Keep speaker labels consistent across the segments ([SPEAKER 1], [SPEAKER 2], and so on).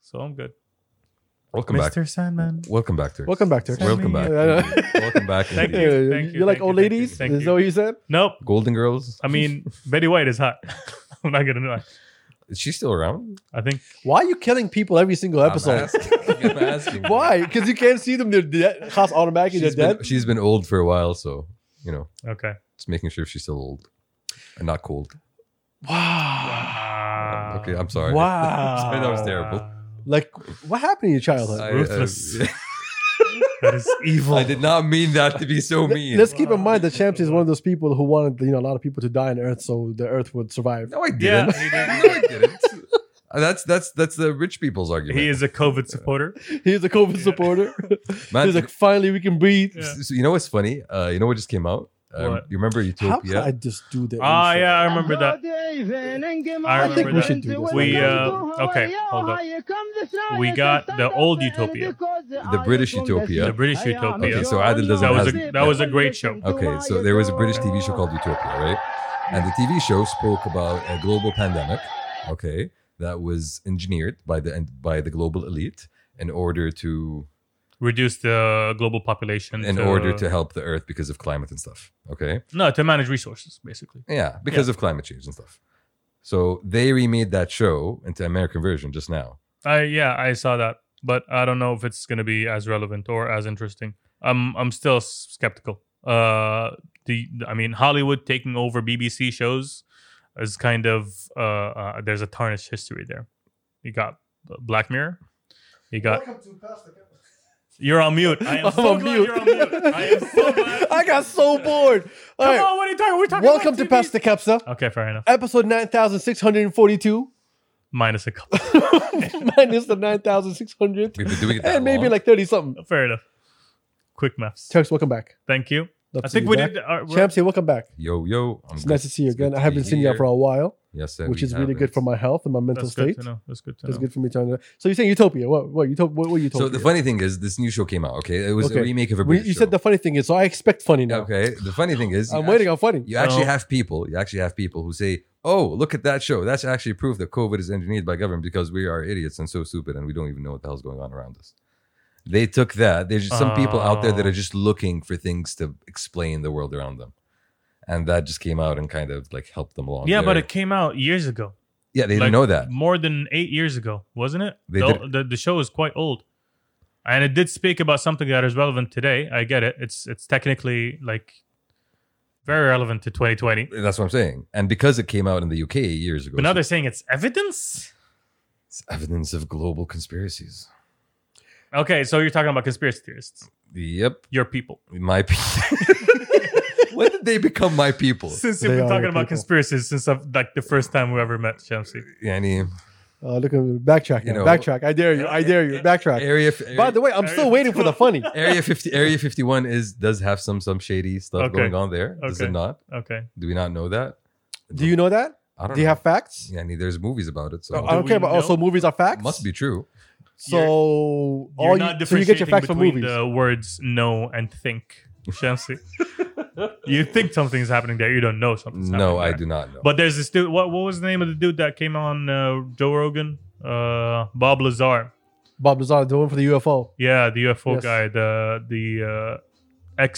[SPEAKER 1] So I'm good.
[SPEAKER 2] Welcome back.
[SPEAKER 3] Mr. Sandman.
[SPEAKER 2] Welcome back, Dirk.
[SPEAKER 4] Welcome back, Dirk.
[SPEAKER 2] Welcome
[SPEAKER 3] Sandman.
[SPEAKER 2] back.
[SPEAKER 4] I know.
[SPEAKER 2] indeed. Welcome back.
[SPEAKER 1] Thank
[SPEAKER 2] indeed.
[SPEAKER 1] you,
[SPEAKER 4] Yeah,
[SPEAKER 1] thank you,
[SPEAKER 4] You're like
[SPEAKER 1] thank
[SPEAKER 4] old
[SPEAKER 1] you, thank you,
[SPEAKER 4] ladies.
[SPEAKER 1] thank
[SPEAKER 4] Is
[SPEAKER 1] you.
[SPEAKER 4] that what you said?
[SPEAKER 1] Nope.
[SPEAKER 2] Golden Girls.
[SPEAKER 1] I mean, Betty White is hot. I'm not gonna lie.
[SPEAKER 2] Is she still around?
[SPEAKER 1] I think
[SPEAKER 4] Why are you killing people every single
[SPEAKER 2] I'm
[SPEAKER 4] episode?
[SPEAKER 2] asking. I'm asking.
[SPEAKER 4] Why? Because you can't see them. They're dead. Cost automatically.
[SPEAKER 2] She's
[SPEAKER 4] they're
[SPEAKER 2] been,
[SPEAKER 4] dead.
[SPEAKER 2] she's been old for a while, so you know,
[SPEAKER 1] okay.
[SPEAKER 2] just making sure she's still old and not cold.
[SPEAKER 4] Wow.
[SPEAKER 1] Wow.
[SPEAKER 2] okay, I'm sorry.
[SPEAKER 4] Wow.
[SPEAKER 2] Sorry, that was terrible.
[SPEAKER 1] Wow.
[SPEAKER 4] Like, what happened in your childhood?
[SPEAKER 2] I, uh,
[SPEAKER 1] Ruthless. That is evil.
[SPEAKER 2] I did not mean that to be so mean.
[SPEAKER 4] Let's keep in mind that Champs is one of those people who wanted, you know, a lot of people to die on Earth so the Earth would survive.
[SPEAKER 2] no, I
[SPEAKER 1] Yeah,
[SPEAKER 2] didn't.
[SPEAKER 1] he,
[SPEAKER 2] no, I
[SPEAKER 1] did.
[SPEAKER 2] didn't. Uh, That's that's that's the rich people's argument.
[SPEAKER 1] he is a COVID supporter.
[SPEAKER 4] He's a COVID
[SPEAKER 1] Yeah.
[SPEAKER 4] supporter.
[SPEAKER 2] Man,
[SPEAKER 4] He's like, finally, we can breathe.
[SPEAKER 1] Yeah.
[SPEAKER 2] so- so you know what's funny? Uh, you know what just came out? Um,
[SPEAKER 1] What?
[SPEAKER 2] You remember
[SPEAKER 4] How could
[SPEAKER 2] Utopia?
[SPEAKER 4] I just do that?
[SPEAKER 1] Ah, yeah, I remember that. I
[SPEAKER 4] I think
[SPEAKER 1] remember
[SPEAKER 4] we
[SPEAKER 1] that.
[SPEAKER 4] should do this.
[SPEAKER 1] We, uh, okay, hold up. We got the old Utopia,
[SPEAKER 2] The British Utopia.
[SPEAKER 1] the British Utopia.
[SPEAKER 2] Okay, so Adil doesn't
[SPEAKER 1] That was
[SPEAKER 2] have
[SPEAKER 1] a that was a great show.
[SPEAKER 2] Okay, so there was a British TV show called Utopia, right? And the TV show spoke about a global pandemic, okay, that was engineered by the and by the global elite in order to
[SPEAKER 1] Reduce the global population
[SPEAKER 2] in order to help the earth because of climate and stuff, okay?
[SPEAKER 1] no to manage resources basically.
[SPEAKER 2] Yeah, because of climate change and stuff. So they remade that show into American version just now.
[SPEAKER 1] I yeah, I saw that, but I don't know if it's going to be as relevant or as interesting. I'm I'm still s- skeptical. Uh, the I mean Hollywood taking over BBC shows is kind of uh, uh there's a tarnished history there. You got Black Mirror. You got. You're on mute. I am
[SPEAKER 4] I'm
[SPEAKER 1] so
[SPEAKER 4] on
[SPEAKER 1] glad
[SPEAKER 4] mute.
[SPEAKER 1] you're on mute. I am so glad.
[SPEAKER 4] I got so bored. All
[SPEAKER 1] Come
[SPEAKER 4] right.
[SPEAKER 1] on, what are you talking? We're talking.
[SPEAKER 4] Welcome
[SPEAKER 1] about
[SPEAKER 4] to
[SPEAKER 1] TV.
[SPEAKER 4] Pasta Capsa,
[SPEAKER 1] Okay, fair enough.
[SPEAKER 4] episode 9642,
[SPEAKER 1] Minus a couple.
[SPEAKER 4] minus the 9600,
[SPEAKER 2] We've been doing it that
[SPEAKER 4] and maybe
[SPEAKER 2] long.
[SPEAKER 4] like 30 something.
[SPEAKER 1] fair enough. Quick maths.
[SPEAKER 4] Turks, welcome back.
[SPEAKER 1] Thank you.
[SPEAKER 4] Love
[SPEAKER 1] I
[SPEAKER 4] to
[SPEAKER 1] think
[SPEAKER 4] see
[SPEAKER 1] we
[SPEAKER 4] you back.
[SPEAKER 1] did. Uh, we're-
[SPEAKER 4] Champs here, welcome back.
[SPEAKER 2] yo yo. I'm
[SPEAKER 4] It's
[SPEAKER 2] good.
[SPEAKER 4] nice to see you
[SPEAKER 2] It's good
[SPEAKER 4] again. I
[SPEAKER 2] to
[SPEAKER 4] haven't
[SPEAKER 2] be
[SPEAKER 4] seen you
[SPEAKER 2] here.
[SPEAKER 4] for a while,
[SPEAKER 2] Yes, and
[SPEAKER 4] which
[SPEAKER 2] we
[SPEAKER 4] is really good
[SPEAKER 2] haven't.
[SPEAKER 4] for my health and my mental
[SPEAKER 1] that's good
[SPEAKER 4] state.
[SPEAKER 1] to know. That's good to
[SPEAKER 4] It's
[SPEAKER 1] know.
[SPEAKER 4] good for me to. So you're saying Utopia? What? What? Utopia? What were you
[SPEAKER 2] So
[SPEAKER 4] talking?
[SPEAKER 2] the funny thing is, this new show came out. Okay, it was
[SPEAKER 4] Okay.
[SPEAKER 2] a remake of a
[SPEAKER 4] We,
[SPEAKER 2] British
[SPEAKER 4] you
[SPEAKER 2] show.
[SPEAKER 4] said the funny thing is, so I expect funny now.
[SPEAKER 2] Okay, the funny thing is, you
[SPEAKER 4] I'm waiting
[SPEAKER 2] actually-
[SPEAKER 4] on funny.
[SPEAKER 2] You actually
[SPEAKER 1] No.
[SPEAKER 2] have people. You actually have people who say, "Oh, look at that show. That's actually proof that COVID is engineered by government because we are idiots and so stupid and we don't even know what the hell's going on around us." They took that. There's just some people out there that
[SPEAKER 1] Oh.
[SPEAKER 2] are just looking for things to explain the world around them, and that just came out and kind of like helped them along.
[SPEAKER 1] Yeah, but
[SPEAKER 2] their-
[SPEAKER 1] it came out years ago.
[SPEAKER 2] yeah, they
[SPEAKER 1] like,
[SPEAKER 2] didn't know that.
[SPEAKER 1] More than eight years ago, wasn't it?
[SPEAKER 2] They
[SPEAKER 1] The,
[SPEAKER 2] did-
[SPEAKER 1] the, the show is quite old. And it did speak about something that is relevant today. I get it. It's it's technically like very relevant to 2020.
[SPEAKER 2] That's what I'm saying. And because it came out in the UK years ago,
[SPEAKER 1] But now
[SPEAKER 2] so
[SPEAKER 1] they're saying it's evidence.
[SPEAKER 2] it's evidence of global conspiracies.
[SPEAKER 1] Okay, so you're talking about conspiracy theorists.
[SPEAKER 2] Yep,
[SPEAKER 1] Your people.
[SPEAKER 2] my people. when did they become my people?
[SPEAKER 1] Since
[SPEAKER 4] They
[SPEAKER 1] you've been
[SPEAKER 4] are
[SPEAKER 1] talking
[SPEAKER 4] your
[SPEAKER 1] about
[SPEAKER 4] people.
[SPEAKER 1] conspiracies since I've, like the first time we ever met, Shamsi.
[SPEAKER 2] Yani,
[SPEAKER 4] Uh, look at backtrack.
[SPEAKER 2] You
[SPEAKER 4] now.
[SPEAKER 2] know-
[SPEAKER 4] backtrack. I dare you. I dare you. Backtrack.
[SPEAKER 2] area,
[SPEAKER 4] By the way, I'm still waiting for the funny.
[SPEAKER 2] area 50 area 51 is does have some some shady stuff
[SPEAKER 1] Okay.
[SPEAKER 2] going on there does
[SPEAKER 1] Okay.
[SPEAKER 2] it not
[SPEAKER 1] Okay.
[SPEAKER 2] do we not know that
[SPEAKER 4] Do you know that?
[SPEAKER 2] i don't
[SPEAKER 4] Do you
[SPEAKER 2] know
[SPEAKER 4] have facts?
[SPEAKER 2] yeah, I mean, there's movies about it so
[SPEAKER 4] I don't
[SPEAKER 1] Do
[SPEAKER 4] care
[SPEAKER 1] we
[SPEAKER 4] about. Oh,
[SPEAKER 1] know?
[SPEAKER 4] so movies are facts.
[SPEAKER 2] must be true
[SPEAKER 4] So
[SPEAKER 1] You're-
[SPEAKER 4] all
[SPEAKER 1] You're
[SPEAKER 4] you,
[SPEAKER 1] not
[SPEAKER 4] so you
[SPEAKER 1] differentiating
[SPEAKER 4] get your facts from
[SPEAKER 1] between
[SPEAKER 4] movies.
[SPEAKER 1] the words know and think, Shamsi. you think something's happening there. You don't know something's happening
[SPEAKER 2] no i
[SPEAKER 1] there.
[SPEAKER 2] do not know
[SPEAKER 1] But there's this dude. What, what was the name of the dude that came on uh, Joe Rogan? Uh, Bob Lazar.
[SPEAKER 4] Bob Lazar, the one for the UFO.
[SPEAKER 1] Yeah, the UFO
[SPEAKER 4] Yes.
[SPEAKER 1] guy, the the uh, ex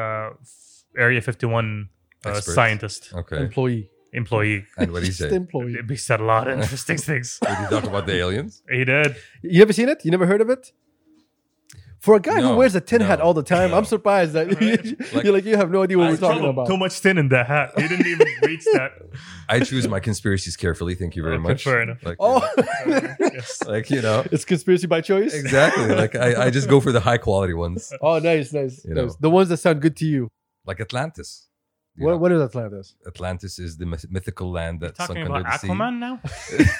[SPEAKER 1] uh, f- Area 51 uh,
[SPEAKER 2] Expert.
[SPEAKER 1] scientist
[SPEAKER 2] okay
[SPEAKER 4] Employee.
[SPEAKER 1] employee.
[SPEAKER 2] and what do you
[SPEAKER 4] Just
[SPEAKER 2] say did
[SPEAKER 4] employee.
[SPEAKER 1] He said a lot of interesting things.
[SPEAKER 2] you talk about the aliens
[SPEAKER 1] He did.
[SPEAKER 4] You never seen it? You never heard of it? For a guy who
[SPEAKER 2] No,
[SPEAKER 4] wears a tin
[SPEAKER 2] no,
[SPEAKER 4] hat all the time,
[SPEAKER 2] no.
[SPEAKER 4] I'm surprised that
[SPEAKER 1] Right?
[SPEAKER 4] you're like you have no idea what
[SPEAKER 1] I
[SPEAKER 4] we're talking
[SPEAKER 1] told him,
[SPEAKER 4] about.
[SPEAKER 1] Too much tin in the hat. He didn't even reach that.
[SPEAKER 2] i choose my conspiracies carefully thank you very
[SPEAKER 1] Okay,
[SPEAKER 2] much
[SPEAKER 1] fair enough.
[SPEAKER 2] like,
[SPEAKER 4] Oh,
[SPEAKER 1] uh, Yes.
[SPEAKER 2] like you know
[SPEAKER 4] it's conspiracy by choice.
[SPEAKER 2] exactly like I, I just go for the high quality ones
[SPEAKER 4] Oh, nice, nice,
[SPEAKER 2] You
[SPEAKER 4] nice.
[SPEAKER 2] know.
[SPEAKER 4] The ones that sound good to you.
[SPEAKER 2] like atlantis You
[SPEAKER 4] What,
[SPEAKER 2] know,
[SPEAKER 4] what is Atlantis?
[SPEAKER 2] atlantis is the myth- mythical land that sunk
[SPEAKER 1] Talking
[SPEAKER 2] under
[SPEAKER 1] about
[SPEAKER 2] the sea
[SPEAKER 1] Aquaman now?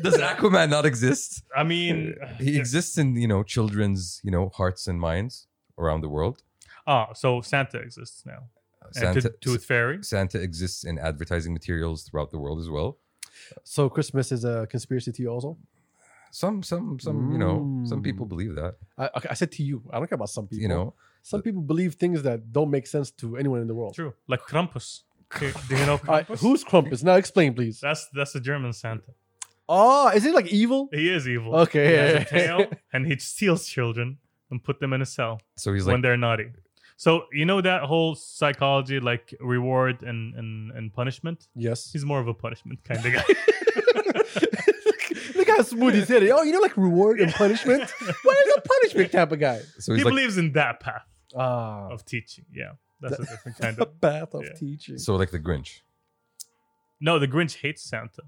[SPEAKER 2] does aquaman not exist
[SPEAKER 1] I mean,
[SPEAKER 2] he exists in you know children's you know hearts and minds around the world.
[SPEAKER 1] oh, so Santa exists now.
[SPEAKER 2] Santa,
[SPEAKER 1] and to- Tooth Fairy.
[SPEAKER 2] Santa exists in advertising materials throughout the world as well.
[SPEAKER 4] So Christmas is a conspiracy to you also.
[SPEAKER 2] Some some some you know some
[SPEAKER 4] Mm.
[SPEAKER 2] people believe that
[SPEAKER 4] I, okay, I said to you. I don't care about some people.
[SPEAKER 2] you know
[SPEAKER 4] some people believe things that don't make sense to anyone in the world.
[SPEAKER 1] True. Like Krampus. Okay, Do you know
[SPEAKER 4] All right,
[SPEAKER 1] Krampus?
[SPEAKER 4] who's Crumpus? Now explain, please.
[SPEAKER 1] That's that's the German Santa.
[SPEAKER 4] Oh, is he like evil?
[SPEAKER 1] He is evil.
[SPEAKER 4] Okay,
[SPEAKER 1] He has
[SPEAKER 4] yeah,
[SPEAKER 1] a
[SPEAKER 4] yeah.
[SPEAKER 1] tail and he steals children and put them in a cell
[SPEAKER 2] So he's
[SPEAKER 1] when
[SPEAKER 2] like,
[SPEAKER 1] they're naughty. So you know that whole psychology, like reward and and, and punishment.
[SPEAKER 4] Yes.
[SPEAKER 1] He's more of a punishment kind of guy.
[SPEAKER 4] Look how smooth he said it. Oh, you know, like reward and punishment. What is a punishment type of guy?
[SPEAKER 2] so
[SPEAKER 1] he
[SPEAKER 2] he's like, Oh.
[SPEAKER 1] believes in that path
[SPEAKER 4] Ah,
[SPEAKER 1] of teaching. Yeah, that's a different kind
[SPEAKER 4] the
[SPEAKER 1] of.
[SPEAKER 4] path of
[SPEAKER 1] yeah.
[SPEAKER 4] teaching.
[SPEAKER 2] so like the Grinch.
[SPEAKER 1] No, the Grinch hates Santa.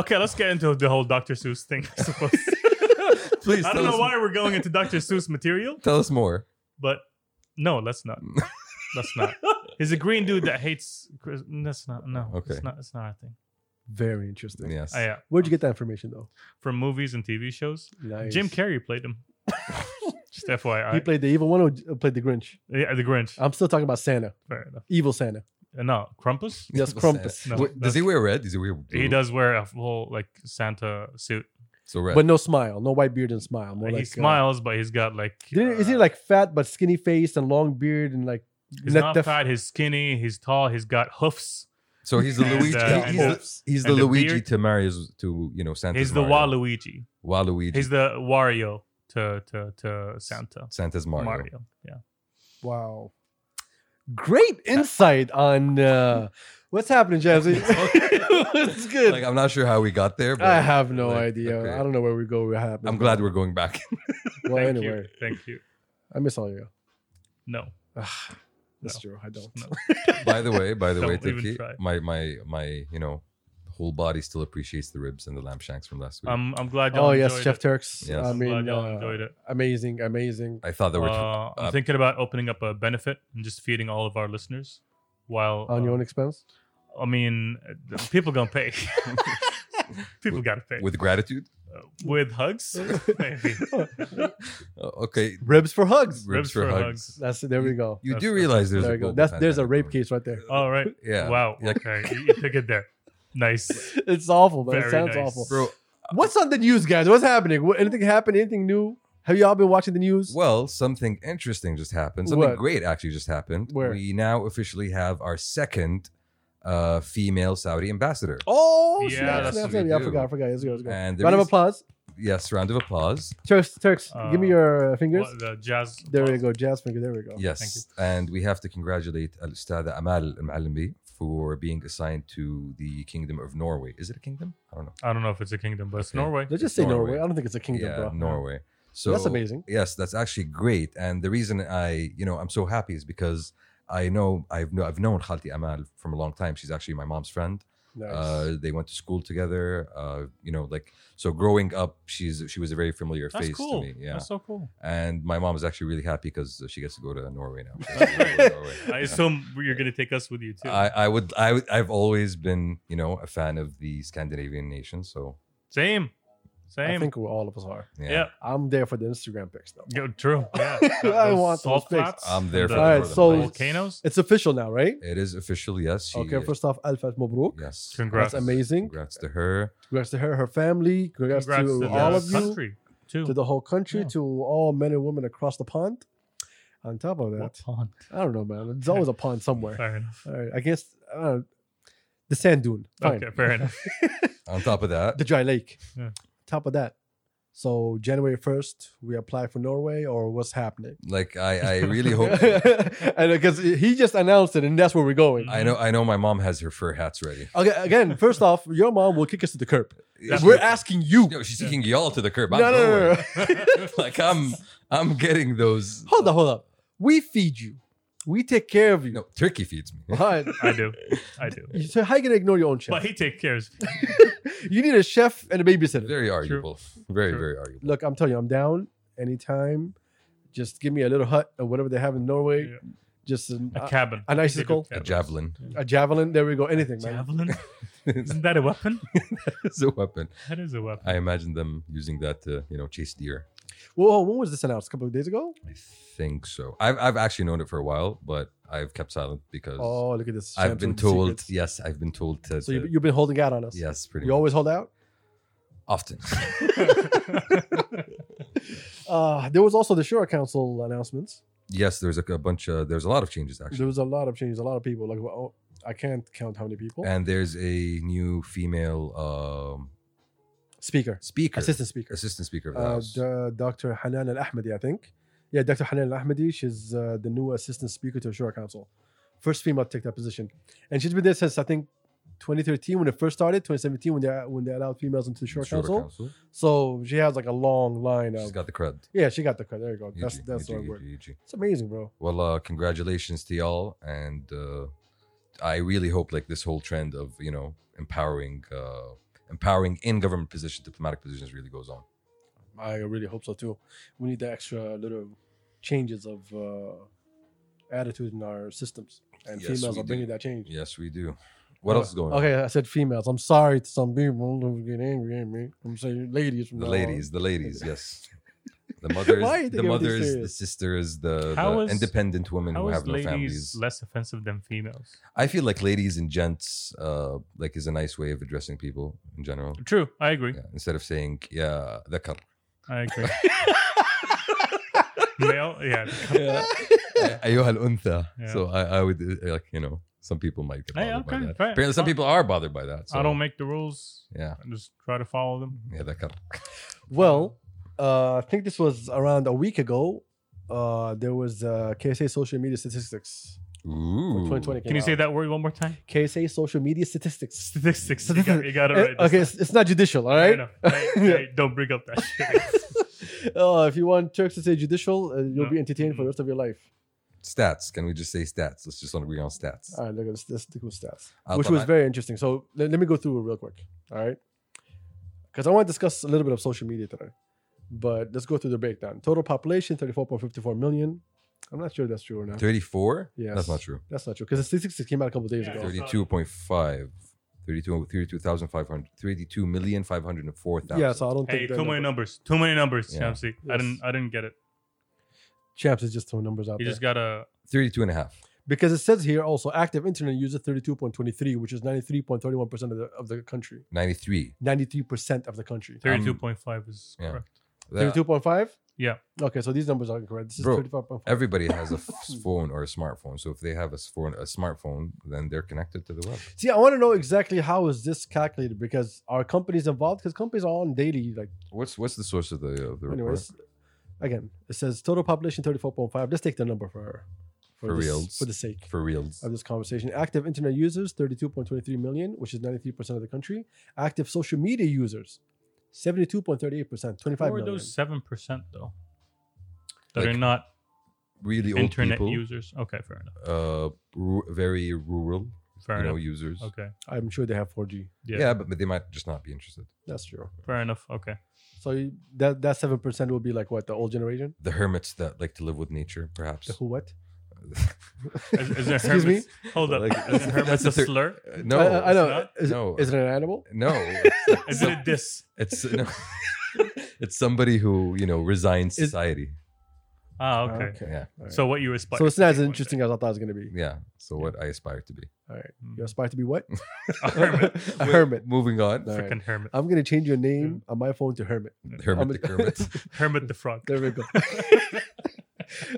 [SPEAKER 1] Okay, let's get into the whole Dr. Seuss thing. I suppose.
[SPEAKER 2] Please,
[SPEAKER 1] I
[SPEAKER 2] tell
[SPEAKER 1] don't know
[SPEAKER 2] us,
[SPEAKER 1] why we're going into Dr. Seuss material,
[SPEAKER 2] Tell us more.
[SPEAKER 1] but no, let's not. Let's not. He's a green dude that hates. Chris- That's not. No.
[SPEAKER 2] Okay.
[SPEAKER 1] It's not. It's not a thing.
[SPEAKER 4] Very interesting.
[SPEAKER 2] Yes.
[SPEAKER 1] I, uh,
[SPEAKER 4] Where'd you get that information though?
[SPEAKER 1] from movies and TV shows.
[SPEAKER 4] Nice.
[SPEAKER 1] Jim Carrey played him. Just
[SPEAKER 4] He
[SPEAKER 1] FYI.
[SPEAKER 4] played Uh, the evil one or j- played the Grinch?
[SPEAKER 1] yeah, the Grinch.
[SPEAKER 4] I'm still talking about Santa,
[SPEAKER 1] Fair enough.
[SPEAKER 4] evil Santa.
[SPEAKER 1] Uh, no, Krampus.
[SPEAKER 4] Yes, Krampus.
[SPEAKER 1] No,
[SPEAKER 2] Wait, does he
[SPEAKER 1] that's-
[SPEAKER 2] wear red? Does he wear blue?
[SPEAKER 1] He does wear a full like Santa suit.
[SPEAKER 2] So red.
[SPEAKER 4] But no smile, no white beard and smile. More
[SPEAKER 1] he
[SPEAKER 4] like, uh,
[SPEAKER 1] smiles, but he's got like.
[SPEAKER 4] didn't- Isn't he
[SPEAKER 1] uh,
[SPEAKER 4] like fat but skinny face and long beard and like
[SPEAKER 1] He's
[SPEAKER 4] let
[SPEAKER 1] not
[SPEAKER 4] the f-
[SPEAKER 1] fat. He's skinny. He's tall. He's got hoofs.
[SPEAKER 2] so he's the
[SPEAKER 1] And,
[SPEAKER 2] Luigi.
[SPEAKER 1] uh,
[SPEAKER 2] he- he's
[SPEAKER 1] and-
[SPEAKER 2] the, he's
[SPEAKER 1] and
[SPEAKER 2] the
[SPEAKER 1] the
[SPEAKER 2] Luigi
[SPEAKER 1] beard.
[SPEAKER 2] to Mario's to you know Santa's.
[SPEAKER 1] he's the
[SPEAKER 2] Mario.
[SPEAKER 1] Waluigi.
[SPEAKER 2] Waluigi.
[SPEAKER 1] He's the Wario to to to Santa.
[SPEAKER 2] Santa's Mario.
[SPEAKER 1] Mario. Yeah.
[SPEAKER 4] Wow. Great insight on uh, what's happening, Jazzy. it's good.
[SPEAKER 2] Like I'm not sure how we got there, but
[SPEAKER 4] I have no
[SPEAKER 2] like,
[SPEAKER 4] idea.
[SPEAKER 2] okay.
[SPEAKER 4] I don't know where we go. What happened?
[SPEAKER 2] I'm glad we're going back.
[SPEAKER 4] Well,
[SPEAKER 1] Thank
[SPEAKER 4] anyway,
[SPEAKER 1] you. Thank you.
[SPEAKER 4] I miss all you.
[SPEAKER 1] No.
[SPEAKER 4] Ugh, That's
[SPEAKER 1] No.
[SPEAKER 4] true. I don't.
[SPEAKER 1] No.
[SPEAKER 2] by the way, by the way,
[SPEAKER 1] Don't even
[SPEAKER 2] Tiki,
[SPEAKER 1] try.
[SPEAKER 2] my my my you know whole body still appreciates the ribs and the lamb shanks from last week.
[SPEAKER 1] I'm I'm glad y'all.
[SPEAKER 4] Oh yes,
[SPEAKER 1] enjoyed
[SPEAKER 4] Chef
[SPEAKER 1] It.
[SPEAKER 4] Turks.
[SPEAKER 2] Yes.
[SPEAKER 4] I
[SPEAKER 1] I'm glad
[SPEAKER 4] mean,
[SPEAKER 1] y'all
[SPEAKER 4] uh,
[SPEAKER 1] enjoyed it.
[SPEAKER 4] amazing, amazing.
[SPEAKER 2] I thought there were.
[SPEAKER 1] Uh, I'm
[SPEAKER 2] uh,
[SPEAKER 1] thinking about opening up a benefit and just feeding all of our listeners. While
[SPEAKER 4] On
[SPEAKER 1] uh,
[SPEAKER 4] your own expense.
[SPEAKER 1] I mean, uh, people gonna pay. people gotta pay with,
[SPEAKER 2] with gratitude.
[SPEAKER 1] uh, with hugs, maybe.
[SPEAKER 2] Uh, okay,
[SPEAKER 4] Ribs for hugs.
[SPEAKER 1] Ribs for hugs.
[SPEAKER 4] That's it. There we go.
[SPEAKER 2] You
[SPEAKER 1] That's-
[SPEAKER 2] do
[SPEAKER 1] that's-
[SPEAKER 2] realize there's
[SPEAKER 4] there
[SPEAKER 2] a
[SPEAKER 4] we go.
[SPEAKER 2] global
[SPEAKER 4] That's there's a
[SPEAKER 2] pandemic
[SPEAKER 4] rape
[SPEAKER 2] going-
[SPEAKER 4] case right there.
[SPEAKER 1] All right.
[SPEAKER 2] Yeah.
[SPEAKER 1] Wow.
[SPEAKER 2] Yeah.
[SPEAKER 1] Okay. You, you took it there. Nice.
[SPEAKER 4] It's awful, but it
[SPEAKER 1] Very
[SPEAKER 4] sounds
[SPEAKER 1] nice.
[SPEAKER 4] awful.
[SPEAKER 2] bro.
[SPEAKER 4] What's on the news, guys? What's happening? What, anything happened? Anything new? Have y'all been watching the news?
[SPEAKER 2] Well, something interesting just happened. Something
[SPEAKER 4] What?
[SPEAKER 2] great actually just happened.
[SPEAKER 4] Where?
[SPEAKER 2] We now officially have our second uh, female Saudi ambassador.
[SPEAKER 4] Oh,
[SPEAKER 1] Yeah,
[SPEAKER 4] snap,
[SPEAKER 1] that's
[SPEAKER 4] snap,
[SPEAKER 2] what
[SPEAKER 4] snap.
[SPEAKER 2] we
[SPEAKER 4] Yeah, I
[SPEAKER 2] do.
[SPEAKER 4] forgot. I forgot. Let's go. Let's go.
[SPEAKER 2] And the
[SPEAKER 4] Round of
[SPEAKER 2] reas-
[SPEAKER 4] applause.
[SPEAKER 2] Yes, round of applause.
[SPEAKER 4] Turks, Turks, give me
[SPEAKER 1] Uh,
[SPEAKER 4] your uh, fingers.
[SPEAKER 1] What, the jazz.
[SPEAKER 4] There we go. Jazz finger. There we go.
[SPEAKER 2] Yes, and we have to congratulate Al Ustada Amal Al Malimbi for being assigned to the Kingdom of Norway. Is it a kingdom? I don't know.
[SPEAKER 1] I don't know if it's a kingdom, but it's
[SPEAKER 2] Okay.
[SPEAKER 1] Norway.
[SPEAKER 4] Let's just
[SPEAKER 2] It's
[SPEAKER 4] say
[SPEAKER 2] Norway.
[SPEAKER 4] Norway. I don't think it's a kingdom,
[SPEAKER 2] yeah,
[SPEAKER 4] bro.
[SPEAKER 2] Norway. So
[SPEAKER 4] That's amazing.
[SPEAKER 2] Yes, that's actually great. And the reason I, you know, I'm so happy is because I know I've know, I've known Khalti Amal from a long time. She's actually my mom's friend.
[SPEAKER 4] Nice.
[SPEAKER 2] Uh, they went to school together. Uh, you know, like so growing up, she's she was a very familiar
[SPEAKER 1] That's
[SPEAKER 2] face
[SPEAKER 1] cool.
[SPEAKER 2] to me. Yeah.
[SPEAKER 1] That's so cool.
[SPEAKER 2] and my mom is actually really happy because she gets to go to Norway now.
[SPEAKER 1] I assume you're gonna take us with you too.
[SPEAKER 2] I, I would I would, I've always been you know a fan of the Scandinavian nations. So
[SPEAKER 1] same,
[SPEAKER 4] I
[SPEAKER 1] same.
[SPEAKER 4] think we all of us are.
[SPEAKER 2] yeah,
[SPEAKER 1] yeah.
[SPEAKER 4] I'm there for the Instagram pics though.
[SPEAKER 1] Yeah, true. Yeah.
[SPEAKER 4] I
[SPEAKER 1] Those
[SPEAKER 4] want those
[SPEAKER 1] salt
[SPEAKER 4] pics.
[SPEAKER 1] flats
[SPEAKER 2] I'm there
[SPEAKER 1] and
[SPEAKER 2] for
[SPEAKER 1] the
[SPEAKER 2] them.
[SPEAKER 4] Alright, so-
[SPEAKER 1] volcanoes.
[SPEAKER 4] It's official now, right?
[SPEAKER 2] it is official. Yes, she,
[SPEAKER 4] okay, first off, Alfa Mabrouk.
[SPEAKER 2] yes,
[SPEAKER 1] Congrats.
[SPEAKER 4] That's amazing.
[SPEAKER 2] Congrats to her.
[SPEAKER 4] Congrats to her, her family. Congrats,
[SPEAKER 1] Congrats to, the
[SPEAKER 4] to, all of you,
[SPEAKER 1] country too.
[SPEAKER 4] to the whole country,
[SPEAKER 1] Yeah.
[SPEAKER 4] to all men and women across the pond. On top of that,
[SPEAKER 1] What pond?
[SPEAKER 4] I don't know, man. It's always a pond somewhere.
[SPEAKER 1] Fair enough.
[SPEAKER 4] All right, I guess uh, the sand dune. Fine.
[SPEAKER 1] Okay, fair enough.
[SPEAKER 2] On top of that,
[SPEAKER 4] the dry lake.
[SPEAKER 1] Yeah.
[SPEAKER 4] Top of that. So January first, we apply for Norway, or what's happening?
[SPEAKER 2] like I, I really hope.
[SPEAKER 4] and because he just announced it, and that's where we're going.
[SPEAKER 1] Mm.
[SPEAKER 2] I know I know my mom has her fur hats ready.
[SPEAKER 4] Okay, again, first off, your mom will kick us to the curb.
[SPEAKER 1] That's
[SPEAKER 4] We're
[SPEAKER 1] what-
[SPEAKER 4] asking you.
[SPEAKER 2] No, she's taking y'all to the curb.
[SPEAKER 4] No,
[SPEAKER 2] I'm
[SPEAKER 4] no, no,
[SPEAKER 2] going.
[SPEAKER 4] no.
[SPEAKER 2] like I'm I'm getting those.
[SPEAKER 4] Hold up, hold up. We feed you. We take care of you.
[SPEAKER 2] No, turkey feeds me.
[SPEAKER 4] All right.
[SPEAKER 1] I do. I do.
[SPEAKER 4] So how you gonna ignore your own chef?
[SPEAKER 1] But he takes care. of-
[SPEAKER 4] you need a chef and a babysitter.
[SPEAKER 2] Very arguable. Very
[SPEAKER 1] True.
[SPEAKER 2] very arguable.
[SPEAKER 4] Look, I'm telling you, I'm down anytime. Just give me a little hut or whatever they have in Norway.
[SPEAKER 1] Yeah.
[SPEAKER 4] Just an,
[SPEAKER 1] A cabin.
[SPEAKER 4] An icicle?
[SPEAKER 2] A javelin
[SPEAKER 4] a javelin. There we go. Anything, man.
[SPEAKER 1] Javelin.
[SPEAKER 2] is
[SPEAKER 1] Isn't that a weapon?
[SPEAKER 2] a weapon.
[SPEAKER 1] That is a weapon.
[SPEAKER 2] I imagine them using that to you know chase deer.
[SPEAKER 4] Whoa, when was this announced? A couple of days ago?
[SPEAKER 2] I think so. I've I've actually known it for a while, but I've kept silent because
[SPEAKER 4] Oh, look at this.
[SPEAKER 2] I've
[SPEAKER 4] Sam's
[SPEAKER 2] been
[SPEAKER 4] with the
[SPEAKER 2] told.
[SPEAKER 4] secrets.
[SPEAKER 2] Yes, I've been told to.
[SPEAKER 4] So you,
[SPEAKER 2] to-
[SPEAKER 4] you've been holding out on us.
[SPEAKER 2] yes, pretty
[SPEAKER 4] You
[SPEAKER 2] much.
[SPEAKER 4] always hold out.
[SPEAKER 2] often.
[SPEAKER 4] Uh, there was also the Shura Council announcements.
[SPEAKER 2] yes, there's a, a bunch. Of, there's a lot of changes actually.
[SPEAKER 4] There was a lot of changes, a lot of people. Like, well, I can't count how many people.
[SPEAKER 2] and there's a new female um
[SPEAKER 4] speaker,
[SPEAKER 2] Speaker.
[SPEAKER 4] assistant speaker.
[SPEAKER 2] Assistant speaker of the
[SPEAKER 4] Uh,
[SPEAKER 2] house.
[SPEAKER 4] D- Dr. Hanan Al Ahmadi, I think. Yeah, Dr. Hanan Al Ahmadi. She's uh, the new assistant speaker to the Shura Council. First female to take that position. And she's been there since, I think, 2013 when it first started, 2017 when they, when they allowed females into the Shura,
[SPEAKER 2] Shura
[SPEAKER 4] Council.
[SPEAKER 2] Council.
[SPEAKER 4] So she has like a long line
[SPEAKER 2] She's
[SPEAKER 4] of.
[SPEAKER 2] got the crud.
[SPEAKER 4] yeah, she got the credit. There you go.
[SPEAKER 2] UG,
[SPEAKER 4] That's, that's the
[SPEAKER 2] UG,
[SPEAKER 4] right word.
[SPEAKER 2] UG.
[SPEAKER 4] It's amazing, bro.
[SPEAKER 2] Well, uh, congratulations to y'all, and uh, I really hope like this whole trend of you know empowering, uh, empowering in government positions, diplomatic positions, really goes on.
[SPEAKER 4] I really hope so too. We need the extra little changes of uh, attitude in our systems. And
[SPEAKER 2] Yes,
[SPEAKER 4] females
[SPEAKER 2] we
[SPEAKER 4] are bringing
[SPEAKER 2] do.
[SPEAKER 4] that change.
[SPEAKER 2] Yes, we do. What
[SPEAKER 1] Oh,
[SPEAKER 2] else is going on?
[SPEAKER 4] Uh, Okay, I said females. I'm sorry to some people who get angry at me. I'm saying ladies from
[SPEAKER 2] The
[SPEAKER 4] now
[SPEAKER 2] ladies, the ladies, yes. The mothers,
[SPEAKER 4] Why are you
[SPEAKER 2] the
[SPEAKER 4] taking everything
[SPEAKER 2] mothers, the
[SPEAKER 4] serious?
[SPEAKER 2] sisters, the,
[SPEAKER 1] How
[SPEAKER 2] the
[SPEAKER 1] is-
[SPEAKER 2] independent women
[SPEAKER 1] How
[SPEAKER 2] who
[SPEAKER 1] is
[SPEAKER 2] have no
[SPEAKER 1] ladies
[SPEAKER 2] families.
[SPEAKER 1] less offensive than females?
[SPEAKER 2] I feel like ladies and gents, uh, like is a nice way of addressing people in general.
[SPEAKER 1] True, I agree.
[SPEAKER 2] Yeah. Instead of saying yeah, ذكر.
[SPEAKER 1] I agree. Male, yeah.
[SPEAKER 4] on. Yeah.
[SPEAKER 2] أيها الأنثى.
[SPEAKER 1] Yeah.
[SPEAKER 2] So I, I would uh, like you know some people might get bothered
[SPEAKER 1] Hey,
[SPEAKER 2] by
[SPEAKER 1] okay,
[SPEAKER 2] that.
[SPEAKER 1] fair.
[SPEAKER 2] Apparently, some
[SPEAKER 1] I-
[SPEAKER 2] people are bothered by that. So,
[SPEAKER 1] I don't make the rules.
[SPEAKER 2] Yeah,
[SPEAKER 1] I just try to follow them.
[SPEAKER 2] yeah, ذكر.
[SPEAKER 4] Well, uh, I think this was around a week ago. Uh, there was uh, KSA social media statistics for
[SPEAKER 2] Ooh.
[SPEAKER 4] 2020.
[SPEAKER 1] Can you say that word one more time?
[SPEAKER 4] KSA social media statistics.
[SPEAKER 1] Statistics. You got, you got it
[SPEAKER 4] Eh,
[SPEAKER 1] right. this
[SPEAKER 4] okay,
[SPEAKER 1] time.
[SPEAKER 4] it's, it's not judicial, all
[SPEAKER 1] Fair
[SPEAKER 4] right?
[SPEAKER 1] enough. Hey, hey, don't bring up that shit.
[SPEAKER 4] uh, if you want Turks to say judicial, uh, you'll
[SPEAKER 1] No.
[SPEAKER 4] be entertained
[SPEAKER 1] Mm-hmm.
[SPEAKER 4] for the rest of your life.
[SPEAKER 2] Stats. Can we just say stats? Let's just agree on stats.
[SPEAKER 4] All right, look at this, this stick with stats,
[SPEAKER 2] Uh,
[SPEAKER 4] which
[SPEAKER 2] طبعاً.
[SPEAKER 4] was very interesting. So let, let me go through it real quick. All right, because I want to discuss a little bit of social media today, but let's go through the breakdown. Total population: thirty-four point fifty-four million. I'm not sure if that's true or not.
[SPEAKER 2] 34?
[SPEAKER 4] Yes.
[SPEAKER 2] That's not true.
[SPEAKER 4] That's not true because the statistics came out a couple days
[SPEAKER 1] Yeah.
[SPEAKER 4] ago.
[SPEAKER 2] 32.5. 32, 32,500, 32,504,000.
[SPEAKER 4] Yeah, so I don't
[SPEAKER 1] hey,
[SPEAKER 4] think
[SPEAKER 1] too
[SPEAKER 4] that
[SPEAKER 1] many
[SPEAKER 4] number-
[SPEAKER 1] numbers. Too many numbers,
[SPEAKER 2] Yeah.
[SPEAKER 1] Shamsi. I
[SPEAKER 4] Yes.
[SPEAKER 1] didn't. I didn't get it.
[SPEAKER 4] Champs is just throwing numbers out
[SPEAKER 1] You
[SPEAKER 4] there.
[SPEAKER 1] just gotta.
[SPEAKER 2] Um, 32 and a half.
[SPEAKER 4] because it says here also active internet user thirty-two point twenty-three, which is ninety-three point thirty-one percent of the of the country.
[SPEAKER 2] 93.
[SPEAKER 4] Ninety-three percent of the country.
[SPEAKER 1] Thirty-two point five is
[SPEAKER 2] yeah.
[SPEAKER 1] correct.
[SPEAKER 2] That-
[SPEAKER 4] Thirty-two point five.
[SPEAKER 1] Yeah.
[SPEAKER 4] Okay, so these numbers are correct. This is
[SPEAKER 2] Bro,
[SPEAKER 4] thirty-five point five.
[SPEAKER 2] Everybody has a f- phone or a smartphone. So if they have a, s- phone, a smartphone, then they're connected to the web.
[SPEAKER 4] See, I want to know exactly how is this calculated because our companies involved because companies are on daily like
[SPEAKER 2] What's what's the source of the, of the report?
[SPEAKER 4] anyways. Again, it says total population thirty four point five. Let's take the number for for,
[SPEAKER 2] For
[SPEAKER 4] this-
[SPEAKER 2] reals.
[SPEAKER 4] for the sake
[SPEAKER 2] For reals.
[SPEAKER 4] of this conversation. Active internet users thirty two point twenty three million, which is ninety three percent of the country. Active social media users seventy two point thirty eight percent, twenty
[SPEAKER 1] Who
[SPEAKER 4] five
[SPEAKER 1] are
[SPEAKER 4] million.
[SPEAKER 1] those seven percent though? That
[SPEAKER 2] Like,
[SPEAKER 1] are not
[SPEAKER 2] Really old
[SPEAKER 1] internet
[SPEAKER 2] people.
[SPEAKER 1] users. Okay, fair enough.
[SPEAKER 2] uh, ru- very rural,
[SPEAKER 1] Fair
[SPEAKER 2] you know,
[SPEAKER 1] enough.
[SPEAKER 2] users.
[SPEAKER 1] Okay.
[SPEAKER 4] I'm sure they have four G.
[SPEAKER 1] Yeah.
[SPEAKER 2] Yeah, but, but they might just not be interested.
[SPEAKER 4] That's true.
[SPEAKER 1] Fair enough. Okay.
[SPEAKER 4] So you- that that seven percent will be like what the old generation.
[SPEAKER 2] The hermits that like to live with nature, perhaps.
[SPEAKER 4] The who what?
[SPEAKER 1] Is, is there
[SPEAKER 4] Excuse me?
[SPEAKER 1] hermits- Hold up.
[SPEAKER 2] Like,
[SPEAKER 1] is hermits
[SPEAKER 2] that's a
[SPEAKER 1] a
[SPEAKER 2] thir-
[SPEAKER 1] slur?
[SPEAKER 2] Uh, no,
[SPEAKER 4] I, I know.
[SPEAKER 1] not.
[SPEAKER 4] Is,
[SPEAKER 2] No.
[SPEAKER 4] is it an animal?
[SPEAKER 2] no. It's, like
[SPEAKER 1] Is it
[SPEAKER 2] some-
[SPEAKER 1] a diss?
[SPEAKER 2] it's no, it's somebody who you know resigns
[SPEAKER 4] Is-
[SPEAKER 2] society.
[SPEAKER 1] Ah, okay.
[SPEAKER 2] Yeah,
[SPEAKER 4] All right.
[SPEAKER 1] So what you aspire?
[SPEAKER 4] Uh, so it's
[SPEAKER 1] to
[SPEAKER 4] not
[SPEAKER 1] be
[SPEAKER 4] as
[SPEAKER 1] one day.
[SPEAKER 4] interesting as I thought it was going to be.
[SPEAKER 2] yeah. So what I aspire to be.
[SPEAKER 4] All right.
[SPEAKER 1] Mm.
[SPEAKER 4] You aspire to be what?
[SPEAKER 1] A hermit.
[SPEAKER 4] a hermit.
[SPEAKER 2] Moving on.
[SPEAKER 4] All right.
[SPEAKER 1] Freaking hermit.
[SPEAKER 4] I'm going to change your name on my phone to Hermit.
[SPEAKER 2] Hermit
[SPEAKER 4] I'm
[SPEAKER 2] the Kermit.
[SPEAKER 1] Hermit the frog.
[SPEAKER 4] There we go.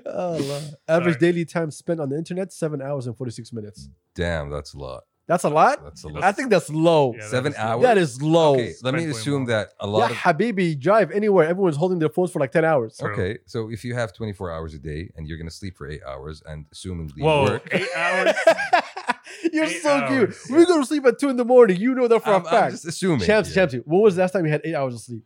[SPEAKER 4] Allah. Average
[SPEAKER 1] Sorry.
[SPEAKER 4] daily time spent on the internet, seven hours and 46 minutes.
[SPEAKER 2] Damn, that's a lot.
[SPEAKER 4] That's a lot?
[SPEAKER 2] That's a lot.
[SPEAKER 4] I think that's low.
[SPEAKER 1] Yeah, that
[SPEAKER 2] Seven
[SPEAKER 1] is-
[SPEAKER 2] hours.
[SPEAKER 4] that is low.
[SPEAKER 2] okay. Let me
[SPEAKER 1] Spend way
[SPEAKER 2] assume
[SPEAKER 1] more.
[SPEAKER 2] that a
[SPEAKER 4] Yeah,
[SPEAKER 2] lot of.
[SPEAKER 4] Habibi, drive anywhere. Everyone's holding their phones for like 10 hours.
[SPEAKER 1] True.
[SPEAKER 2] Okay, so if you have 24 hours a day and you're gonna sleep for eight hours, and assuming the
[SPEAKER 1] Whoa,
[SPEAKER 2] work,
[SPEAKER 1] eight hours.
[SPEAKER 4] You're
[SPEAKER 1] Eight
[SPEAKER 4] so cute.
[SPEAKER 1] hours.
[SPEAKER 4] We're going to sleep at 2 in the morning. You know that for
[SPEAKER 2] I'm,
[SPEAKER 4] a
[SPEAKER 2] I'm
[SPEAKER 4] fact.
[SPEAKER 2] just assuming
[SPEAKER 4] Champsy,
[SPEAKER 2] here.
[SPEAKER 4] Champsy, when was the last time you had eight hours of sleep?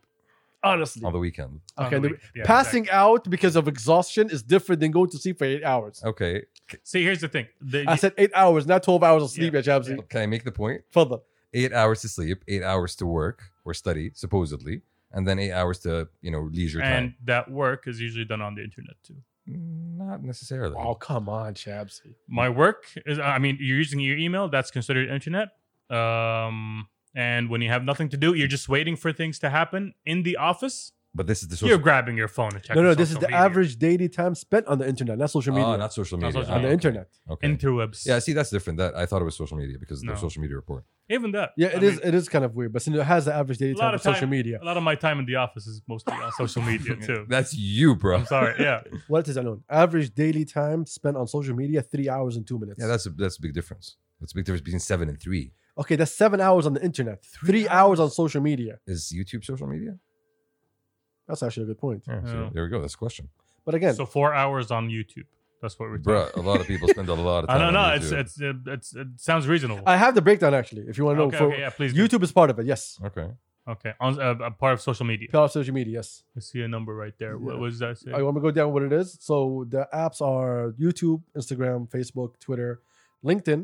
[SPEAKER 4] Honestly.
[SPEAKER 2] on the weekend.
[SPEAKER 4] Okay.
[SPEAKER 1] On the
[SPEAKER 4] the-
[SPEAKER 1] week- yeah,
[SPEAKER 4] passing out because of exhaustion is different than going to sleep for eight hours.
[SPEAKER 2] Okay,
[SPEAKER 1] exactly. See, here's the thing. The-
[SPEAKER 4] I said eight hours, not 12 hours of sleep yeah. at Jamsi.
[SPEAKER 2] can I make the point?
[SPEAKER 4] Further.
[SPEAKER 2] eight hours to sleep, eight hours to work or study, supposedly, and then eight hours to you know leisure
[SPEAKER 1] and
[SPEAKER 2] time.
[SPEAKER 1] that work is usually done on the internet too.
[SPEAKER 2] Mm, Not necessarily.
[SPEAKER 4] Oh, come on, Jamsi.
[SPEAKER 1] My work is. I mean, you're using your email. That's considered internet. Um, and when you have nothing to do, you're just waiting for things to happen in the office.
[SPEAKER 2] But this is the
[SPEAKER 1] you're
[SPEAKER 2] social.
[SPEAKER 1] grabbing your phone to check.
[SPEAKER 4] No, no,
[SPEAKER 1] your
[SPEAKER 4] this is
[SPEAKER 1] social
[SPEAKER 4] the
[SPEAKER 1] media.
[SPEAKER 4] average daily time spent on the internet, not social media.
[SPEAKER 2] Oh, not social media.
[SPEAKER 1] social
[SPEAKER 2] Ah,
[SPEAKER 4] on the
[SPEAKER 1] media.
[SPEAKER 2] okay.
[SPEAKER 4] internet.
[SPEAKER 2] Okay.
[SPEAKER 1] interwebs.
[SPEAKER 2] yeah, see, that's different. That I thought it was social media because of
[SPEAKER 1] No.
[SPEAKER 2] the social media report.
[SPEAKER 1] even that.
[SPEAKER 4] Yeah,
[SPEAKER 1] I
[SPEAKER 4] it is.
[SPEAKER 1] mean,
[SPEAKER 4] It is kind of weird, but since it has the average daily
[SPEAKER 1] A lot
[SPEAKER 4] time
[SPEAKER 1] of
[SPEAKER 4] of social
[SPEAKER 1] time-
[SPEAKER 4] media,
[SPEAKER 1] a lot of my time in the office is mostly on social media too.
[SPEAKER 2] That's you, bro.
[SPEAKER 1] I'm sorry. Yeah,
[SPEAKER 4] what is unknown? Average daily time spent on social media, three hours and two minutes.
[SPEAKER 2] Yeah, that's a that's a big difference. That's a big difference between seven and three.
[SPEAKER 4] Okay, that's seven hours on the internet, three hours on social media.
[SPEAKER 2] Is YouTube social media?
[SPEAKER 4] That's actually a good point.
[SPEAKER 2] Yeah, so
[SPEAKER 1] Yeah.
[SPEAKER 2] there we go. That's a question.
[SPEAKER 4] But again,
[SPEAKER 1] Hmm. So four hours on YouTube. That's what we're. talking
[SPEAKER 2] Bruh, a lot of people spend a lot of
[SPEAKER 1] I
[SPEAKER 2] time.
[SPEAKER 1] don't
[SPEAKER 2] on
[SPEAKER 1] know. It's
[SPEAKER 2] YouTube.
[SPEAKER 1] it's it, it's it sounds reasonable.
[SPEAKER 4] I have the breakdown actually. If you want to know,
[SPEAKER 1] okay,
[SPEAKER 4] for
[SPEAKER 1] okay, yeah, please. do.
[SPEAKER 4] YouTube is part of it. Yes,
[SPEAKER 2] okay.
[SPEAKER 1] Okay, on uh, a part of social media.
[SPEAKER 4] part of social media. Yes.
[SPEAKER 1] I see a number right there. What
[SPEAKER 4] Yeah.
[SPEAKER 1] was that? Say?
[SPEAKER 4] I Oh, want to go down what it is. So the apps are YouTube, Instagram, Facebook, Twitter, LinkedIn,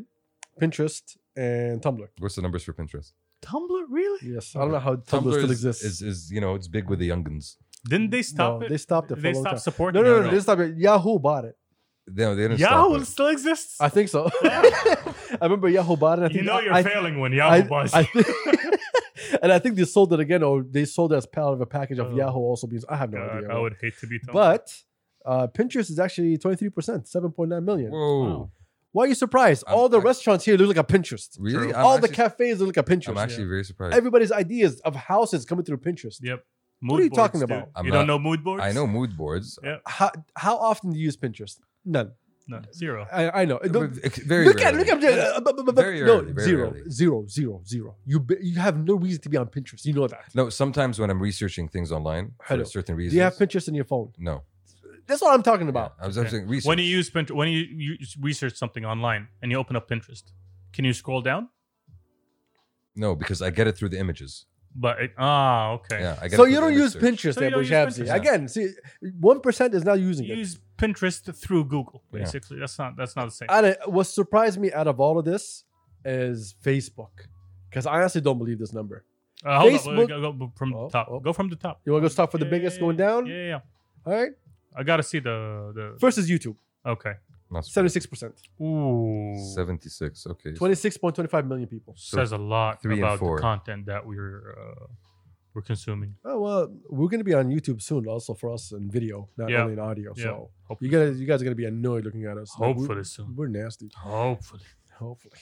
[SPEAKER 4] Pinterest, and Tumblr.
[SPEAKER 2] What's the numbers for Pinterest?
[SPEAKER 1] Tumblr, really?
[SPEAKER 4] Yes, I don't know how Tumblr, still
[SPEAKER 2] is,
[SPEAKER 4] exists.
[SPEAKER 2] Is, is you know it's big with the younguns.
[SPEAKER 1] Didn't they stop
[SPEAKER 4] no,
[SPEAKER 1] it?
[SPEAKER 4] They stopped it. For
[SPEAKER 1] They
[SPEAKER 4] a long
[SPEAKER 1] stopped
[SPEAKER 4] time.
[SPEAKER 1] supporting.
[SPEAKER 4] No, no,
[SPEAKER 1] it,
[SPEAKER 4] no, They stopped it. Yahoo bought it.
[SPEAKER 2] No, they didn't
[SPEAKER 1] Yahoo
[SPEAKER 2] stop
[SPEAKER 1] still exists.
[SPEAKER 4] I think so. I remember Yahoo bought it. I think
[SPEAKER 1] you know you're
[SPEAKER 4] I,
[SPEAKER 1] failing when
[SPEAKER 4] I,
[SPEAKER 1] Yahoo buys.
[SPEAKER 4] I think- and I think they sold it again, or they sold it as part of a package of
[SPEAKER 1] Oh.
[SPEAKER 4] Yahoo. Also, because I have no
[SPEAKER 1] God,
[SPEAKER 4] idea.
[SPEAKER 1] I would hate to be Tumblr.
[SPEAKER 4] But uh, Pinterest is actually twenty three percent, seven point nine
[SPEAKER 2] it.
[SPEAKER 4] million.
[SPEAKER 2] Whoa,
[SPEAKER 1] Wow.
[SPEAKER 4] Why are you surprised?
[SPEAKER 2] I'm-
[SPEAKER 4] All the
[SPEAKER 2] I-
[SPEAKER 4] restaurants here look like a Pinterest.
[SPEAKER 2] really?
[SPEAKER 1] True.
[SPEAKER 2] I'm
[SPEAKER 4] All the
[SPEAKER 2] actually,
[SPEAKER 4] cafes look like a
[SPEAKER 2] I'm
[SPEAKER 4] Pinterest.
[SPEAKER 2] actually very surprised.
[SPEAKER 4] Everybody's ideas of houses coming through Pinterest.
[SPEAKER 1] Yep.
[SPEAKER 4] What are you
[SPEAKER 1] Mood
[SPEAKER 4] talking
[SPEAKER 1] boards,
[SPEAKER 4] about?
[SPEAKER 1] dude.
[SPEAKER 2] I'm
[SPEAKER 1] You
[SPEAKER 2] not-
[SPEAKER 1] don't know mood boards?
[SPEAKER 2] I know mood boards.
[SPEAKER 4] How, how often do you use Pinterest? None.
[SPEAKER 1] No, zero.
[SPEAKER 4] I, I know. Don't-
[SPEAKER 2] Ex- Uh, Very
[SPEAKER 4] look at
[SPEAKER 2] rarely.
[SPEAKER 4] look at uh, bu- bu- bu- bu-
[SPEAKER 2] Very
[SPEAKER 4] no
[SPEAKER 2] early, very
[SPEAKER 4] zero,
[SPEAKER 2] early.
[SPEAKER 4] zero, zero, zero. You be, you have no reason to be on Pinterest. You know that.
[SPEAKER 2] No, sometimes when I'm researching things online for
[SPEAKER 4] Hello.
[SPEAKER 2] certain
[SPEAKER 4] Do
[SPEAKER 2] reasons.
[SPEAKER 4] you have Pinterest in your phone?
[SPEAKER 2] no.
[SPEAKER 4] That's what I'm talking
[SPEAKER 2] Yeah,
[SPEAKER 4] about.
[SPEAKER 2] I was
[SPEAKER 1] Okay.
[SPEAKER 2] actually research.
[SPEAKER 1] When you use Pinterest, when you, you s- research something online and you open up Pinterest, can you scroll down?
[SPEAKER 2] no, because I get it through the images.
[SPEAKER 1] But it, ah, okay.
[SPEAKER 2] Yeah, I get
[SPEAKER 4] So
[SPEAKER 2] it through
[SPEAKER 4] you
[SPEAKER 2] the
[SPEAKER 4] don't
[SPEAKER 2] image
[SPEAKER 4] use
[SPEAKER 2] search.
[SPEAKER 4] Pinterest,
[SPEAKER 1] So you
[SPEAKER 4] Abu
[SPEAKER 1] don't use
[SPEAKER 4] Shabzi.
[SPEAKER 1] Pinterest.
[SPEAKER 4] Again, see, one percent is not using
[SPEAKER 1] You
[SPEAKER 4] it.
[SPEAKER 1] use Pinterest through Google,
[SPEAKER 2] Yeah.
[SPEAKER 1] basically. That's not that's not the same. Uh,
[SPEAKER 4] And it- what surprised me out of all of this is Facebook, because I honestly don't believe this number.
[SPEAKER 1] Uh, hold on,
[SPEAKER 4] Facebook-
[SPEAKER 1] go, go from
[SPEAKER 4] Oh,
[SPEAKER 1] the top.
[SPEAKER 4] oh.
[SPEAKER 1] Go from the top.
[SPEAKER 4] You want to go start for the
[SPEAKER 1] Yeah,
[SPEAKER 4] biggest,
[SPEAKER 1] yeah,
[SPEAKER 4] going
[SPEAKER 1] yeah.
[SPEAKER 4] down.
[SPEAKER 1] Yeah, yeah. yeah.
[SPEAKER 4] All right.
[SPEAKER 1] I gotta see the the.
[SPEAKER 4] First is YouTube,
[SPEAKER 1] Okay.
[SPEAKER 2] Not
[SPEAKER 4] seventy six percent,
[SPEAKER 1] Ooh.
[SPEAKER 2] Seventy-six. Okay.
[SPEAKER 4] twenty six point twenty five million people.
[SPEAKER 2] So
[SPEAKER 1] says a lot
[SPEAKER 2] three and
[SPEAKER 1] about
[SPEAKER 2] four.
[SPEAKER 1] the content that we're uh, we're consuming.
[SPEAKER 4] Oh well, we're gonna be on YouTube soon, also for us in video, not
[SPEAKER 1] Yeah.
[SPEAKER 4] only in audio.
[SPEAKER 1] Yeah.
[SPEAKER 4] So
[SPEAKER 1] Hopefully,
[SPEAKER 4] you guys, you guys are gonna be annoyed looking at us. Like,
[SPEAKER 1] hopefully
[SPEAKER 4] we're,
[SPEAKER 1] soon.
[SPEAKER 4] we're nasty.
[SPEAKER 1] Hopefully.
[SPEAKER 4] Hopefully,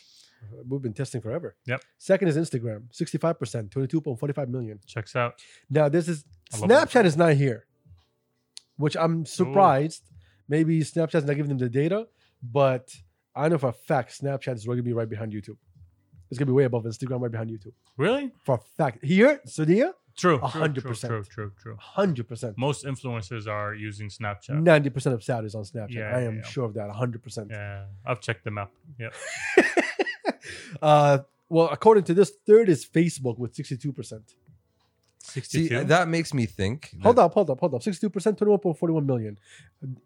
[SPEAKER 4] we've been testing forever.
[SPEAKER 1] Yep.
[SPEAKER 4] Second is Instagram, sixty five percent, twenty two point forty five million.
[SPEAKER 1] Checks out.
[SPEAKER 4] Now this is
[SPEAKER 1] I love Instagram.
[SPEAKER 4] Snapchat is not here, which I'm surprised. Maybe Snapchat's not giving them the data, but I know for a fact Snapchat is gonna be right behind YouTube. It's gonna be way above Instagram, right behind YouTube.
[SPEAKER 1] Really?
[SPEAKER 4] For a fact, here, Sadia,
[SPEAKER 1] True. true,
[SPEAKER 4] A hundred
[SPEAKER 1] true,
[SPEAKER 4] percent.
[SPEAKER 1] True. True. True.
[SPEAKER 4] hundred percent.
[SPEAKER 1] Most influencers are using Snapchat.
[SPEAKER 4] Ninety percent of Saturdays on Snapchat.
[SPEAKER 1] Yeah,
[SPEAKER 4] I am
[SPEAKER 1] yeah.
[SPEAKER 4] sure of that. hundred percent.
[SPEAKER 1] Yeah, I've checked them out. Yeah.
[SPEAKER 4] Uh, well, according to this, third is Facebook with sixty-two percent.
[SPEAKER 2] See,
[SPEAKER 1] 62.
[SPEAKER 2] that makes me think.
[SPEAKER 4] Hold
[SPEAKER 2] that-
[SPEAKER 4] up, hold up, hold up. Sixty-two percent, twenty-one point forty-one million.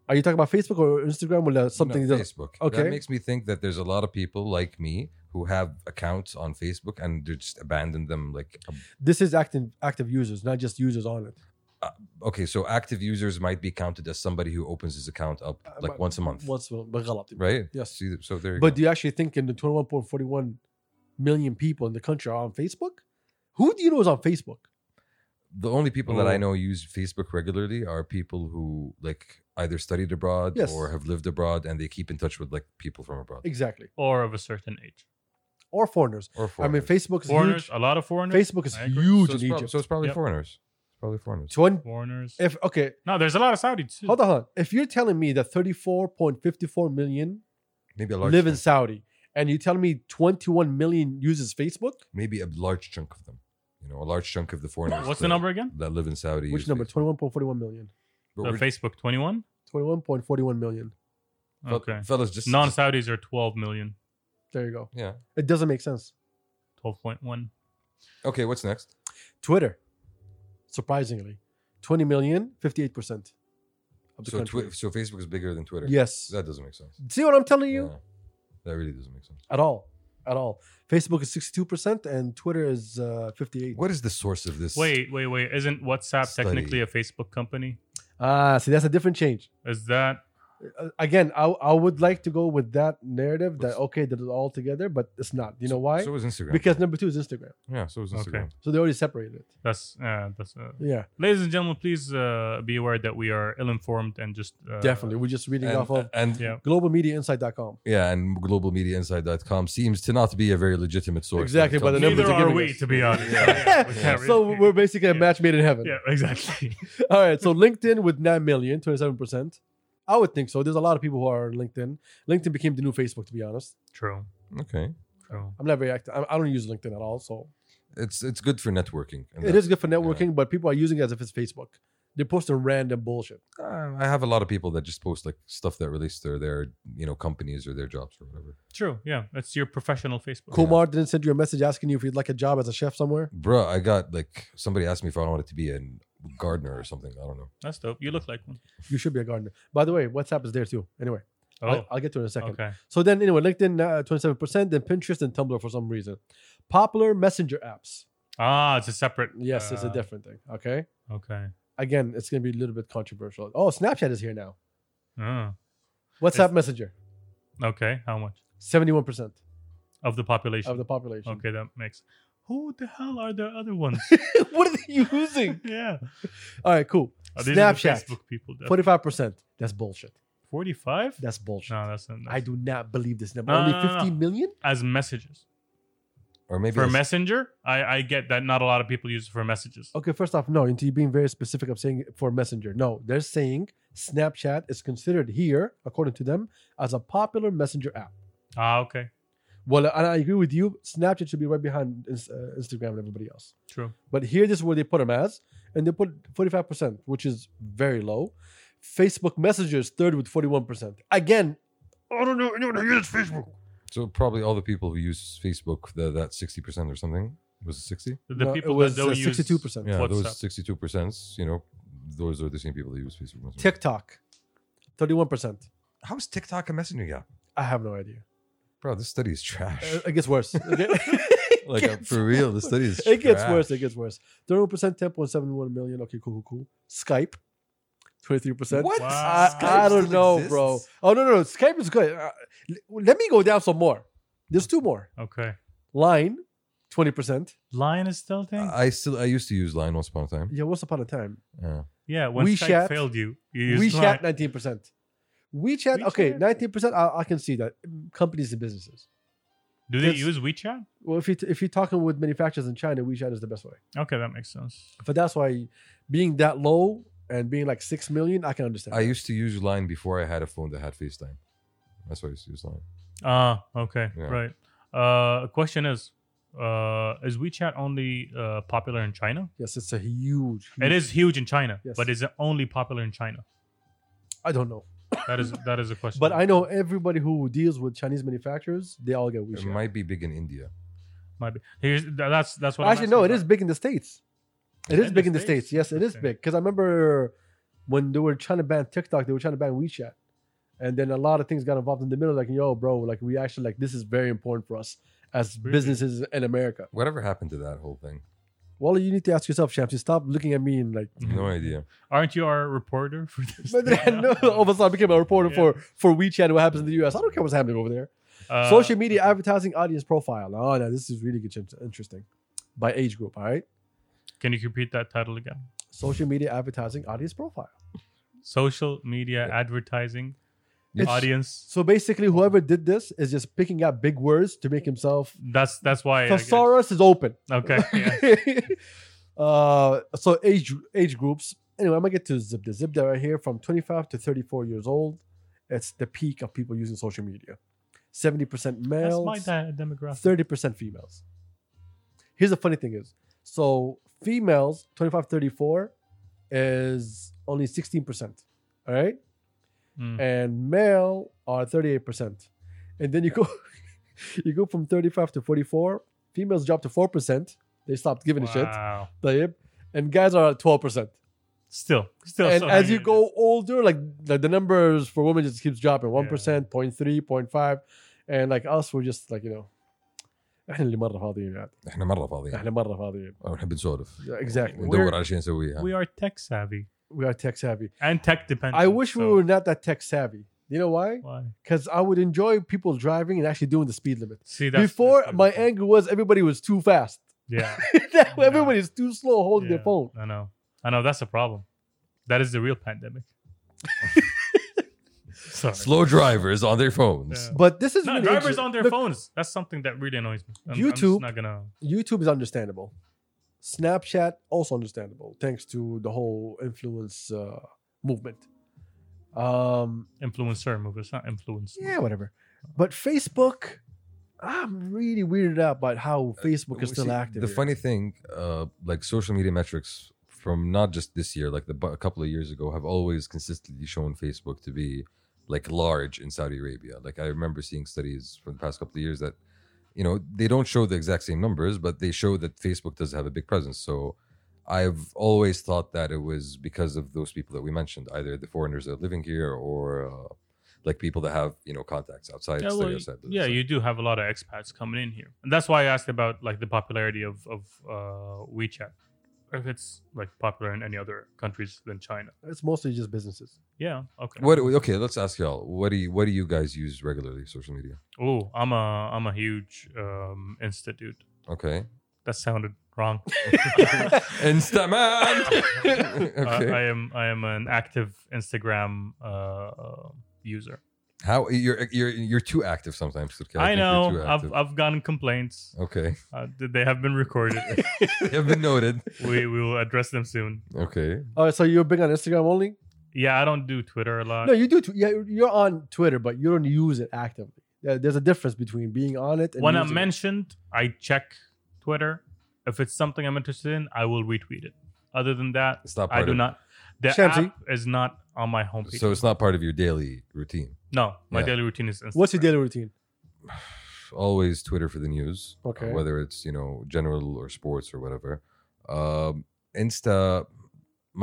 [SPEAKER 4] Are you talking about Facebook or Instagram or uh, something?
[SPEAKER 2] No,
[SPEAKER 4] else?
[SPEAKER 2] Facebook.
[SPEAKER 4] Okay.
[SPEAKER 2] That makes me think that there's a lot of people like me who have accounts on Facebook and they just abandon them. Like, um,
[SPEAKER 4] This is active active users, not just users on it.
[SPEAKER 2] okay, so active users might be counted as somebody who opens his account up like
[SPEAKER 4] Uh, but-
[SPEAKER 2] once a month,
[SPEAKER 4] Once well, but غلط.
[SPEAKER 2] right?
[SPEAKER 4] Yes.
[SPEAKER 2] See, so there you
[SPEAKER 4] But
[SPEAKER 2] go.
[SPEAKER 4] do you actually think in the twenty-one point forty-one million people in the country are on Facebook? Who do you know is on Facebook?
[SPEAKER 2] the only people that
[SPEAKER 1] Oh.
[SPEAKER 2] I know use Facebook regularly are people who like either studied abroad
[SPEAKER 4] Yes.
[SPEAKER 2] or have lived abroad and they keep in touch with like people from abroad
[SPEAKER 4] Exactly,
[SPEAKER 1] or of a certain age.
[SPEAKER 4] or foreigners.
[SPEAKER 2] or
[SPEAKER 4] I mean,
[SPEAKER 2] foreigners.
[SPEAKER 4] Facebook is
[SPEAKER 1] Foreigners,
[SPEAKER 4] huge.
[SPEAKER 1] a lot of foreigners.
[SPEAKER 4] Facebook is
[SPEAKER 1] I agree.
[SPEAKER 4] huge
[SPEAKER 2] so, it's
[SPEAKER 4] in
[SPEAKER 2] prob-
[SPEAKER 4] Egypt.
[SPEAKER 2] so it's probably
[SPEAKER 1] Yep.
[SPEAKER 2] foreigners. It's probably foreigners.
[SPEAKER 4] Twenty.
[SPEAKER 1] Foreigners.
[SPEAKER 4] If okay,
[SPEAKER 1] no, there's a lot of Saudi too.
[SPEAKER 4] Hold on, hold on. If you're telling me that 34.54 million
[SPEAKER 2] Maybe a large
[SPEAKER 4] live in
[SPEAKER 2] chunk.
[SPEAKER 4] Saudi, and you tell me 21 million uses Facebook,
[SPEAKER 2] maybe a large chunk of them. You know, a large chunk of the foreigners.
[SPEAKER 1] What's
[SPEAKER 2] that-
[SPEAKER 1] the number again?
[SPEAKER 2] that live in Saudi?
[SPEAKER 4] which
[SPEAKER 2] use
[SPEAKER 4] number?
[SPEAKER 2] Facebook.
[SPEAKER 4] 21.41 million.
[SPEAKER 2] But
[SPEAKER 1] The
[SPEAKER 2] we're-
[SPEAKER 1] Facebook 21.
[SPEAKER 4] 21.41 million.
[SPEAKER 2] Fel-
[SPEAKER 1] Okay.
[SPEAKER 2] Fellas, just
[SPEAKER 1] Non
[SPEAKER 2] just-
[SPEAKER 1] Saudis are 12 million,
[SPEAKER 4] There you go.
[SPEAKER 2] Yeah.
[SPEAKER 4] It doesn't make sense.
[SPEAKER 1] 12.1.
[SPEAKER 2] Okay, what's next?
[SPEAKER 4] Twitter, surprisingly, 20 million, 58% of the
[SPEAKER 2] So,
[SPEAKER 4] country.
[SPEAKER 2] twi- so Facebook is bigger than Twitter.
[SPEAKER 4] yes.
[SPEAKER 2] That doesn't make sense.
[SPEAKER 4] See what I'm telling you?
[SPEAKER 2] Yeah. That really doesn't make sense.
[SPEAKER 4] At all. At all. Facebook is 62% and Twitter is uh, 58
[SPEAKER 2] What is the source of this?
[SPEAKER 1] Wait, wait, wait. Isn't WhatsApp
[SPEAKER 2] Study.
[SPEAKER 1] technically a Facebook company?
[SPEAKER 4] Ah, see, that's a different change.
[SPEAKER 1] Is that
[SPEAKER 4] uh, again, I, I would like to go with that narrative that
[SPEAKER 2] What's-
[SPEAKER 4] okay, that is all together, but it's not. You know
[SPEAKER 2] So-
[SPEAKER 4] why?
[SPEAKER 2] So is Instagram.
[SPEAKER 4] because number two is Instagram,
[SPEAKER 2] yeah, so is
[SPEAKER 1] Okay.
[SPEAKER 2] Instagram.
[SPEAKER 4] so they already separated it.
[SPEAKER 1] that's uh, that's uh,
[SPEAKER 4] Yeah,
[SPEAKER 1] ladies and gentlemen, please uh, be aware that we are ill informed and just uh,
[SPEAKER 4] definitely. We're just reading off
[SPEAKER 2] And,
[SPEAKER 4] of
[SPEAKER 2] and yeah.
[SPEAKER 1] Yeah.
[SPEAKER 4] globalmediainsight.com.
[SPEAKER 2] and globalmediainsight.com seems to not be a very legitimate source. when
[SPEAKER 4] Exactly,
[SPEAKER 2] it
[SPEAKER 4] but the
[SPEAKER 2] comes to-
[SPEAKER 4] numbers
[SPEAKER 1] Neither are
[SPEAKER 4] are giving
[SPEAKER 1] we,
[SPEAKER 4] us.
[SPEAKER 1] to be honest.
[SPEAKER 2] Yeah.
[SPEAKER 1] we
[SPEAKER 2] Yeah.
[SPEAKER 1] can't
[SPEAKER 4] so
[SPEAKER 1] really-
[SPEAKER 4] we're basically a
[SPEAKER 1] yeah.
[SPEAKER 4] match made in heaven.
[SPEAKER 1] yeah, exactly.
[SPEAKER 4] All right, so LinkedIn with 9 million, 27%. I would think so. There's a lot of people who are on LinkedIn. LinkedIn became the new Facebook, to be honest.
[SPEAKER 1] True.
[SPEAKER 2] Okay.
[SPEAKER 1] True.
[SPEAKER 4] I'm not very active. I I don't use LinkedIn at all. So
[SPEAKER 2] It's it's good for networking. and
[SPEAKER 4] it
[SPEAKER 2] that.
[SPEAKER 4] is good for networking, but people are using it as if it's Facebook. They post a random bullshit.
[SPEAKER 2] Uh, I have a lot of people that just post like stuff that relates to their you know companies or their jobs or whatever.
[SPEAKER 1] True. Yeah. It's your professional Facebook.
[SPEAKER 4] Kumar didn't send you a message asking you if you'd like a job as a chef somewhere.
[SPEAKER 2] Bro, I got like somebody asked me if I wanted to be a gardener or something. I don't know.
[SPEAKER 1] That's dope. You look like one.
[SPEAKER 4] You should be a gardener. By the way, WhatsApp is there too. Anyway,
[SPEAKER 1] Oh.
[SPEAKER 4] I'll, I'll get to it in a second.
[SPEAKER 1] Okay.
[SPEAKER 4] So then, anyway, LinkedIn uh, 27%, then Pinterest and Tumblr for some reason. Popular messenger apps.
[SPEAKER 1] Ah, it's a separate.
[SPEAKER 4] Yes, it's a
[SPEAKER 1] uh,
[SPEAKER 4] different thing. Okay.
[SPEAKER 1] Okay.
[SPEAKER 4] Again, it's going to be a little bit controversial. Oh, Snapchat is here now.
[SPEAKER 1] Ah,
[SPEAKER 4] WhatsApp
[SPEAKER 1] Is-
[SPEAKER 4] Messenger,
[SPEAKER 1] okay. How much
[SPEAKER 4] 71%
[SPEAKER 1] of the population?
[SPEAKER 4] of the population.
[SPEAKER 1] okay, that makes. Who the hell are the other ones?
[SPEAKER 4] what are they using?
[SPEAKER 1] yeah.
[SPEAKER 4] All right, cool.
[SPEAKER 1] Oh, these are the
[SPEAKER 4] Snapchat,
[SPEAKER 1] Facebook people.
[SPEAKER 4] 45%. That's bullshit.
[SPEAKER 1] Forty-five.
[SPEAKER 4] That's bullshit.
[SPEAKER 1] No, that's not. That's
[SPEAKER 4] I do not believe this number.
[SPEAKER 1] No,
[SPEAKER 4] Only
[SPEAKER 1] no, no, no.
[SPEAKER 4] 15 million?
[SPEAKER 1] As messages
[SPEAKER 2] Or maybe
[SPEAKER 1] for
[SPEAKER 2] it's-
[SPEAKER 1] Messenger, I I get that not a lot of people use it for messages.
[SPEAKER 4] Okay, first off, no, into you being very specific of saying for Messenger. No, they're saying Snapchat is considered here, according to them, as a popular messenger app.
[SPEAKER 1] Ah, okay.
[SPEAKER 4] Well, and I agree with you. Snapchat should be right behind Ins- uh, Instagram and everybody else.
[SPEAKER 1] True.
[SPEAKER 4] But here, this is where they put them as, and they put 45%, which is very low. Facebook Messenger is third with 41%. Again, I don't know anyone who uses Facebook.
[SPEAKER 2] so probably all the people who use Facebook the, that sixty percent or something was it sixty?
[SPEAKER 1] The, the
[SPEAKER 4] No,
[SPEAKER 1] people
[SPEAKER 4] it was
[SPEAKER 1] that don't
[SPEAKER 4] uh,
[SPEAKER 1] use
[SPEAKER 4] 62%.
[SPEAKER 2] Yeah,
[SPEAKER 1] WhatsApp.
[SPEAKER 2] those sixty two percent. You know, those are the same people that use Facebook. Messenger.
[SPEAKER 4] TikTok, 31%.
[SPEAKER 2] How is TikTok a messenger app?
[SPEAKER 4] I have no idea.
[SPEAKER 2] Bro, this study is trash.
[SPEAKER 4] Uh, It gets worse.
[SPEAKER 2] like uh,
[SPEAKER 4] gets
[SPEAKER 2] for real, this study is.
[SPEAKER 4] it gets
[SPEAKER 2] trash.
[SPEAKER 4] worse. It gets worse. Thirty-one percent, ten point seven one million. Okay, cool, cool, cool. Skype, twenty-three percent.
[SPEAKER 2] What?
[SPEAKER 1] Wow.
[SPEAKER 4] I,
[SPEAKER 1] Skype
[SPEAKER 4] I don't
[SPEAKER 2] still
[SPEAKER 4] know,
[SPEAKER 2] exists?
[SPEAKER 4] bro. Oh no, no, no. Skype is good. Uh, l- let me go down some more. There's two more.
[SPEAKER 1] Okay.
[SPEAKER 4] Line, twenty percent.
[SPEAKER 1] Lion is still a thing.
[SPEAKER 4] Uh,
[SPEAKER 2] I still I used to use Line once upon a time.
[SPEAKER 4] Yeah, once upon a time,
[SPEAKER 2] Yeah.
[SPEAKER 1] yeah. When Skype
[SPEAKER 4] WeChat-
[SPEAKER 1] failed you, you used Lion.
[SPEAKER 4] WeChat nineteen percent. WeChat, okay,
[SPEAKER 1] WeChat.
[SPEAKER 4] nineteen percent. I, I can see that companies and businesses.
[SPEAKER 1] Do they
[SPEAKER 4] Yes.
[SPEAKER 1] use WeChat?
[SPEAKER 4] Well, if you if you're talking with manufacturers in China, WeChat is the best way.
[SPEAKER 1] Okay, that makes sense.
[SPEAKER 4] But that's why being that low and being like six million, I can understand.
[SPEAKER 2] I used to use Line before I had a phone that had FaceTime. That's why I used to use Line.
[SPEAKER 1] Ah, okay,
[SPEAKER 2] Yeah.
[SPEAKER 1] right. Uh, question is, uh, is WeChat only uh, popular in China?
[SPEAKER 4] yes, it's a huge.
[SPEAKER 1] It is huge in China,
[SPEAKER 4] Yes.
[SPEAKER 1] but is it only popular in China?
[SPEAKER 4] I don't know.
[SPEAKER 1] That is that is a question.
[SPEAKER 4] But I know everybody who deals with Chinese manufacturers, they all get
[SPEAKER 2] It
[SPEAKER 4] WeChat.
[SPEAKER 2] might be big in India.
[SPEAKER 1] might be here's th- that's that's what I'm
[SPEAKER 4] Actually, no, it
[SPEAKER 1] asking
[SPEAKER 4] is
[SPEAKER 1] about.
[SPEAKER 4] big in the States. It
[SPEAKER 1] In
[SPEAKER 4] is
[SPEAKER 1] the
[SPEAKER 4] big in the
[SPEAKER 1] States?
[SPEAKER 4] States. Yes, it is
[SPEAKER 1] Interesting.
[SPEAKER 4] big. Because I remember when they were trying to ban TikTok, they were trying to ban WeChat. And then a lot of things got involved in the middle, like, yo, bro, like we actually like this is very important for us as
[SPEAKER 1] Really?
[SPEAKER 4] businesses in America.
[SPEAKER 2] Whatever happened to that whole thing?
[SPEAKER 4] Well, you need to ask yourself, champs, you stop looking at me and like
[SPEAKER 1] Mhm.
[SPEAKER 2] No idea.
[SPEAKER 1] Aren't you our reporter for this?
[SPEAKER 4] but
[SPEAKER 1] thing Uh,
[SPEAKER 4] then, no,
[SPEAKER 1] now?
[SPEAKER 4] all of a sudden I became a reporter
[SPEAKER 1] Yeah.
[SPEAKER 4] for for WeChat and what happens in the US. I don't care what's happening over there.
[SPEAKER 1] Uh,
[SPEAKER 4] Social media advertising audience profile. Oh no, this is really good. Jim. Interesting. By age group, all right.
[SPEAKER 1] Can you repeat that title again?
[SPEAKER 4] Social media advertising audience profile.
[SPEAKER 1] Social media advertising
[SPEAKER 2] Yes.
[SPEAKER 1] audience.
[SPEAKER 4] So basically, whoever did this is just picking out big words to make himself.
[SPEAKER 1] That's that's why. I guess.
[SPEAKER 4] Thesaurus is open.
[SPEAKER 1] Okay. Yeah.
[SPEAKER 4] uh, so age age groups. Anyway, I'm gonna get to Zibda. Zibda right here from 25 to 34 years old. It's the peak of people using social media. 70%
[SPEAKER 1] That's
[SPEAKER 4] males.
[SPEAKER 1] my di- demographic.
[SPEAKER 4] thirty percent females. Here's the funny thing is, so females 25 34 is only 16 percent, all right,
[SPEAKER 1] Mm.
[SPEAKER 4] and male are 38 percent, and then you go, you go from 35 to 44. Females drop to four percent. They stopped giving a shit,
[SPEAKER 1] Wow.
[SPEAKER 4] طيب. and guys are at 12 percent.
[SPEAKER 1] Still, still.
[SPEAKER 4] And
[SPEAKER 1] so
[SPEAKER 4] as you
[SPEAKER 1] high.
[SPEAKER 4] go older, like the, the numbers for women just keeps dropping 1%, 0.3, 0.5, and like us, we're just like you know. احنا اللي مره فاضيين يعني.
[SPEAKER 2] احنا مرة فاضيين
[SPEAKER 4] احنا مره فاضيين
[SPEAKER 2] أو نحب نسولف
[SPEAKER 4] exactly
[SPEAKER 1] We're-
[SPEAKER 2] وندور على شيء نسويه
[SPEAKER 1] we are tech savvy
[SPEAKER 4] we are tech savvy
[SPEAKER 1] and tech dependent.
[SPEAKER 4] i wish we
[SPEAKER 1] so-
[SPEAKER 4] were not that tech savvy you know why
[SPEAKER 1] Why?
[SPEAKER 4] because i would enjoy people driving and actually doing the speed limit
[SPEAKER 1] See that's
[SPEAKER 4] before
[SPEAKER 1] that's what
[SPEAKER 4] my
[SPEAKER 1] it is.
[SPEAKER 4] anger was everybody was too fast
[SPEAKER 1] Yeah,
[SPEAKER 4] now everybody's too slow holding
[SPEAKER 1] yeah,
[SPEAKER 4] their phone
[SPEAKER 1] I know. I know. That's a problem. That is the real pandemic. Sorry.
[SPEAKER 2] Slow drivers on their phones.
[SPEAKER 1] Yeah.
[SPEAKER 4] but this is
[SPEAKER 1] No,
[SPEAKER 4] really
[SPEAKER 1] drivers
[SPEAKER 4] interesting.
[SPEAKER 1] on their
[SPEAKER 4] Look,
[SPEAKER 1] phones. That's something that really annoys me. I'm, I'm
[SPEAKER 4] YouTube.
[SPEAKER 1] just not gonna.
[SPEAKER 4] youtube is understandable snapchat also understandable thanks to the whole influence uh, movement um
[SPEAKER 1] Influencer move. It's not influence.
[SPEAKER 4] yeah whatever but facebook I'm really weirded out by how Facebook is
[SPEAKER 2] Well,
[SPEAKER 4] still
[SPEAKER 2] Uh, see,
[SPEAKER 4] active.
[SPEAKER 2] The
[SPEAKER 4] here.
[SPEAKER 2] funny thing, uh, like social media metrics from not just this year, like the bu- a couple of years ago, have always consistently shown Facebook to be like large in Saudi Arabia. Like I remember seeing studies from the past couple of years that, you know, they don't show the exact same numbers, but they show that Facebook does have a big presence. So I've always thought that it was because of those people that we mentioned, either the foreigners that are living here or uh, like people that have you know contacts outside.
[SPEAKER 1] Yeah,
[SPEAKER 2] study
[SPEAKER 1] well,
[SPEAKER 2] outside the-
[SPEAKER 1] yeah, you do have a lot of expats coming in here, and that's why I asked about like the popularity of of uh, WeChat, or if it's like popular in any other countries than China.
[SPEAKER 4] It's mostly just businesses.
[SPEAKER 1] Yeah. Okay.
[SPEAKER 2] What okay, let's ask y'all. What do you what do you guys use regularly social media?
[SPEAKER 1] Oh, I'm a I'm a huge um, institute.
[SPEAKER 2] Okay.
[SPEAKER 1] That sounded wrong.
[SPEAKER 2] Instaman.
[SPEAKER 1] Uh,
[SPEAKER 2] okay.
[SPEAKER 1] I am I am an active Instagram uh, uh, user.
[SPEAKER 2] How you're you're you're too active sometimes. Sudhkar.
[SPEAKER 1] I,
[SPEAKER 2] think you're
[SPEAKER 1] know.
[SPEAKER 2] too
[SPEAKER 1] I've
[SPEAKER 2] active.
[SPEAKER 1] I've gotten complaints.
[SPEAKER 2] Okay.
[SPEAKER 1] Uh, th- they have been recorded.
[SPEAKER 2] They have been noted.
[SPEAKER 1] we we will address them soon.
[SPEAKER 2] Okay.
[SPEAKER 4] Oh, so you're big on Instagram only?
[SPEAKER 1] Yeah, I don't do Twitter a lot.
[SPEAKER 4] No, you do. Tw- yeah, you're on Twitter, but you don't use it actively. Yeah, there's a difference between being on it. And
[SPEAKER 1] when
[SPEAKER 4] using
[SPEAKER 1] I'm
[SPEAKER 4] it.
[SPEAKER 1] mentioned, I check Twitter. If it's something I'm interested in, I will retweet it. Other than that,
[SPEAKER 2] It's not part
[SPEAKER 1] I do
[SPEAKER 2] of,
[SPEAKER 1] not. The
[SPEAKER 4] Shamsi?
[SPEAKER 1] app is not on my homepage.
[SPEAKER 2] So it's not part of your daily routine.
[SPEAKER 1] no, my
[SPEAKER 2] Yeah.
[SPEAKER 1] daily routine is Instagram.
[SPEAKER 4] What's your daily routine?
[SPEAKER 2] Always Twitter for the news. uh,
[SPEAKER 4] Okay.
[SPEAKER 2] whether it's, you know, general or sports or whatever. Um Insta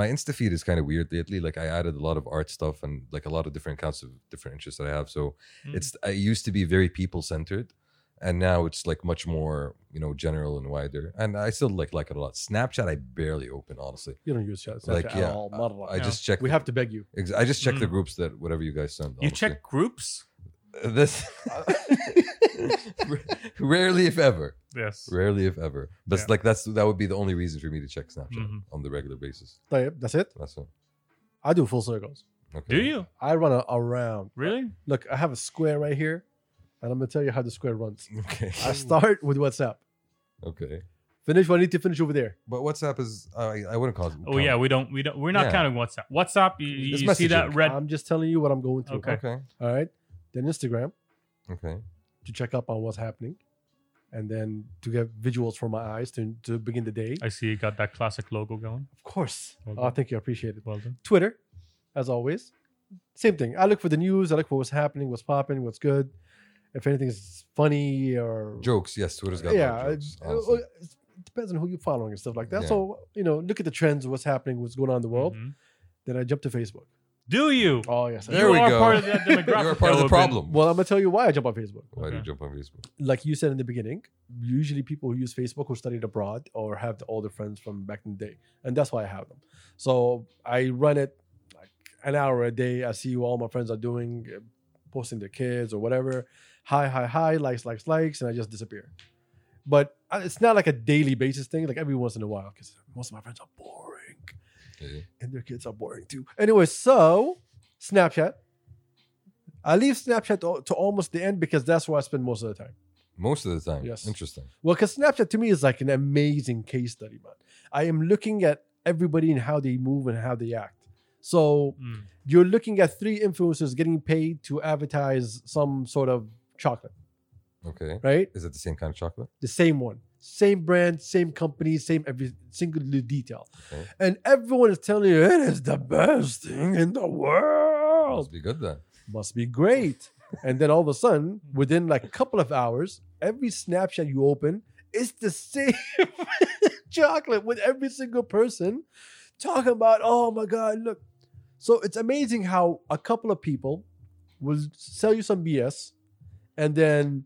[SPEAKER 2] my Insta feed is kind of weird lately. Like I added a lot of art stuff and like a lot of different accounts of different interests that I have. So
[SPEAKER 1] Mm.
[SPEAKER 2] it's I used to be very people centered, and now it's like much more you know general and wider. And I still like like it a lot. Snapchat I barely open honestly.
[SPEAKER 4] You don't use Snapchat
[SPEAKER 2] Like,
[SPEAKER 4] at
[SPEAKER 2] yeah,
[SPEAKER 4] all. Marra.
[SPEAKER 2] I just check.
[SPEAKER 4] we have to beg you.
[SPEAKER 2] ex- I just check the
[SPEAKER 1] Mm.
[SPEAKER 2] groups that whatever you guys send.
[SPEAKER 1] you
[SPEAKER 2] honestly.
[SPEAKER 1] check groups?
[SPEAKER 2] this. rarely if ever
[SPEAKER 1] Yes.
[SPEAKER 2] rarely if ever but
[SPEAKER 1] Yeah.
[SPEAKER 2] like that's that would be the only reason for me to check snapchat
[SPEAKER 1] Mhm.
[SPEAKER 2] on the regular basis
[SPEAKER 4] طيب, That's it.
[SPEAKER 2] that's all
[SPEAKER 4] I do full circles.
[SPEAKER 2] okay
[SPEAKER 1] Do you
[SPEAKER 4] I run a, around.
[SPEAKER 1] really?
[SPEAKER 4] Look, I have a square right here, and I'm gonna tell you how the square runs.
[SPEAKER 2] okay
[SPEAKER 4] I start with WhatsApp.
[SPEAKER 2] okay
[SPEAKER 4] Finish what I need to finish over there.
[SPEAKER 2] but whatsapp is i i wouldn't call it
[SPEAKER 1] Oh yeah, we don't. We don't. We're not
[SPEAKER 2] Yeah.
[SPEAKER 1] counting WhatsApp. WhatsApp, you,
[SPEAKER 2] It's
[SPEAKER 1] you see
[SPEAKER 2] messaging.
[SPEAKER 1] that red?
[SPEAKER 4] I'm just telling you what I'm going through.
[SPEAKER 1] Okay.
[SPEAKER 2] okay
[SPEAKER 4] All right. Then Instagram
[SPEAKER 2] okay
[SPEAKER 4] to check up on what's happening, and then to get visuals for my eyes to, to begin the day.
[SPEAKER 1] I see you got that classic logo going.
[SPEAKER 4] Of course.
[SPEAKER 1] Well
[SPEAKER 4] Oh,
[SPEAKER 1] done.
[SPEAKER 4] thank you. I appreciate it.
[SPEAKER 1] Well done.
[SPEAKER 4] Twitter, as always. Same thing. I look for the news. I look for what's happening, what's popping, what's good. If anything's funny or
[SPEAKER 2] jokes yes twitter's got yeah
[SPEAKER 4] yeah,
[SPEAKER 2] jokes,
[SPEAKER 4] it-
[SPEAKER 2] honestly.
[SPEAKER 4] it depends on who you're following and stuff like that.
[SPEAKER 2] Yeah.
[SPEAKER 4] So you know, look at the trends, what's happening, what's going on in the world.
[SPEAKER 1] Mhm.
[SPEAKER 4] Then I jump to Facebook.
[SPEAKER 1] Do you?
[SPEAKER 4] Oh yes, I
[SPEAKER 2] There
[SPEAKER 4] do.
[SPEAKER 1] you
[SPEAKER 2] we
[SPEAKER 1] are
[SPEAKER 2] go.
[SPEAKER 1] part of that demographic.
[SPEAKER 2] You're a part of the
[SPEAKER 1] Elvin.
[SPEAKER 2] problem.
[SPEAKER 4] Well, I'm gonna tell you why I jump on Facebook.
[SPEAKER 2] Why do you
[SPEAKER 1] Okay.
[SPEAKER 2] jump on Facebook?
[SPEAKER 4] Like you said in the beginning, usually people who use Facebook who studied abroad or have the older friends from back in the day, and that's why I have them. So I run it like an hour a day. I see what all my friends are doing, uh, posting their kids or whatever. Hi, hi, hi, likes, likes, likes, and I just disappear. But I- it's not like a daily basis thing. Like every once in a while, because most of my friends are boring,
[SPEAKER 2] Okay.
[SPEAKER 4] and their kids are boring too. Anyway, so Snapchat. I leave Snapchat to- to almost the end because that's where I spend most of the time.
[SPEAKER 2] Most of the time.
[SPEAKER 4] Yes.
[SPEAKER 2] Interesting.
[SPEAKER 4] Well, because Snapchat to me is like an amazing case study, man. I am looking at everybody and how they move and how they act. So
[SPEAKER 1] Mm.
[SPEAKER 4] you're looking at three influencers getting paid to advertise some sort of chocolate,
[SPEAKER 2] Okay.
[SPEAKER 4] right?
[SPEAKER 2] Is it the same kind of chocolate?
[SPEAKER 4] The same one, same brand, same company, same every single little detail.
[SPEAKER 2] Okay.
[SPEAKER 4] And everyone is telling you it is the best thing in the
[SPEAKER 1] Oh.
[SPEAKER 4] world.
[SPEAKER 2] Must be good then.
[SPEAKER 4] must be great. And then all of a sudden, within like a couple of hours, every Snapchat you open, it's the same chocolate with every single person talking about, oh my God, look. So it's amazing how a couple of people will sell you some BS. And then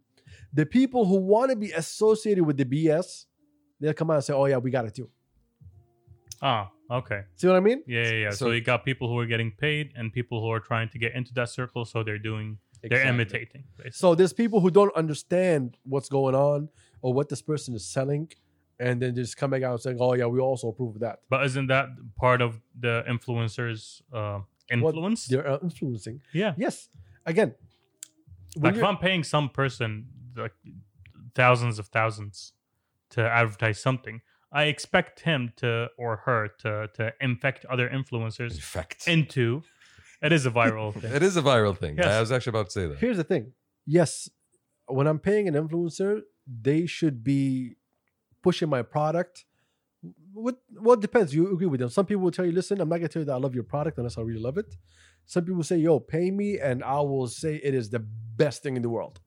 [SPEAKER 4] the people who want to be associated with the BS, they'll come out and say, oh yeah, we got it too.
[SPEAKER 1] Ah, okay.
[SPEAKER 4] See what I mean?
[SPEAKER 1] Yeah, yeah, yeah. So,
[SPEAKER 2] So-
[SPEAKER 1] you got people who are getting paid and people who are trying to get into that circle, so they're doing they're
[SPEAKER 4] Exactly.
[SPEAKER 1] imitating. basically.
[SPEAKER 4] So there's people who don't understand what's going on or what this person is selling, and then just coming out saying, "Oh yeah, we also approve of that."
[SPEAKER 1] But isn't that part of the influencers' uh, influence?
[SPEAKER 4] They're uh, influencing.
[SPEAKER 1] yeah.
[SPEAKER 4] Yes. Again, when
[SPEAKER 1] Like if
[SPEAKER 4] you're-
[SPEAKER 1] I'm paying some person like thousands of thousands to advertise something, I expect him to or her to to infect other
[SPEAKER 2] In
[SPEAKER 1] influencers
[SPEAKER 2] fact.
[SPEAKER 1] into. It is a viral thing.
[SPEAKER 2] it is a viral thing.
[SPEAKER 1] Yes.
[SPEAKER 2] I was actually about to say that.
[SPEAKER 4] here's the thing. Yes, when I'm paying an influencer, they should be pushing my product. What well it depends. You agree with them. Some people will tell you, listen, I'm not gonna tell you that I love your product unless I really love it. Some people say, yo, pay me, and I will say it is the best thing in the world.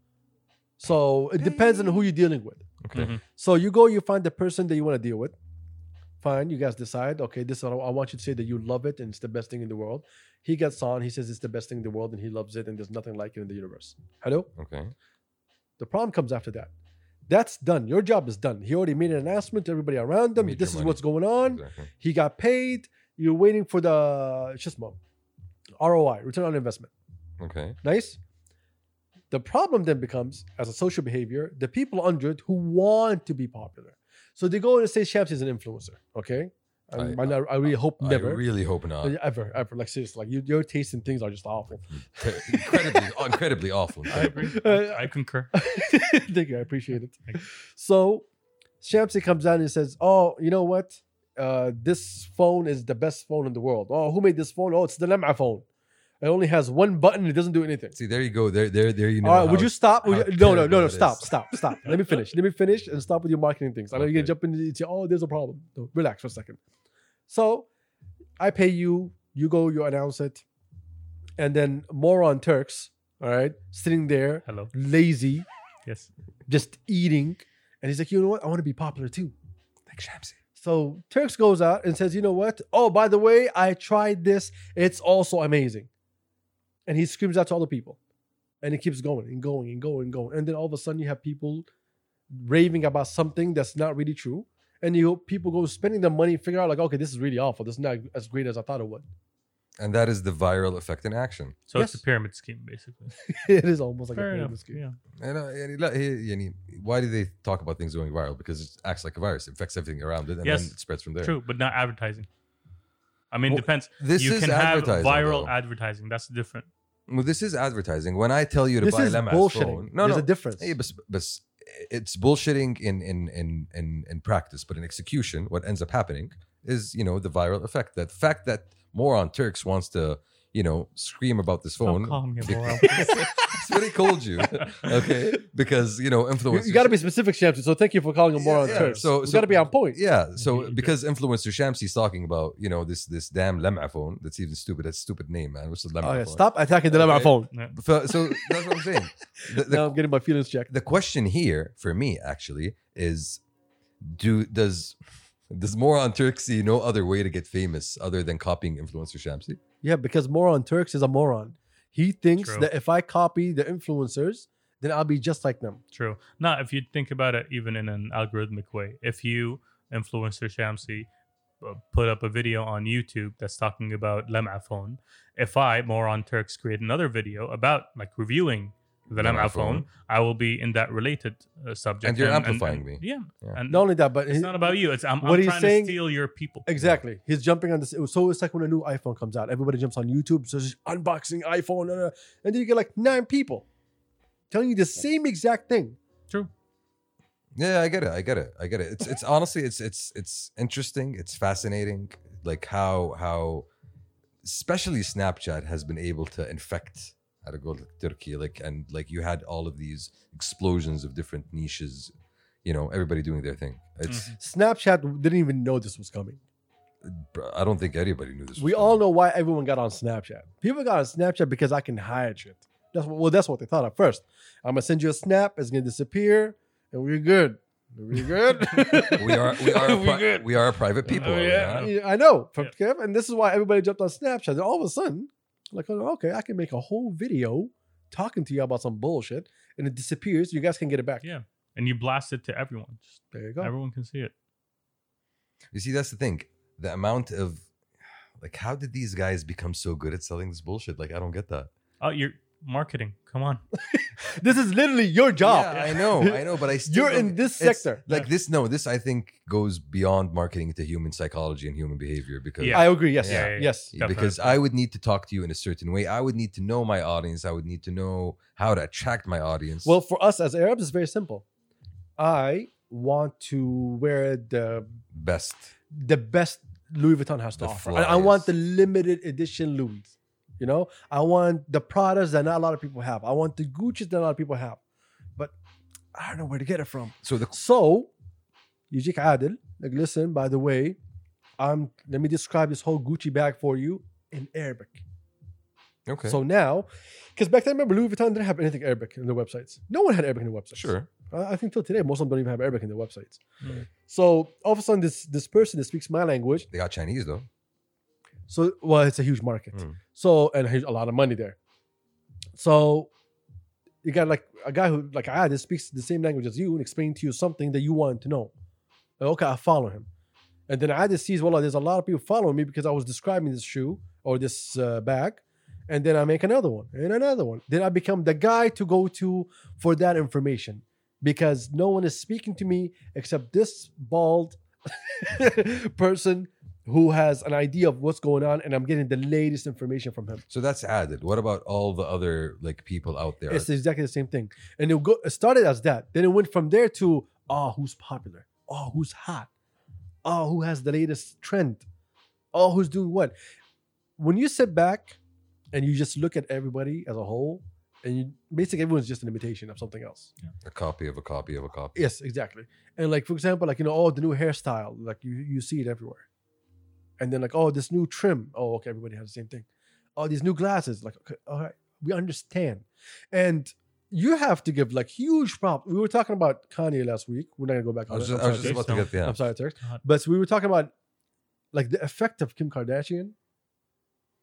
[SPEAKER 4] So it depends on who you're dealing with.
[SPEAKER 2] Okay.
[SPEAKER 1] Mhm.
[SPEAKER 4] So you go, you find the person that you want to deal with. Fine, you guys decide. Okay, this is what I I want you to say that you love it and it's the best thing in the world. He gets on, he says it's the best thing in the world and he loves it and there's nothing like it in the universe. Hello?
[SPEAKER 2] Okay.
[SPEAKER 4] The problem comes after that. That's done. Your job is done. He already made an announcement to everybody around them.
[SPEAKER 2] Made
[SPEAKER 4] This is
[SPEAKER 2] your
[SPEAKER 4] what's going on.
[SPEAKER 2] Exactly.
[SPEAKER 4] He got paid. You're waiting for the it's just mom. ROI, return on investment.
[SPEAKER 2] Okay.
[SPEAKER 4] Nice. The problem then becomes, as a social behavior, the people under it who want to be popular. So they go and say Shams is an influencer, okay? And
[SPEAKER 2] I-
[SPEAKER 4] I, I, really hope never.
[SPEAKER 2] I really hope not.
[SPEAKER 4] Ever, ever. Like, seriously, like you, your taste in things are just awful.
[SPEAKER 2] Ter- incredibly, incredibly awful.
[SPEAKER 1] I agree.
[SPEAKER 4] Uh,
[SPEAKER 1] I, I concur.
[SPEAKER 4] Thank you. I appreciate it. So Shamsi comes down and says, Oh, you know what? Uh, this phone is the best phone in the world. Oh, who made this phone? Oh, it's the Lemma phone. It only has one button. It doesn't do anything.
[SPEAKER 2] See, there you go. There, there, there. You know.
[SPEAKER 4] All right, would
[SPEAKER 2] how-
[SPEAKER 4] you stop? Would
[SPEAKER 2] how
[SPEAKER 4] you- no, no, no,
[SPEAKER 2] terrible
[SPEAKER 4] no.
[SPEAKER 2] it
[SPEAKER 4] Stop,
[SPEAKER 2] is.
[SPEAKER 4] stop, stop. Let me finish. Let me finish and stop with your marketing things. I know you're
[SPEAKER 2] Okay.
[SPEAKER 4] gonna jump into it. Oh, there's a problem. No, relax for a second. So, I pay you. You go. You announce it, and then moron Turks. All right, sitting there,
[SPEAKER 1] Hello.
[SPEAKER 4] lazy,
[SPEAKER 1] Yes.
[SPEAKER 4] just eating, and he's like, you know what? I want to be popular too.
[SPEAKER 2] Like Shamsi.
[SPEAKER 4] So Turks goes out and says, you know what? Oh, by the way, I tried this. It's also amazing. And he screams out to all the people. And it keeps going and going and going and going. And then all of a sudden you have people raving about something that's not really true. And you people go spending their money, figure out like, okay, this is really awful. This is not as great as I thought it would.
[SPEAKER 2] And that is the viral effect in action.
[SPEAKER 1] So it's
[SPEAKER 4] Yes.
[SPEAKER 1] a pyramid scheme, basically.
[SPEAKER 4] it is almost like
[SPEAKER 1] Fair
[SPEAKER 4] a
[SPEAKER 1] enough.
[SPEAKER 4] pyramid scheme.
[SPEAKER 1] Yeah.
[SPEAKER 2] And, uh, and he- he- and he- why do they talk about things going viral? Because it acts like a virus. It affects everything around it, and
[SPEAKER 1] Yes.
[SPEAKER 2] then it spreads from there.
[SPEAKER 1] True, but not advertising. I mean,
[SPEAKER 2] Well,
[SPEAKER 1] depends.
[SPEAKER 2] This
[SPEAKER 1] you
[SPEAKER 2] is
[SPEAKER 1] can have
[SPEAKER 2] advertising.
[SPEAKER 1] viral
[SPEAKER 2] though.
[SPEAKER 1] advertising. That's different.
[SPEAKER 2] well, this is advertising. When I tell you to
[SPEAKER 4] This
[SPEAKER 2] buy
[SPEAKER 4] is
[SPEAKER 2] Lema's
[SPEAKER 4] bullshitting.
[SPEAKER 2] phone, no,
[SPEAKER 4] There's
[SPEAKER 2] no,
[SPEAKER 4] a difference.
[SPEAKER 2] Hey, but, but it's bullshitting in, in in in in practice, but in execution, what ends up happening is you know the viral effect. That fact that moron Turks wants to you know scream about this
[SPEAKER 1] Stop
[SPEAKER 2] phone.
[SPEAKER 1] calling me a moron.
[SPEAKER 2] it's really cold, you okay? Because you know
[SPEAKER 4] You,
[SPEAKER 2] influencers.
[SPEAKER 4] got to be specific, Shamsi. So thank you for calling him
[SPEAKER 2] Yeah,
[SPEAKER 4] moron
[SPEAKER 2] yeah.
[SPEAKER 4] Turks.
[SPEAKER 2] So-
[SPEAKER 4] So it's
[SPEAKER 2] so-
[SPEAKER 4] got to be on point.
[SPEAKER 2] Yeah, so
[SPEAKER 1] Okay.
[SPEAKER 2] because influencer Shamsi's talking about you know this this damn Lem'a phone that's even stupid. That's stupid name, man. What's the Lem'a
[SPEAKER 4] Oh, yeah.
[SPEAKER 2] phone?
[SPEAKER 4] Stop attacking the okay.
[SPEAKER 2] Okay.
[SPEAKER 4] phone.
[SPEAKER 2] So, so that's what I'm saying. The, the
[SPEAKER 4] Now I'm getting my feelings checked.
[SPEAKER 2] the question here for me actually is do does does moron Turk see no other way to get famous other than copying influencer Shamsi?
[SPEAKER 4] Yeah, because moron Turks is a moron. He thinks
[SPEAKER 1] True.
[SPEAKER 4] that if I copy the influencers, then I'll be just like them.
[SPEAKER 1] True. Now, if you think about it, even in an algorithmic way, if you influencer Shamsi uh, put up a video on YouTube that's talking about Lem'a phone, if I moron Turks create another video about like reviewing the
[SPEAKER 2] Lem'a
[SPEAKER 1] Lem'a
[SPEAKER 2] phone.
[SPEAKER 1] phone, I will be in that related uh, subject.
[SPEAKER 2] And you're amplifying me.
[SPEAKER 1] Yeah.
[SPEAKER 2] Yeah.
[SPEAKER 1] And
[SPEAKER 4] Not only that, but
[SPEAKER 1] it's
[SPEAKER 4] he-
[SPEAKER 1] not about you. It's I'm,
[SPEAKER 4] what
[SPEAKER 1] I'm
[SPEAKER 4] he's
[SPEAKER 1] trying
[SPEAKER 4] saying-
[SPEAKER 1] to steal your people.
[SPEAKER 4] exactly. He's jumping on this. So it's like when a new iPhone comes out, everybody jumps on YouTube, so it's just unboxing iPhone, uh, and then you get like nine people telling you the same exact thing.
[SPEAKER 1] True.
[SPEAKER 2] Yeah, I get it. I get it. I get it. It's it's honestly it's it's it's interesting. It's fascinating. Like how how especially Snapchat has been able to infect how to go to Turkey. Like and like you had all of these explosions of different niches. You know, everybody doing their thing. It's
[SPEAKER 4] Snapchat didn't even know this was coming.
[SPEAKER 2] I don't think anybody knew this. was
[SPEAKER 4] We
[SPEAKER 2] coming.
[SPEAKER 4] all know why everyone got on Snapchat. People got on Snapchat because I can hide shit. That's what, well, that's what they thought at first. I'm gonna send you a snap. It's gonna disappear, and we're good. We're good.
[SPEAKER 2] we are we are a
[SPEAKER 4] We
[SPEAKER 2] pri-
[SPEAKER 4] good.
[SPEAKER 2] we are a private people.
[SPEAKER 1] Oh,
[SPEAKER 2] are we
[SPEAKER 1] yeah.
[SPEAKER 2] not?
[SPEAKER 4] Yeah, I know. From Kev, and this is why everybody jumped on Snapchat. And all of a sudden, like, oh, okay, I can make a whole video talking to you about some bullshit, and it disappears. You guys can get it back.
[SPEAKER 1] Yeah. And you blast it to everyone. Just
[SPEAKER 4] There you go.
[SPEAKER 1] Everyone can see it.
[SPEAKER 2] You see, that's the thing. The amount of like, how did these guys become so good at selling this bullshit? Like, I don't get that.
[SPEAKER 1] Oh, you're marketing. Come on.
[SPEAKER 4] This is literally your job.
[SPEAKER 2] Yeah, I know, I know, but I still
[SPEAKER 4] You're
[SPEAKER 2] don't-
[SPEAKER 4] in this
[SPEAKER 2] it's-
[SPEAKER 4] sector.
[SPEAKER 2] Like this, no, this I think goes beyond marketing to human psychology and human behavior because
[SPEAKER 1] Yeah.
[SPEAKER 4] I agree. Yes.
[SPEAKER 2] Yeah,
[SPEAKER 1] yeah, yeah.
[SPEAKER 4] Yes.
[SPEAKER 1] Definitely.
[SPEAKER 2] because I would need to talk to you in a certain way. I would need to know my audience. I would need to know how to attract my audience.
[SPEAKER 4] Well, for us as Arabs, it's very simple. I want to wear the
[SPEAKER 2] best.
[SPEAKER 4] the best Louis Vuitton has to
[SPEAKER 2] The
[SPEAKER 4] offer. I, I
[SPEAKER 2] flyers.
[SPEAKER 4] want the limited edition Louis. You know, I want the Pradas that not a lot of people have. I want the Gucci's that not a lot of people have. But I don't know where to get it from.
[SPEAKER 2] So the
[SPEAKER 4] So يجيك عادل like listen by the way I'm let me describe this whole Gucci bag for you in Arabic.
[SPEAKER 2] okay,
[SPEAKER 4] So now because back then remember Louis Vuitton didn't have anything Arabic in their websites. No one had Arabic in their websites.
[SPEAKER 2] sure,
[SPEAKER 4] I I think till today most of them don't even have Arabic in their websites.
[SPEAKER 1] Mm.
[SPEAKER 4] So all of a sudden this this person that speaks my language
[SPEAKER 2] they got Chinese though.
[SPEAKER 4] so well, it's a huge market.
[SPEAKER 2] Mm.
[SPEAKER 4] So and huge, a lot of money there. So you got like a guy who like ah that speaks the same language as you and explaining to you something that you want to know. Like, okay, I follow him. And then I just sees, well, there's a lot of people following me because I was describing this shoe or this uh, bag. And then I make another one and another one. Then I become the guy to go to for that information because no one is speaking to me except this bald person who has an idea of what's going on, and I'm getting the latest information from him.
[SPEAKER 2] So that's added. What about all the other like people out there?
[SPEAKER 4] It's exactly the same thing, and it, go, it started as that. Then it went from there to oh, who's popular? Oh, who's hot? Oh, who has the latest trend? Oh, who's doing what? When you sit back and you just look at everybody as a whole, and you basically everyone's just an imitation of something else.
[SPEAKER 2] a copy of a copy of a copy.
[SPEAKER 4] Yes, exactly. And like for example, like you know, oh the new hairstyle, like you you see it everywhere. And then like oh this new trim, oh okay everybody has the same thing. Oh these new glasses, like okay, all right, we understand. And you have to give like huge props. We were talking about Kanye last week. We're not gonna go back.
[SPEAKER 2] I
[SPEAKER 4] on
[SPEAKER 2] was
[SPEAKER 4] that.
[SPEAKER 2] just,
[SPEAKER 4] I'm
[SPEAKER 2] I was
[SPEAKER 4] sorry,
[SPEAKER 2] just about
[SPEAKER 1] Jason.
[SPEAKER 2] to get the
[SPEAKER 4] Terry. I'm sorry, Terry.
[SPEAKER 1] God.
[SPEAKER 4] But we were talking about like the effect of Kim Kardashian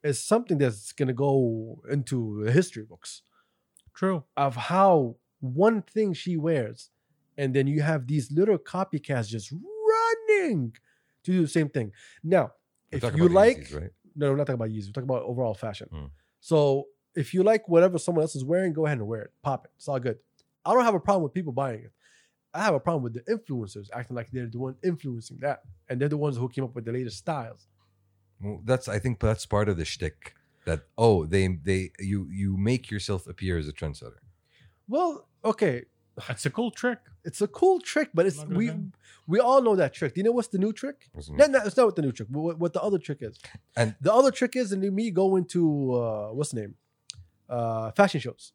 [SPEAKER 4] is something that's gonna go into the history books
[SPEAKER 1] True.
[SPEAKER 4] of how one thing she wears, and then you have these little copycats just running to do the same thing. Now,
[SPEAKER 2] We're
[SPEAKER 4] if
[SPEAKER 2] talking
[SPEAKER 4] you
[SPEAKER 2] about the
[SPEAKER 4] like,
[SPEAKER 2] Yeezys, right?
[SPEAKER 4] no, we're not talking about Yeezy. We're talking about overall fashion.
[SPEAKER 2] Mm.
[SPEAKER 4] So if you like whatever someone else is wearing, go ahead and wear it. Pop it. It's all good. I don't have a problem with people buying it. I have a problem with the influencers acting like they're the one influencing that, and they're the ones who came up with the latest styles.
[SPEAKER 2] Well, that's I think that's part of the shtick that oh they they you you make yourself appear as a trendsetter.
[SPEAKER 4] Well, okay,
[SPEAKER 1] That's a cool trick.
[SPEAKER 4] it's a cool trick, but it's
[SPEAKER 1] Not gonna
[SPEAKER 4] we
[SPEAKER 1] happen.
[SPEAKER 4] we all know that trick. Do you know what's the new trick?
[SPEAKER 2] Isn't
[SPEAKER 4] No,
[SPEAKER 2] it?
[SPEAKER 4] no, it's not what the new trick. What, what the other trick is?
[SPEAKER 2] And-
[SPEAKER 4] the other trick is, and me going to uh, what's the name, uh, fashion shows,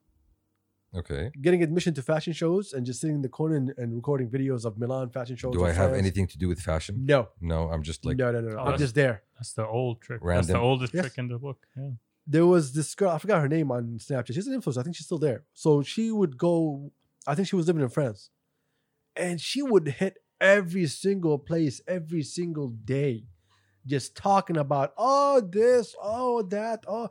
[SPEAKER 2] Okay.
[SPEAKER 4] getting admission to fashion shows, and just sitting in the corner and, and recording videos of Milan fashion shows.
[SPEAKER 2] Do
[SPEAKER 4] in
[SPEAKER 2] I have
[SPEAKER 4] France.
[SPEAKER 2] anything to do with fashion?
[SPEAKER 4] No,
[SPEAKER 2] No, I'm just like
[SPEAKER 4] no, no, no. no.
[SPEAKER 1] Oh,
[SPEAKER 4] I'm
[SPEAKER 1] that's-
[SPEAKER 4] just there.
[SPEAKER 1] That's the old trick. That's the
[SPEAKER 2] Random.
[SPEAKER 1] oldest
[SPEAKER 4] Yes.
[SPEAKER 1] trick in the book. Yeah.
[SPEAKER 4] There was this girl. I forgot her name on Snapchat. She's an influencer. I think she's still there. So she would go. I think she was living in France, and she would hit every single place every single day, just talking about oh this, oh that, oh,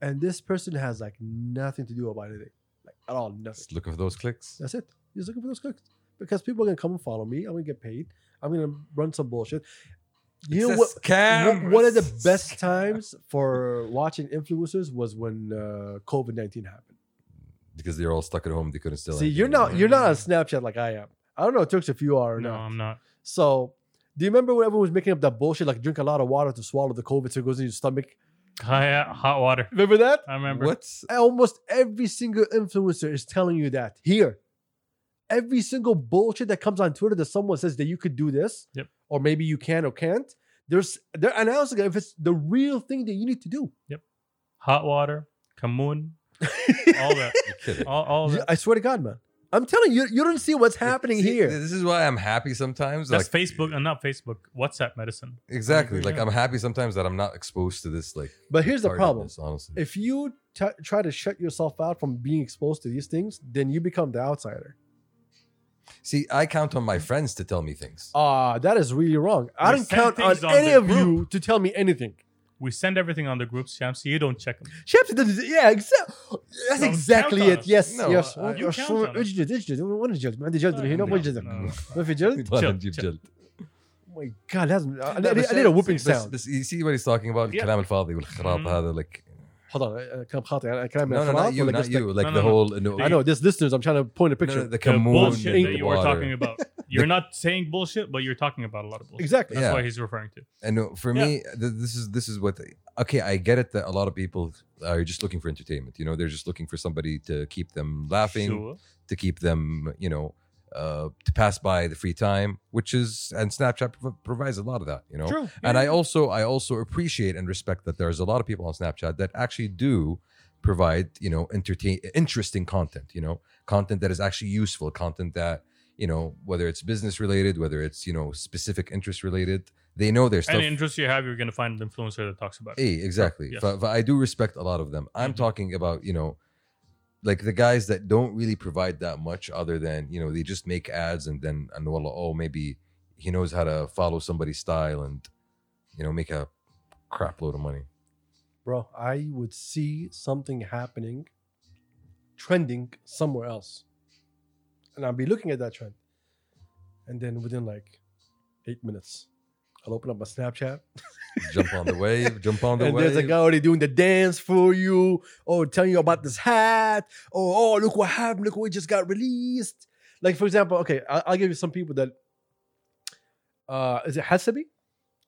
[SPEAKER 4] and this person has like nothing to do about anything, like at all, nothing.
[SPEAKER 2] just looking for those clicks.
[SPEAKER 4] That's it. Just looking for those clicks because people are gonna come and follow me. I'm gonna get paid. I'm gonna run some bullshit. You know what? One- One of the best times for watching influencers was when uh, COVID nineteen happened.
[SPEAKER 2] because they're all stuck at home. They couldn't still.
[SPEAKER 4] See, you're not
[SPEAKER 1] yeah.
[SPEAKER 4] you're not on Snapchat like I am. I don't know, Turks, if you are or
[SPEAKER 1] No,
[SPEAKER 4] not.
[SPEAKER 1] I'm not.
[SPEAKER 4] So, do you remember when everyone was making up that bullshit, like drink a lot of water to swallow the COVID so it goes in your stomach?
[SPEAKER 1] Hi- uh, hot water.
[SPEAKER 4] Remember that?
[SPEAKER 1] I remember.
[SPEAKER 2] What's
[SPEAKER 4] Almost every single influencer is telling you that here. Every single bullshit that comes on Twitter that someone says that you could do this,
[SPEAKER 1] Yep.
[SPEAKER 4] or maybe you can or can't. There's they're announcing it if it's the real thing that you need to do.
[SPEAKER 1] Hot water. Kamun. All that.
[SPEAKER 2] You're kidding.
[SPEAKER 1] All, all
[SPEAKER 4] Yeah,
[SPEAKER 1] that.
[SPEAKER 4] I swear to God, man. I'm telling you, you don't see what's happening
[SPEAKER 2] See,
[SPEAKER 4] here.
[SPEAKER 2] This is why I'm happy sometimes.
[SPEAKER 1] That's
[SPEAKER 2] like,
[SPEAKER 1] Facebook. Uh, not Facebook. WhatsApp medicine.
[SPEAKER 2] Exactly.
[SPEAKER 1] agree,
[SPEAKER 2] Like
[SPEAKER 1] yeah.
[SPEAKER 2] I'm happy sometimes that I'm not exposed to this. Like,
[SPEAKER 4] But here's the problem.
[SPEAKER 2] retardedness, honestly.
[SPEAKER 4] If you t- try to shut yourself out from being exposed to these things, then you become the outsider.
[SPEAKER 2] See, I count on my friends to tell me things.
[SPEAKER 1] Oh,
[SPEAKER 4] Ah, that is really wrong. I
[SPEAKER 1] We
[SPEAKER 4] don't
[SPEAKER 1] send
[SPEAKER 4] count on
[SPEAKER 1] things on
[SPEAKER 4] any
[SPEAKER 1] the
[SPEAKER 4] of you to tell me anything.
[SPEAKER 1] We send everything on the group, Shamsi. You don't check them.
[SPEAKER 4] Shepard doesn't- yeah, exa- that's
[SPEAKER 1] Don't
[SPEAKER 4] exactly
[SPEAKER 1] count on
[SPEAKER 4] it.
[SPEAKER 1] us.
[SPEAKER 4] Yes,
[SPEAKER 2] No,
[SPEAKER 4] yes.
[SPEAKER 2] I-
[SPEAKER 4] Well,
[SPEAKER 1] You
[SPEAKER 4] sure.
[SPEAKER 1] count on us.
[SPEAKER 4] اجلد- اجلد. ما عندي جلد، ما عندي جلد الحين.
[SPEAKER 2] No,
[SPEAKER 4] أبغى جلدك.
[SPEAKER 1] no.
[SPEAKER 4] ما في جلد؟
[SPEAKER 2] Why
[SPEAKER 1] Chill,
[SPEAKER 2] don't you
[SPEAKER 1] chill.
[SPEAKER 2] chill?
[SPEAKER 4] Oh my God, لازم- I- I-
[SPEAKER 2] No,
[SPEAKER 4] I
[SPEAKER 2] but
[SPEAKER 4] need a
[SPEAKER 2] see-
[SPEAKER 4] whooping
[SPEAKER 2] see, but-
[SPEAKER 4] sound.
[SPEAKER 2] but you see what he's talking about?
[SPEAKER 1] Yeah.
[SPEAKER 2] الكلام الفاضي والخراط
[SPEAKER 1] Mhm.
[SPEAKER 2] هذا like
[SPEAKER 4] hold on, uh, كلام خاطئ. أنا كلام
[SPEAKER 2] no no
[SPEAKER 4] خلاط
[SPEAKER 2] not you
[SPEAKER 4] ولا
[SPEAKER 2] not
[SPEAKER 4] قصدك؟
[SPEAKER 2] you like
[SPEAKER 1] No,
[SPEAKER 2] the
[SPEAKER 1] no, no.
[SPEAKER 2] whole no,
[SPEAKER 4] I know this listeners. I'm trying to point a picture.
[SPEAKER 2] no, the
[SPEAKER 1] The
[SPEAKER 2] Cameroon
[SPEAKER 1] bullshit
[SPEAKER 2] and
[SPEAKER 1] that
[SPEAKER 2] the
[SPEAKER 1] you were
[SPEAKER 2] water.
[SPEAKER 1] talking about. You're not saying bullshit, but you're talking about a lot of bullshit.
[SPEAKER 4] Exactly.
[SPEAKER 1] That's
[SPEAKER 2] Yeah.
[SPEAKER 1] why he's referring to.
[SPEAKER 2] And no, for
[SPEAKER 1] Yeah.
[SPEAKER 2] me, th- this is this is what. Okay, I get it that a lot of people are just looking for entertainment. You know, they're just looking for somebody to keep them laughing,
[SPEAKER 1] Sure.
[SPEAKER 2] to keep them, you know, uh, to pass by the free time, which is and Snapchat prov- provides a lot of that. You know,
[SPEAKER 1] True.
[SPEAKER 2] and I also I also appreciate and respect that there's a lot of people on Snapchat that actually do provide you know entertain interesting content you know content that is actually useful content that you know whether it's business related whether it's you know specific interest related they know their stuff
[SPEAKER 1] Any interest you have, you're gonna find an influencer that talks about it.
[SPEAKER 2] Hey, exactly.
[SPEAKER 1] Yes.
[SPEAKER 2] But, but I do respect a lot of them. I'm
[SPEAKER 4] Mm-hmm.
[SPEAKER 1] Mhm.
[SPEAKER 2] talking about, you know, like the guys that don't really provide that much other than, you know, they just make ads and then, and well, oh, maybe he knows how to follow somebody's style and, you know, make a crap load of money.
[SPEAKER 4] bro, I would see something happening, trending somewhere else, and I'll be looking at that trend, and then within like eight minutes, I'll open up my Snapchat,
[SPEAKER 2] Jump on the wave, jump on the
[SPEAKER 4] and
[SPEAKER 2] wave.
[SPEAKER 4] there's a guy already doing the dance for you, or telling you about this hat, or oh look what happened, look what just got released. Like for example, okay, I'll, I'll give you some people that. Uh, is it Hasabi?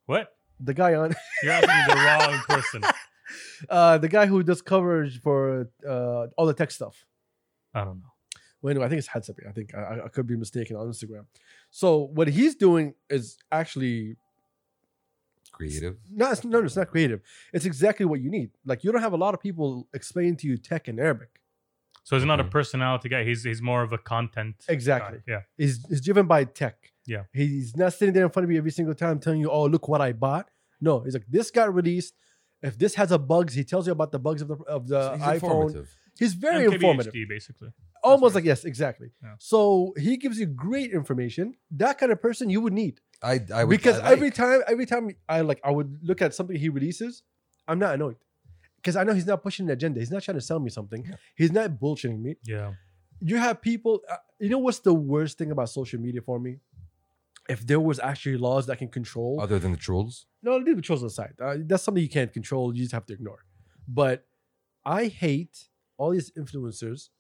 [SPEAKER 1] What?
[SPEAKER 4] The guy on
[SPEAKER 1] You're asking the wrong person.
[SPEAKER 4] uh, the guy who does coverage for uh, all the tech stuff.
[SPEAKER 1] I don't know.
[SPEAKER 4] Well, anyway, I think it's Hatsabi. I think I, I- I could be mistaken on Instagram. So what he's doing is actually
[SPEAKER 2] Creative.
[SPEAKER 4] no, it's, no, no, it's not creative. It's exactly what you need. Like you don't have a lot of people explaining to you tech in Arabic.
[SPEAKER 1] So he's not a
[SPEAKER 2] Mhm.
[SPEAKER 1] personality guy. He's he's more of a content. guy.
[SPEAKER 4] Exactly.
[SPEAKER 1] Yeah.
[SPEAKER 4] He's, he's driven by tech.
[SPEAKER 1] Yeah.
[SPEAKER 4] He's not sitting there in front of you every single time telling you, "Oh, look what I bought." No, he's like, "This got released." If this has a bugs, he tells you about the bugs of the of the
[SPEAKER 2] So he's
[SPEAKER 4] iPhone.
[SPEAKER 2] informative.
[SPEAKER 4] He's very
[SPEAKER 1] MKBHD,
[SPEAKER 4] informative.
[SPEAKER 1] basically.
[SPEAKER 4] Almost
[SPEAKER 1] right.
[SPEAKER 4] like yes, exactly.
[SPEAKER 1] Yeah.
[SPEAKER 4] So he gives you great information. That kind of person you would need.
[SPEAKER 2] I, I would
[SPEAKER 4] because
[SPEAKER 2] I like-
[SPEAKER 4] every time every time I like I would look at something he releases, I'm not annoyed. Because I know he's not pushing an agenda. He's not trying to sell me something. He's not bullshitting me.
[SPEAKER 1] Yeah.
[SPEAKER 4] You have people. Uh, you know what's the worst thing about social media for me? If there was actually laws that can control,
[SPEAKER 2] other than the trolls,
[SPEAKER 4] no, leave the trolls aside. Uh, that's something you can't control. You just have to ignore. But I hate all these influencers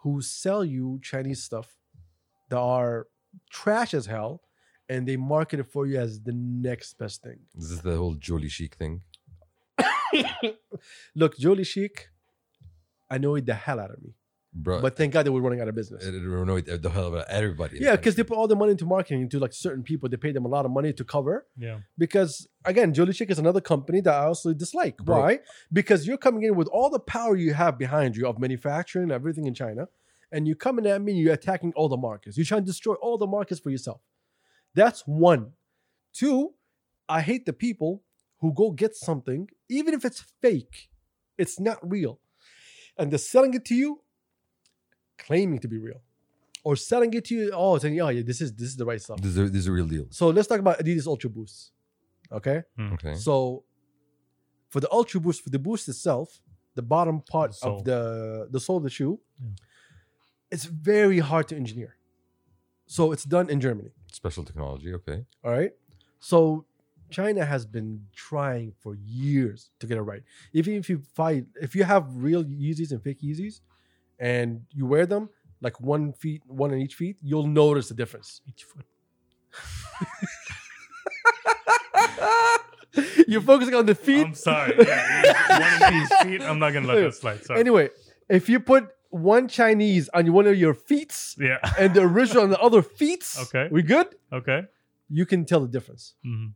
[SPEAKER 4] who sell you Chinese stuff that are trash as hell, and they market it for you as the next best thing.
[SPEAKER 2] this is the whole Jolie Chic thing.
[SPEAKER 4] Look, Jolie Chic annoyed the hell out of me.
[SPEAKER 2] Bro,
[SPEAKER 4] But thank God they were running out of business.
[SPEAKER 2] it annoyed the hell out of everybody. in the
[SPEAKER 4] Yeah, because they
[SPEAKER 2] country.
[SPEAKER 4] put all the money into marketing to like certain people. They pay them a lot of money to cover.
[SPEAKER 1] Yeah.
[SPEAKER 4] Because again, Jolie Chic is another company that I also dislike.
[SPEAKER 2] Bro.
[SPEAKER 4] Why? Because you're coming in with all the power you have behind you of manufacturing, everything in China, and you're coming at me and you're attacking all the markets. You're trying to destroy all the markets for yourself. That's one. Two, I hate the people who go get something, even if it's fake, it's not real. And they're selling it to you, claiming to be real. Or selling it to you, oh, saying, oh yeah, this is this is the right stuff.
[SPEAKER 2] This is a, this is a real deal.
[SPEAKER 4] So let's talk about Adidas Ultra Boost. Okay.
[SPEAKER 2] Okay.
[SPEAKER 4] So for the Ultra Boost, for the boost itself, the bottom part
[SPEAKER 1] The sole.
[SPEAKER 4] of the the sole of the shoe,
[SPEAKER 1] Yeah.
[SPEAKER 4] it's very hard to engineer. So it's done in Germany.
[SPEAKER 2] Special technology. Okay.
[SPEAKER 4] All right. So China has been trying for years to get it right. Even if you find if you have real Yeezys and fake Yeezys and you wear them, like one feet, one on each feet, you'll notice the difference.
[SPEAKER 1] Each foot.
[SPEAKER 4] You're focusing on the feet.
[SPEAKER 1] I'm sorry. Yeah, one of these feet. I'm not gonna let that slide. Sorry.
[SPEAKER 4] Anyway, if you put one Chinese on one of your feet
[SPEAKER 1] Yeah.
[SPEAKER 4] and the original on the other feet,
[SPEAKER 1] Okay.
[SPEAKER 4] we good?
[SPEAKER 1] Okay.
[SPEAKER 4] You can tell the difference.
[SPEAKER 1] hmm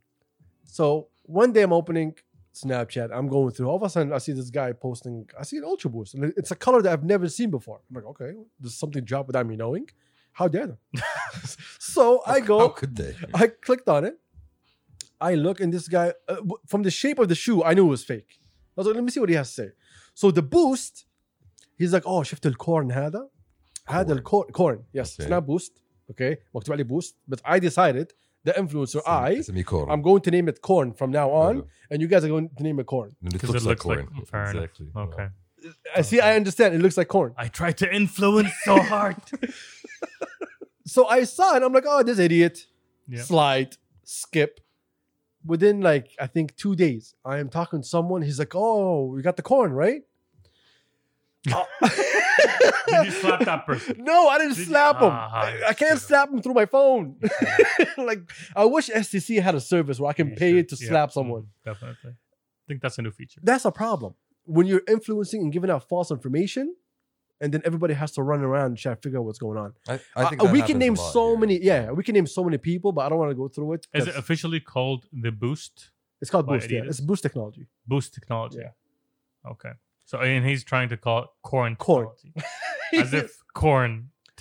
[SPEAKER 4] So one day I'm opening Snapchat. I'm going through. All of a sudden, I see this guy posting. I see an Ultra Boost, and it's a color that I've never seen before. I'm like, okay, there's something dropped without me knowing. How dare them? so I go.
[SPEAKER 2] How could they?
[SPEAKER 4] I clicked on it. I look, and this guy, uh, w- from the shape of the shoe, I knew it was fake. I was like, let me see what he has to say. So the boost, he's like, oh, شفت الكورن هذا؟ هذا الكورن corn. Yes,
[SPEAKER 2] Okay.
[SPEAKER 4] it's not boost. Okay, مكتوب عليه boost. But I decided, the influencer, I,
[SPEAKER 2] It's a Mikoro.
[SPEAKER 4] I'm going to name it corn from now on, and you guys are going to name it corn.
[SPEAKER 2] And it
[SPEAKER 1] Because it looks like Mm,
[SPEAKER 2] corn.
[SPEAKER 1] fair enough.
[SPEAKER 2] exactly.
[SPEAKER 1] Okay.
[SPEAKER 2] Wow. Oh,
[SPEAKER 4] I Uh, see, I understand. It looks like corn.
[SPEAKER 1] I tried to influence so hard.
[SPEAKER 4] So I saw it. I'm like, oh, this idiot.
[SPEAKER 1] Yeah.
[SPEAKER 4] Slide, skip. Within like I think two days, I am talking to someone. He's like, "Oh, we got the corn, right?"
[SPEAKER 1] Did you slap that person?
[SPEAKER 4] No, I didn't
[SPEAKER 1] Did you-
[SPEAKER 4] slap him.
[SPEAKER 1] Ah,
[SPEAKER 4] I,
[SPEAKER 1] you
[SPEAKER 4] I can't
[SPEAKER 1] should've.
[SPEAKER 4] slap him through my phone.
[SPEAKER 1] Yeah.
[SPEAKER 4] like I wish STC had a service where I can
[SPEAKER 1] You
[SPEAKER 4] pay
[SPEAKER 1] should.
[SPEAKER 4] it to
[SPEAKER 1] Yeah.
[SPEAKER 4] slap someone.
[SPEAKER 1] Mhm. Definitely. I think that's a new feature.
[SPEAKER 4] That's a problem when you're influencing and giving out false information, and then everybody has to run around and try to figure out what's going on.
[SPEAKER 2] I, I think
[SPEAKER 4] Uh,
[SPEAKER 2] that
[SPEAKER 4] we
[SPEAKER 2] happens
[SPEAKER 4] can
[SPEAKER 2] a
[SPEAKER 4] name
[SPEAKER 2] lot
[SPEAKER 4] so
[SPEAKER 2] here.
[SPEAKER 4] many. Yeah, we can name so many people, but I don't want to go through it.
[SPEAKER 1] Is it
[SPEAKER 4] 'cause
[SPEAKER 1] officially called the Boost
[SPEAKER 4] it's called
[SPEAKER 1] by
[SPEAKER 4] Boost. Yeah,
[SPEAKER 1] Adidas?
[SPEAKER 4] it's Boost technology.
[SPEAKER 1] Boost technology?
[SPEAKER 4] Yeah.
[SPEAKER 1] Okay. So and he's trying to call it corn
[SPEAKER 4] Corn.
[SPEAKER 1] technology. as if corn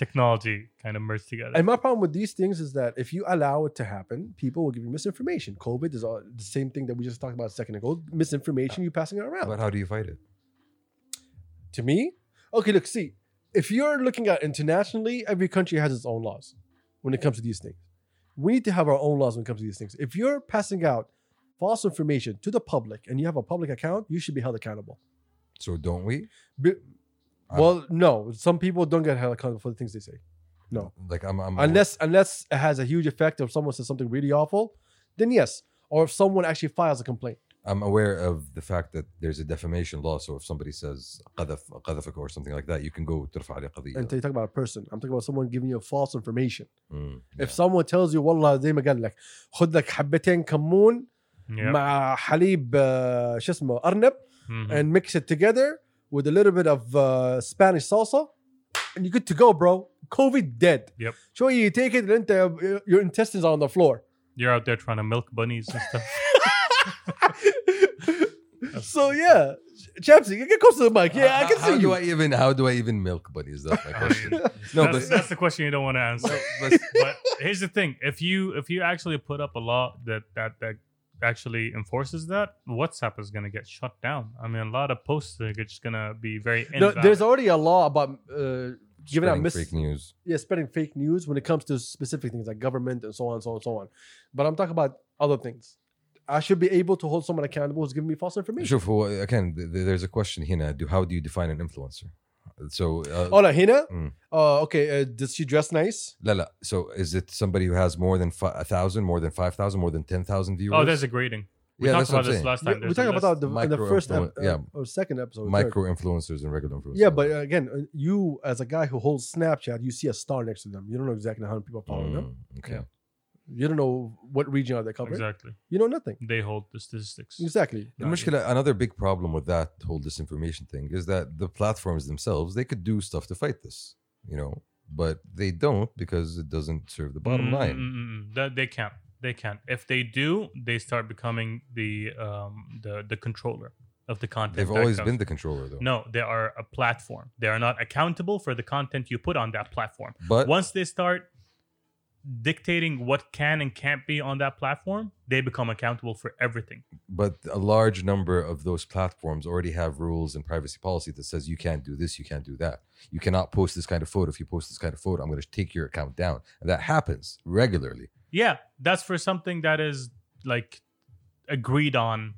[SPEAKER 1] technology kind of merged together.
[SPEAKER 4] And my problem with these things is that if you allow it to happen, people will give you misinformation. COVID is all, the same thing that we just talked about a second ago. Misinformation, you passing it around.
[SPEAKER 2] But how do you fight it?
[SPEAKER 4] to me, okay, look, see, if you're looking at internationally, every country has its own laws when it comes to these things. We need to have our own laws when it comes to these things. If you're passing out false information to the public and you have a public account, you should be held accountable.
[SPEAKER 2] So don't we?
[SPEAKER 4] Be-
[SPEAKER 2] I'm-
[SPEAKER 4] well, no, some people don't get held accountable for the things they say. No.
[SPEAKER 2] Like I'm. I'm
[SPEAKER 4] unless unless it has a huge effect or someone says something really awful then yes or if someone actually files a complaint
[SPEAKER 2] I'm aware of the fact that there's a defamation law. So if somebody says قذف قذفك or something like that, you can go ترفع عليه
[SPEAKER 4] and
[SPEAKER 2] قضية.
[SPEAKER 4] they talk about a person i'm talking about someone giving you false information
[SPEAKER 2] Mm,
[SPEAKER 4] if someone tells you والله زي ما قال لك خذ لك حبتين كمون
[SPEAKER 1] yeah.
[SPEAKER 4] مع حليب آه، شو اسمه ارنب
[SPEAKER 2] Mm.
[SPEAKER 1] Mhm.
[SPEAKER 4] and mix it together with a little bit of uh, Spanish salsa, and you're good to go, bro. COVID dead.
[SPEAKER 1] Yep.
[SPEAKER 4] So you take it, and then your intestines are on the floor.
[SPEAKER 1] You're out there trying to milk bunnies and stuff.
[SPEAKER 4] so yeah, Chapsy, get close to the mic. Yeah, I
[SPEAKER 2] How-
[SPEAKER 4] can
[SPEAKER 2] how
[SPEAKER 4] see
[SPEAKER 2] Do
[SPEAKER 4] you.
[SPEAKER 2] I even? How do I even milk bunnies? That's my question. no,
[SPEAKER 1] that's,
[SPEAKER 2] but,
[SPEAKER 1] that's the question you don't want to answer.
[SPEAKER 2] but
[SPEAKER 1] but here's the thing: if you if you actually put up a law that that that actually enforces that, WhatsApp is gonna get shut down. I mean, a lot of posts are just gonna be very
[SPEAKER 4] No,
[SPEAKER 1] invalid.
[SPEAKER 4] there's already a law about uh, giving out
[SPEAKER 2] spreading
[SPEAKER 4] mis-
[SPEAKER 2] fake news.
[SPEAKER 4] yeah, spreading fake news when it comes to specific things like government and so on, so on, so on. But I'm talking about other things. I should be able to hold someone accountable who's giving me false information.
[SPEAKER 2] شوف هو again th- th- there's a question here do how do you define an influencer so uh,
[SPEAKER 4] Oh, no, Hina.
[SPEAKER 2] Mm.
[SPEAKER 4] Uh, okay, uh, does she dress nice?
[SPEAKER 2] لا لا so is it somebody who has more than fi- a thousand more than 5000 more than 10000 viewers
[SPEAKER 1] oh, there's a grading. We
[SPEAKER 2] yeah
[SPEAKER 1] talked
[SPEAKER 2] that's what
[SPEAKER 1] about
[SPEAKER 2] I'm
[SPEAKER 1] this
[SPEAKER 2] saying
[SPEAKER 1] last
[SPEAKER 4] Yeah,
[SPEAKER 1] time.
[SPEAKER 4] we
[SPEAKER 1] There's a
[SPEAKER 4] talked about
[SPEAKER 1] list.
[SPEAKER 4] that in the- in the
[SPEAKER 2] Micro
[SPEAKER 4] first ep-
[SPEAKER 2] influ- yeah.
[SPEAKER 4] uh, or second episode. or third.
[SPEAKER 2] micro influencers and regular influencers
[SPEAKER 4] Yeah, but uh, again, uh, you as a guy who holds Snapchat, you see a star next to them. You don't know exactly how many people
[SPEAKER 1] Oh,
[SPEAKER 4] are following them.
[SPEAKER 2] Mm, okay
[SPEAKER 4] You don't know what region are they covering.
[SPEAKER 1] exactly.
[SPEAKER 4] You know nothing.
[SPEAKER 1] They hold the statistics.
[SPEAKER 4] Exactly.
[SPEAKER 2] The المشكلة another big problem with that whole disinformation thing is that the platforms themselves they could do stuff to fight this you know but they don't because it doesn't serve the bottom
[SPEAKER 1] Mm,
[SPEAKER 2] line
[SPEAKER 1] mm, mm, mm. That they can't. They can't. If they do, they start becoming the um the the controller of the content.
[SPEAKER 2] they've
[SPEAKER 1] that
[SPEAKER 2] always
[SPEAKER 1] comes.
[SPEAKER 2] been the controller though
[SPEAKER 1] No, they are a platform. They are not accountable for the content you put on that platform.
[SPEAKER 2] but
[SPEAKER 1] Once they start dictating what can and can't be on that platform, they become accountable for everything.
[SPEAKER 2] but a large number of those platforms already have rules and privacy policy that says you can't do this you can't do that you cannot post this kind of photo if you post this kind of photo i'm going to take your account down and that happens regularly
[SPEAKER 1] Yeah, that's for something that is like agreed on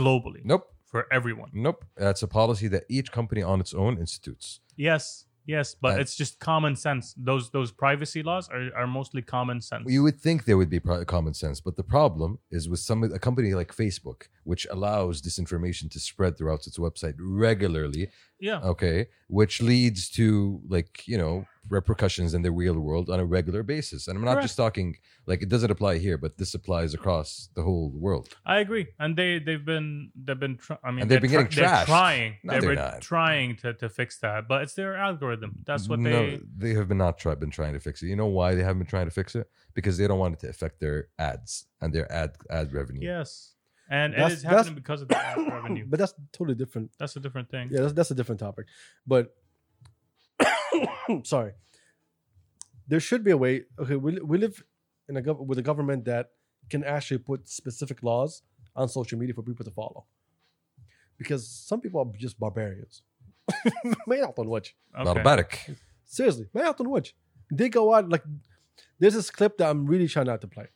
[SPEAKER 1] globally
[SPEAKER 2] nope
[SPEAKER 1] for everyone.
[SPEAKER 2] nope that's a policy that each company on its own institutes
[SPEAKER 1] Yes, yes, but
[SPEAKER 2] Uh,
[SPEAKER 1] it's just common sense. Those those privacy laws are, are mostly common sense.
[SPEAKER 2] you would think there would be pro- common sense but the problem is with some a company like facebook which allows disinformation to spread throughout its website regularly
[SPEAKER 1] yeah.
[SPEAKER 2] okay which leads to like you know repercussions in the real world on a regular basis and i'm not
[SPEAKER 1] Correct.
[SPEAKER 2] just talking like it doesn't apply here but this applies across the whole world
[SPEAKER 1] I agree, and they they've been they've been tr- I mean
[SPEAKER 2] And they've been
[SPEAKER 1] they're
[SPEAKER 2] getting
[SPEAKER 1] they're
[SPEAKER 2] trashed.
[SPEAKER 1] trying
[SPEAKER 2] No,
[SPEAKER 1] they've
[SPEAKER 2] they're
[SPEAKER 1] been
[SPEAKER 2] not.
[SPEAKER 1] trying to, to fix that, but it's their algorithm. That's what
[SPEAKER 2] No,
[SPEAKER 1] they
[SPEAKER 2] they have been not try, been trying to fix it you know why they haven't been trying to fix it because they don't want it to affect their ads and their ad ad revenue
[SPEAKER 1] yes, and it
[SPEAKER 4] That's-
[SPEAKER 1] is
[SPEAKER 4] that's-
[SPEAKER 1] happening because of the ad revenue. Mm-hmm.
[SPEAKER 4] but that's totally different.
[SPEAKER 1] That's a different thing.
[SPEAKER 4] Yeah, that's, that's a different topic. But sorry, there should be a way. Okay, we, we live in a gov- with a government that can actually put specific laws on social media for people to follow, because some people are just barbarians. ما يعطون وجه.
[SPEAKER 1] Okay.
[SPEAKER 2] barbaric
[SPEAKER 4] Seriously, ما يعطون وجه. They go out like there's this clip that I'm really trying not to play.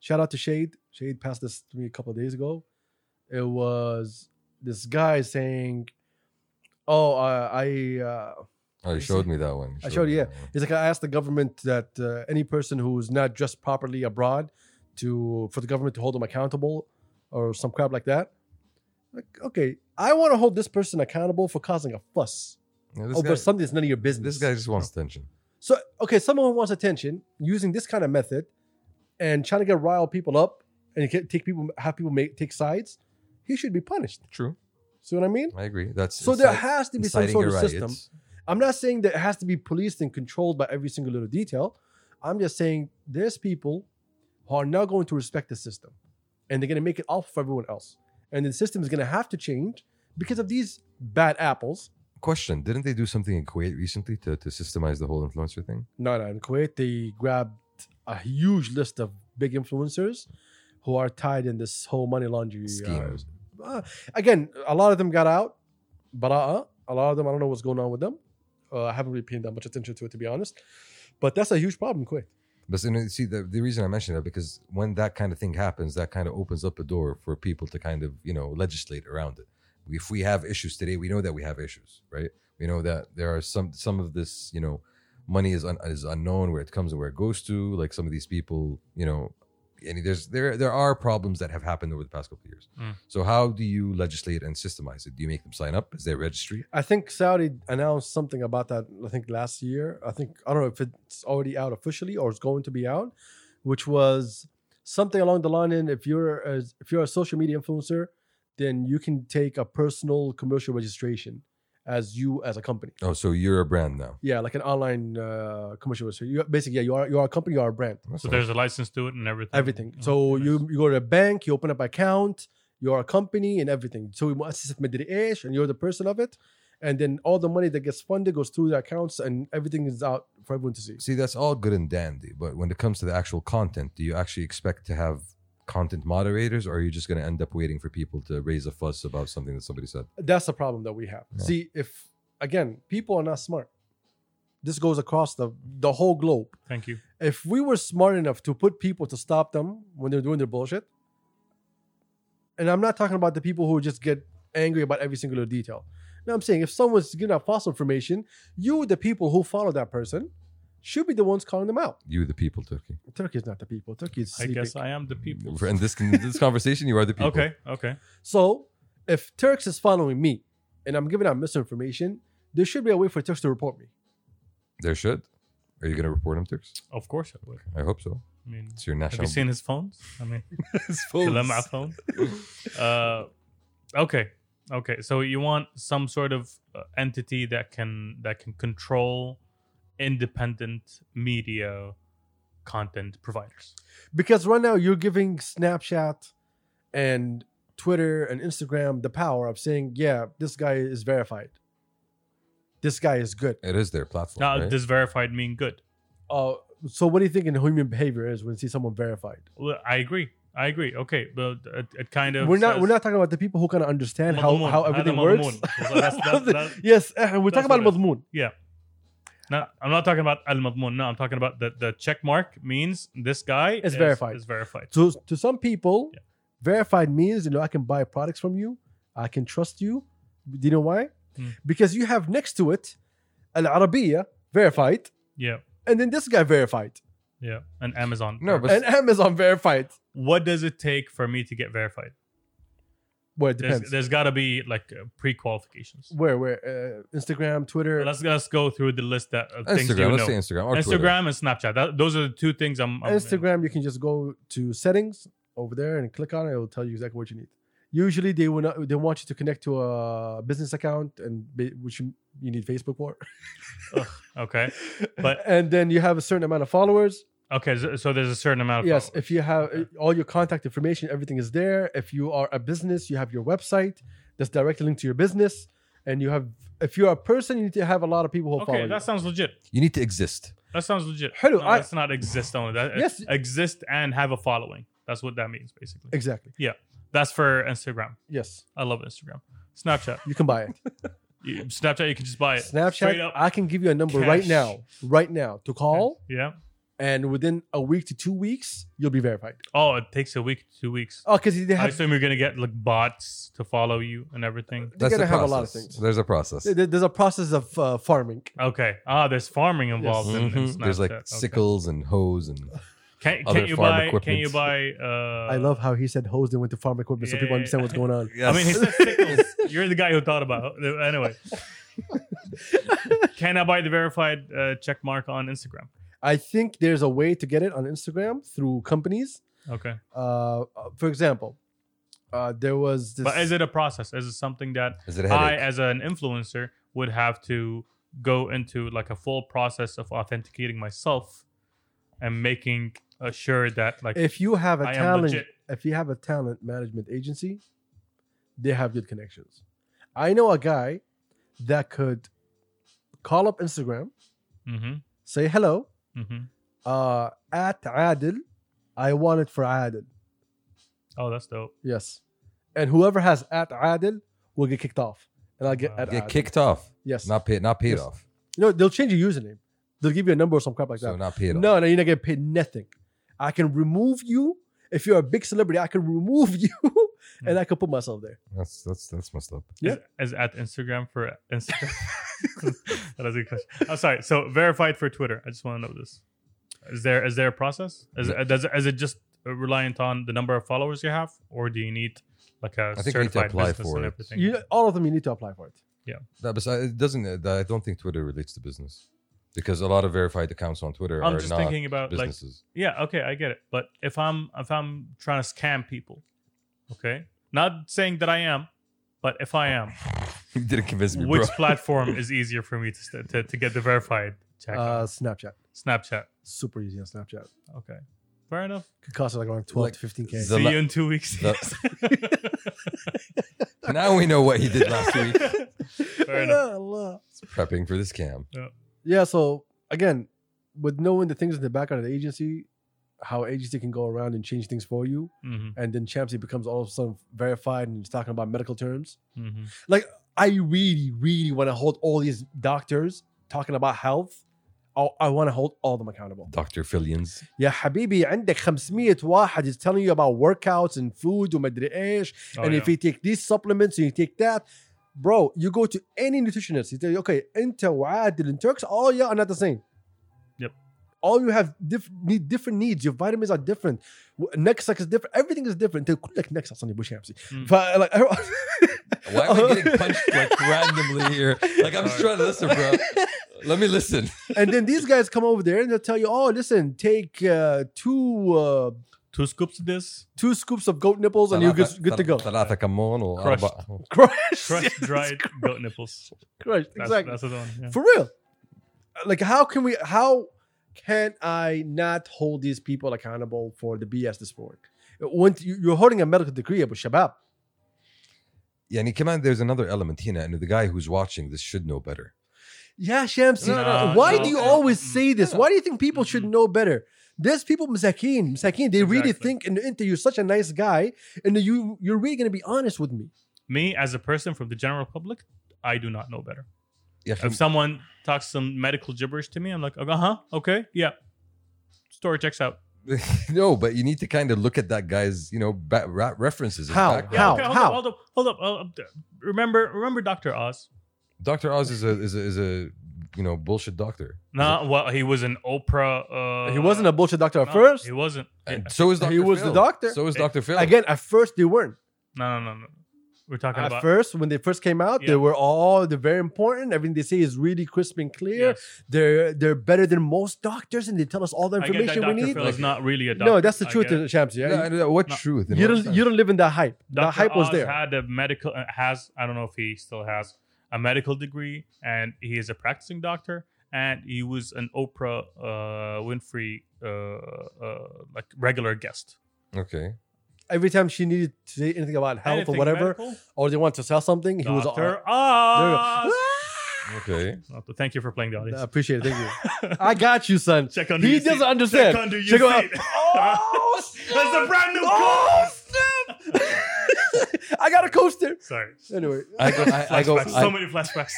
[SPEAKER 4] Shout out to Shade. Shade passed this to me a couple of days ago. It was this guy saying, "Oh, uh, I." Uh,
[SPEAKER 2] oh you showed me that one
[SPEAKER 4] I showed
[SPEAKER 2] me
[SPEAKER 4] you, yeah.
[SPEAKER 2] that one.
[SPEAKER 4] he's like, I asked the government that uh, any person who's not dressed properly abroad to for the government to hold them accountable or some crap like that. Like, okay, I want to hold this person accountable for causing a fuss
[SPEAKER 2] Yeah, this,
[SPEAKER 4] over
[SPEAKER 2] guy,
[SPEAKER 4] something that's none of your business.
[SPEAKER 2] this guy just wants attention
[SPEAKER 4] So okay, someone who wants attention using this kind of method and trying to get rile people up and you can take people have people make take sides, he should be punished.
[SPEAKER 2] true
[SPEAKER 4] See what I mean?
[SPEAKER 2] i agree that's
[SPEAKER 4] So there
[SPEAKER 2] incite-
[SPEAKER 4] has to be some
[SPEAKER 2] inciting
[SPEAKER 4] sort
[SPEAKER 2] a
[SPEAKER 4] of
[SPEAKER 2] riot.
[SPEAKER 4] system. I'm not saying that it has to be policed and controlled by every single little detail. I'm just saying there's people who are not going to respect the system and they're going to make it awful for everyone else. And the system is going to have to change because of these bad apples.
[SPEAKER 2] Question: Didn't they do something in Kuwait recently to, to systemize the whole influencer thing?
[SPEAKER 4] No, no, in Kuwait, they grabbed a huge list of big influencers who are tied in this whole money laundering uh,
[SPEAKER 2] Scheme.
[SPEAKER 4] uh, again, a lot of them got out. Bara'a. A lot of them, I don't know what's going on with them. Uh, I haven't really paid that much attention to it, to be honest. But that's a huge problem, Kuwait.
[SPEAKER 2] But you know, see, the, the reason I mentioned that because when that kind of thing happens, that kind of opens up a door for people to kind of you know legislate around it. If we have issues today, we know that we have issues, right? We know that there are some some of this you know money is un, is unknown where it comes and where it goes to. Like some of these people, you know, and there's there there are problems that have happened over the past couple of years.
[SPEAKER 1] Mm.
[SPEAKER 2] So how do you legislate and systemize it? Do you make them sign up? Is there a registry?
[SPEAKER 4] I think Saudi announced something about that. I think last year. I think I don't know if it's already out officially or it's going to be out, which was something along the line. in if you're a, if you're a social media influencer, then you can take a personal commercial registration as you as a company.
[SPEAKER 2] Oh, so you're a brand now.
[SPEAKER 4] Yeah, like an online uh, commercial registration. You basically yeah, you are you are a company, you are a brand,
[SPEAKER 2] That's
[SPEAKER 1] So
[SPEAKER 2] nice.
[SPEAKER 1] there's a license to it and everything. Oh,
[SPEAKER 4] everything.
[SPEAKER 1] Okay,
[SPEAKER 4] So
[SPEAKER 1] nice.
[SPEAKER 4] you you go to a bank, you open up an account, you are a company and everything. So you مؤسسة مدري إيش, and you're the person of it. And then all the money that gets funded goes through the accounts and everything is out for everyone to see.
[SPEAKER 2] See, that's all good and dandy, but when it comes to the actual content, do you actually expect to have content moderators, or are you just going to end up waiting for people to raise a fuss about something that somebody said?
[SPEAKER 4] That's the problem that we have.
[SPEAKER 2] Yeah.
[SPEAKER 4] See, if again, people are not smart. This goes across the the whole globe.
[SPEAKER 1] Thank you.
[SPEAKER 4] If we were smart enough to put people to stop them when they're doing their bullshit, and I'm not talking about the people who just get angry about every single little detail. No, I'm saying if someone's giving out false information, you, the people who follow that person, should be the ones calling them out.
[SPEAKER 2] You, the people, Turkey.
[SPEAKER 4] Turkey is not the people. Turkey is
[SPEAKER 1] I
[SPEAKER 4] sleeping.
[SPEAKER 1] guess I am the people.
[SPEAKER 2] In this in this conversation, you are the people.
[SPEAKER 1] Okay. Okay.
[SPEAKER 4] So if Turks is following me and I'm giving out misinformation, there should be a way for Turks to report me.
[SPEAKER 2] There should. Are you going to report him, Turks?
[SPEAKER 1] Of course I would.
[SPEAKER 2] I hope so.
[SPEAKER 1] I mean,
[SPEAKER 2] It's your
[SPEAKER 1] have you
[SPEAKER 2] national.
[SPEAKER 1] seen his phones? I mean,
[SPEAKER 2] his
[SPEAKER 1] dilemma phone. Uh, okay. Okay. So you want some sort of uh, entity that can that can control independent media content providers.
[SPEAKER 4] Because right now you're giving Snapchat and Twitter and Instagram the power of saying, yeah, this guy is verified. This guy is good.
[SPEAKER 2] It is their platform.
[SPEAKER 1] Now,
[SPEAKER 2] right?
[SPEAKER 1] does verified mean good?
[SPEAKER 4] Uh,
[SPEAKER 1] Oh.
[SPEAKER 4] so what do you think in human behavior is when you see someone verified?
[SPEAKER 1] Well, I agree. I agree. Okay, but it, it kind of
[SPEAKER 4] We're not
[SPEAKER 1] says-
[SPEAKER 4] we're not talking about the people who kind of understand how,
[SPEAKER 1] مضمون.
[SPEAKER 4] how
[SPEAKER 1] هذا
[SPEAKER 4] everything
[SPEAKER 1] مضمون.
[SPEAKER 4] works.
[SPEAKER 1] So that's- that- that-
[SPEAKER 4] yes, eh, we're talking
[SPEAKER 1] that's
[SPEAKER 4] about
[SPEAKER 1] what it is.
[SPEAKER 4] Madmoon.
[SPEAKER 1] No, I'm not talking about al madmun. No, I'm talking about the the check mark means this guy
[SPEAKER 4] Is verified.
[SPEAKER 1] Is verified.
[SPEAKER 4] To to some people,
[SPEAKER 1] Yeah.
[SPEAKER 4] verified means you know I can buy products from you, I can trust you. Do you know why?
[SPEAKER 1] Hmm.
[SPEAKER 4] Because you have next to it Al Arabiya verified,
[SPEAKER 1] Yeah,
[SPEAKER 4] and then this guy verified,
[SPEAKER 1] yeah. And Amazon.
[SPEAKER 2] No, but-
[SPEAKER 4] and Amazon verified.
[SPEAKER 1] what does it take for me to get verified?
[SPEAKER 4] Well, it
[SPEAKER 1] There's,
[SPEAKER 4] depends.
[SPEAKER 1] there's got to be like uh, pre-qualifications.
[SPEAKER 4] where where uh, Instagram, Twitter.
[SPEAKER 1] Let's let's go through the list that of things
[SPEAKER 2] Instagram.
[SPEAKER 1] you
[SPEAKER 2] Let's
[SPEAKER 1] know.
[SPEAKER 2] say Instagram. Or Twitter.
[SPEAKER 1] Instagram and Snapchat. That, those are the two things I'm. I'm
[SPEAKER 4] Instagram, you can just go to settings over there and click on it. It'll tell you exactly what you need. Usually, they will not, they want you to connect to a business account, and ba- which you you need Facebook for.
[SPEAKER 1] Okay. But-
[SPEAKER 4] and then you have a certain amount of followers.
[SPEAKER 1] Okay. So, so there's a certain amount. Of
[SPEAKER 4] Yes,
[SPEAKER 1] followers.
[SPEAKER 4] if you have
[SPEAKER 1] Okay.
[SPEAKER 4] all your contact information, everything is there. If you are a business, you have your website that's directly linked to your business, and you have. If you're a person, you need to have a lot of people who follow
[SPEAKER 1] Okay, that
[SPEAKER 4] you.
[SPEAKER 1] sounds legit.
[SPEAKER 2] You need to exist.
[SPEAKER 1] That sounds legit.
[SPEAKER 4] Hello,
[SPEAKER 1] no,
[SPEAKER 4] I-
[SPEAKER 1] that's not exist only. That,
[SPEAKER 4] Yes.
[SPEAKER 1] exist and have a following. That's what that means basically.
[SPEAKER 4] Exactly.
[SPEAKER 1] That's for Instagram.
[SPEAKER 4] Yes,
[SPEAKER 1] I love Instagram. Snapchat.
[SPEAKER 4] you can buy it.
[SPEAKER 1] You- Snapchat, you can just buy it. Straight
[SPEAKER 4] Snapchat,
[SPEAKER 1] up.
[SPEAKER 4] I can give you a number right
[SPEAKER 1] cash.
[SPEAKER 4] now, right now to call,
[SPEAKER 1] Yeah.
[SPEAKER 4] and within a week to two weeks, you'll be verified.
[SPEAKER 1] Oh, it takes a week, two weeks.
[SPEAKER 4] Oh, because they
[SPEAKER 1] I
[SPEAKER 4] have
[SPEAKER 1] assume you're gonna get like bots to follow you and everything.
[SPEAKER 4] they're
[SPEAKER 2] That's
[SPEAKER 4] gonna
[SPEAKER 2] the
[SPEAKER 4] have a lot of
[SPEAKER 2] process.
[SPEAKER 4] things.
[SPEAKER 2] There's a process.
[SPEAKER 4] there- There's a process of uh, farming.
[SPEAKER 1] Okay. Ah, there's farming involved in, in
[SPEAKER 2] Mhm.
[SPEAKER 1] Mm-hmm. Snapchat.
[SPEAKER 2] There's like
[SPEAKER 1] Okay.
[SPEAKER 2] sickles and hoes and
[SPEAKER 1] Can,
[SPEAKER 2] other
[SPEAKER 1] can you
[SPEAKER 2] farm
[SPEAKER 1] buy? Can
[SPEAKER 2] equipment.
[SPEAKER 1] you buy? Uh,
[SPEAKER 4] I love how he said hose and went to farm equipment, so
[SPEAKER 1] Yeah,
[SPEAKER 4] people
[SPEAKER 1] yeah,
[SPEAKER 4] understand what's going on.
[SPEAKER 1] I mean, he said sickles. You're the guy who thought about. it. Anyway, can I buy the verified uh, check mark on Instagram?
[SPEAKER 4] I think there's a way to get it on Instagram through companies.
[SPEAKER 1] Okay,
[SPEAKER 4] Uh, for example, uh, there was this.
[SPEAKER 1] but is it a process? Is it something that
[SPEAKER 2] is it a
[SPEAKER 1] I,
[SPEAKER 2] headache?
[SPEAKER 1] as an influencer, would have to go into like a full process of authenticating myself and making uh, sure that like
[SPEAKER 4] if you have a
[SPEAKER 1] I am
[SPEAKER 4] talent,
[SPEAKER 1] legit.
[SPEAKER 4] if you have a talent management agency, they have good connections. I know a guy that could call up Instagram,
[SPEAKER 1] Mm-hmm.
[SPEAKER 4] say hello,
[SPEAKER 1] Mm-hmm.
[SPEAKER 4] uh, at Adil. I want it for Adil.
[SPEAKER 1] Oh, that's dope.
[SPEAKER 4] Yes. And whoever has at Adil will get kicked off. And I'll get
[SPEAKER 1] Wow.
[SPEAKER 4] at
[SPEAKER 2] Uh, Get
[SPEAKER 4] Adil.
[SPEAKER 2] kicked off,
[SPEAKER 4] Yes.
[SPEAKER 2] not paid, not paid
[SPEAKER 4] Yes.
[SPEAKER 2] off.
[SPEAKER 4] you know, they'll change your username. They'll give you a number or some crap like
[SPEAKER 2] so
[SPEAKER 4] that.
[SPEAKER 2] not paid off.
[SPEAKER 4] No, no, you're not getting paid nothing. I can remove you. If you're a big celebrity, I can remove you
[SPEAKER 2] Hmm.
[SPEAKER 4] and I can put myself there.
[SPEAKER 2] That's that's that's messed up.
[SPEAKER 4] Yeah.
[SPEAKER 1] Is, is at Instagram for Instagram. that is a good question. I'm sorry. So verified for Twitter. I just want to know this. Is there is there a process? Is,
[SPEAKER 2] Yeah.
[SPEAKER 1] does, is it just reliant on the number of followers you have, or do you need like a
[SPEAKER 2] I think you need to
[SPEAKER 1] certified
[SPEAKER 2] apply
[SPEAKER 1] business
[SPEAKER 2] for
[SPEAKER 1] and
[SPEAKER 2] it.
[SPEAKER 1] everything?
[SPEAKER 4] You, all of them, you need to apply for it.
[SPEAKER 2] That besides, it doesn't. uh, that- I don't think Twitter relates to business because a lot of verified accounts on Twitter
[SPEAKER 1] I'm
[SPEAKER 2] are
[SPEAKER 1] just
[SPEAKER 2] not
[SPEAKER 1] thinking about like
[SPEAKER 2] businesses.
[SPEAKER 1] yeah, okay, I get it. But if I'm if I'm trying to scam people, okay, not saying that I am, but if I am,
[SPEAKER 2] you didn't convince me,
[SPEAKER 1] which
[SPEAKER 2] bro.
[SPEAKER 1] platform is easier for me to, st- to to get the verified check?
[SPEAKER 4] Uh, Snapchat.
[SPEAKER 1] Snapchat.
[SPEAKER 4] Super easy on Snapchat.
[SPEAKER 1] Okay, fair enough.
[SPEAKER 4] Could cost like around 12
[SPEAKER 2] Like,
[SPEAKER 4] to 15K.
[SPEAKER 2] the
[SPEAKER 1] See
[SPEAKER 2] la-
[SPEAKER 1] you in two weeks.
[SPEAKER 2] now we know what he did last week,
[SPEAKER 1] Fair enough.
[SPEAKER 4] Yeah, Allah.
[SPEAKER 2] prepping for this cam.
[SPEAKER 4] Yeah, so again, with knowing the things in the background of the agency, how agency can go around and change things for you,
[SPEAKER 1] Mhm,
[SPEAKER 4] and then Champsy becomes all of a sudden verified and is talking about medical terms.
[SPEAKER 1] mhm.
[SPEAKER 4] I really, really want to hold all these doctors talking about health. I, I want to hold all of them accountable.
[SPEAKER 2] Doctor Fillions.
[SPEAKER 4] يا حبيبي عندك 500 واحد is telling you about workouts and food ومدري ايش
[SPEAKER 1] Oh,
[SPEAKER 4] and
[SPEAKER 1] yeah.
[SPEAKER 4] if you take these supplements and you take that bro you go to any nutritionist you tell you okay انت وعادل and Turks all yeah are not the same
[SPEAKER 1] Yep.
[SPEAKER 4] all you have diff- need different needs your vitamins are different W- Nexac is different everything is different انت كلك Nexac صني بوش يا
[SPEAKER 1] Mm.
[SPEAKER 4] uh, like
[SPEAKER 2] Why am I getting punched like randomly here? Like I'm just trying to listen, bro. Let me listen.
[SPEAKER 4] and then these guys come over there and they'll tell you, oh, listen, take uh, two uh,
[SPEAKER 1] Two scoops of this,
[SPEAKER 4] two scoops of goat nipples and you're good, good to go.
[SPEAKER 2] ثلاثة كمون و
[SPEAKER 1] Crushed.
[SPEAKER 2] أربعة.
[SPEAKER 4] Crushed,
[SPEAKER 1] crushed
[SPEAKER 4] yes,
[SPEAKER 1] dried goat nipples.
[SPEAKER 4] crushed,
[SPEAKER 1] That's,
[SPEAKER 4] exactly.
[SPEAKER 1] That's the one. Yeah.
[SPEAKER 4] For real, like how can we? How can I not hold these people accountable for the BS this morning? When you- you're holding a medical degree, Abu Shabab,
[SPEAKER 2] يعني كمان there's another element here and the guy who's watching this should know better.
[SPEAKER 4] yeah, Shamsi,
[SPEAKER 1] No, no,
[SPEAKER 4] why
[SPEAKER 1] no,
[SPEAKER 4] do you
[SPEAKER 1] no,
[SPEAKER 4] always
[SPEAKER 1] mm,
[SPEAKER 4] say this?
[SPEAKER 2] no.
[SPEAKER 4] Why do you think people should know better? There's people مساكين مساكين they really
[SPEAKER 1] Exactly.
[SPEAKER 4] think and, and you're such a nice guy and you you're really gonna be honest with me.
[SPEAKER 1] Me as a person from the general public, I do not know better.
[SPEAKER 2] يا أخي
[SPEAKER 1] If someone talks some medical gibberish to me, I'm like, uh huh, okay, yeah. Story checks out.
[SPEAKER 2] no, but you need to kind of look at that guy's, you know, ba- ra- references. his
[SPEAKER 4] How?
[SPEAKER 2] background.
[SPEAKER 4] How?
[SPEAKER 1] okay, hold up, hold up, hold up, hold up. Remember, remember Doctor Oz?
[SPEAKER 2] Doctor Oz is a is a, is a you know bullshit doctor.
[SPEAKER 1] No, well, he was an Oprah. Uh,
[SPEAKER 4] he wasn't a bullshit doctor at
[SPEAKER 1] no,
[SPEAKER 4] first.
[SPEAKER 1] He wasn't. Yeah.
[SPEAKER 2] And so is Doctor.
[SPEAKER 4] He was the doctor.
[SPEAKER 2] So is
[SPEAKER 1] Eh,
[SPEAKER 2] Doctor Phil.
[SPEAKER 4] Again, at first they weren't.
[SPEAKER 1] No, no, no, no. We're talking
[SPEAKER 4] At
[SPEAKER 1] about
[SPEAKER 4] first, when they first came out, they
[SPEAKER 1] Yeah.
[SPEAKER 4] were all they're very important. Everything they say is really crisp and clear.
[SPEAKER 1] Yes.
[SPEAKER 4] They're they're better than most doctors, and they tell us all the
[SPEAKER 1] I get that
[SPEAKER 4] information we
[SPEAKER 1] Dr.
[SPEAKER 4] need.
[SPEAKER 1] Phil is not really a doctor.
[SPEAKER 4] no, that's the
[SPEAKER 1] I
[SPEAKER 4] truth,
[SPEAKER 1] get it.
[SPEAKER 4] Shams. Yeah,
[SPEAKER 2] Yeah, I know. what
[SPEAKER 1] No.
[SPEAKER 2] truth? and
[SPEAKER 4] you
[SPEAKER 2] what
[SPEAKER 4] don't
[SPEAKER 2] sense?
[SPEAKER 4] you don't live in that hype. That
[SPEAKER 1] Dr.
[SPEAKER 4] hype was
[SPEAKER 1] Oz
[SPEAKER 4] there.
[SPEAKER 1] Had a medical uh, has I don't know if he still has a medical degree, and he is a practicing doctor, and he was an Oprah uh, Winfrey uh, uh, like regular guest.
[SPEAKER 2] Okay.
[SPEAKER 4] Every time she needed to say anything about health
[SPEAKER 1] Anything
[SPEAKER 4] or whatever,
[SPEAKER 1] medical,
[SPEAKER 4] or they want to sell something, he was all.
[SPEAKER 1] Dr.
[SPEAKER 4] There you
[SPEAKER 1] Oz.
[SPEAKER 4] go.
[SPEAKER 2] Okay.
[SPEAKER 1] Oh, Thank you for playing the
[SPEAKER 4] I
[SPEAKER 1] audience.
[SPEAKER 4] appreciate it. Thank you. I got you, son.
[SPEAKER 1] Check under
[SPEAKER 4] He
[SPEAKER 1] your
[SPEAKER 4] doesn't
[SPEAKER 1] seat.
[SPEAKER 4] understand.
[SPEAKER 1] Check under
[SPEAKER 4] Check
[SPEAKER 1] your
[SPEAKER 4] out.
[SPEAKER 1] seat.
[SPEAKER 4] Oh,
[SPEAKER 1] That's a brand new
[SPEAKER 4] Oh,
[SPEAKER 1] course.
[SPEAKER 4] snap! I got a coaster.
[SPEAKER 1] Sorry.
[SPEAKER 4] Anyway,
[SPEAKER 2] I go. I, I go.
[SPEAKER 1] Flashbacks. so
[SPEAKER 2] I,
[SPEAKER 1] many flashbacks.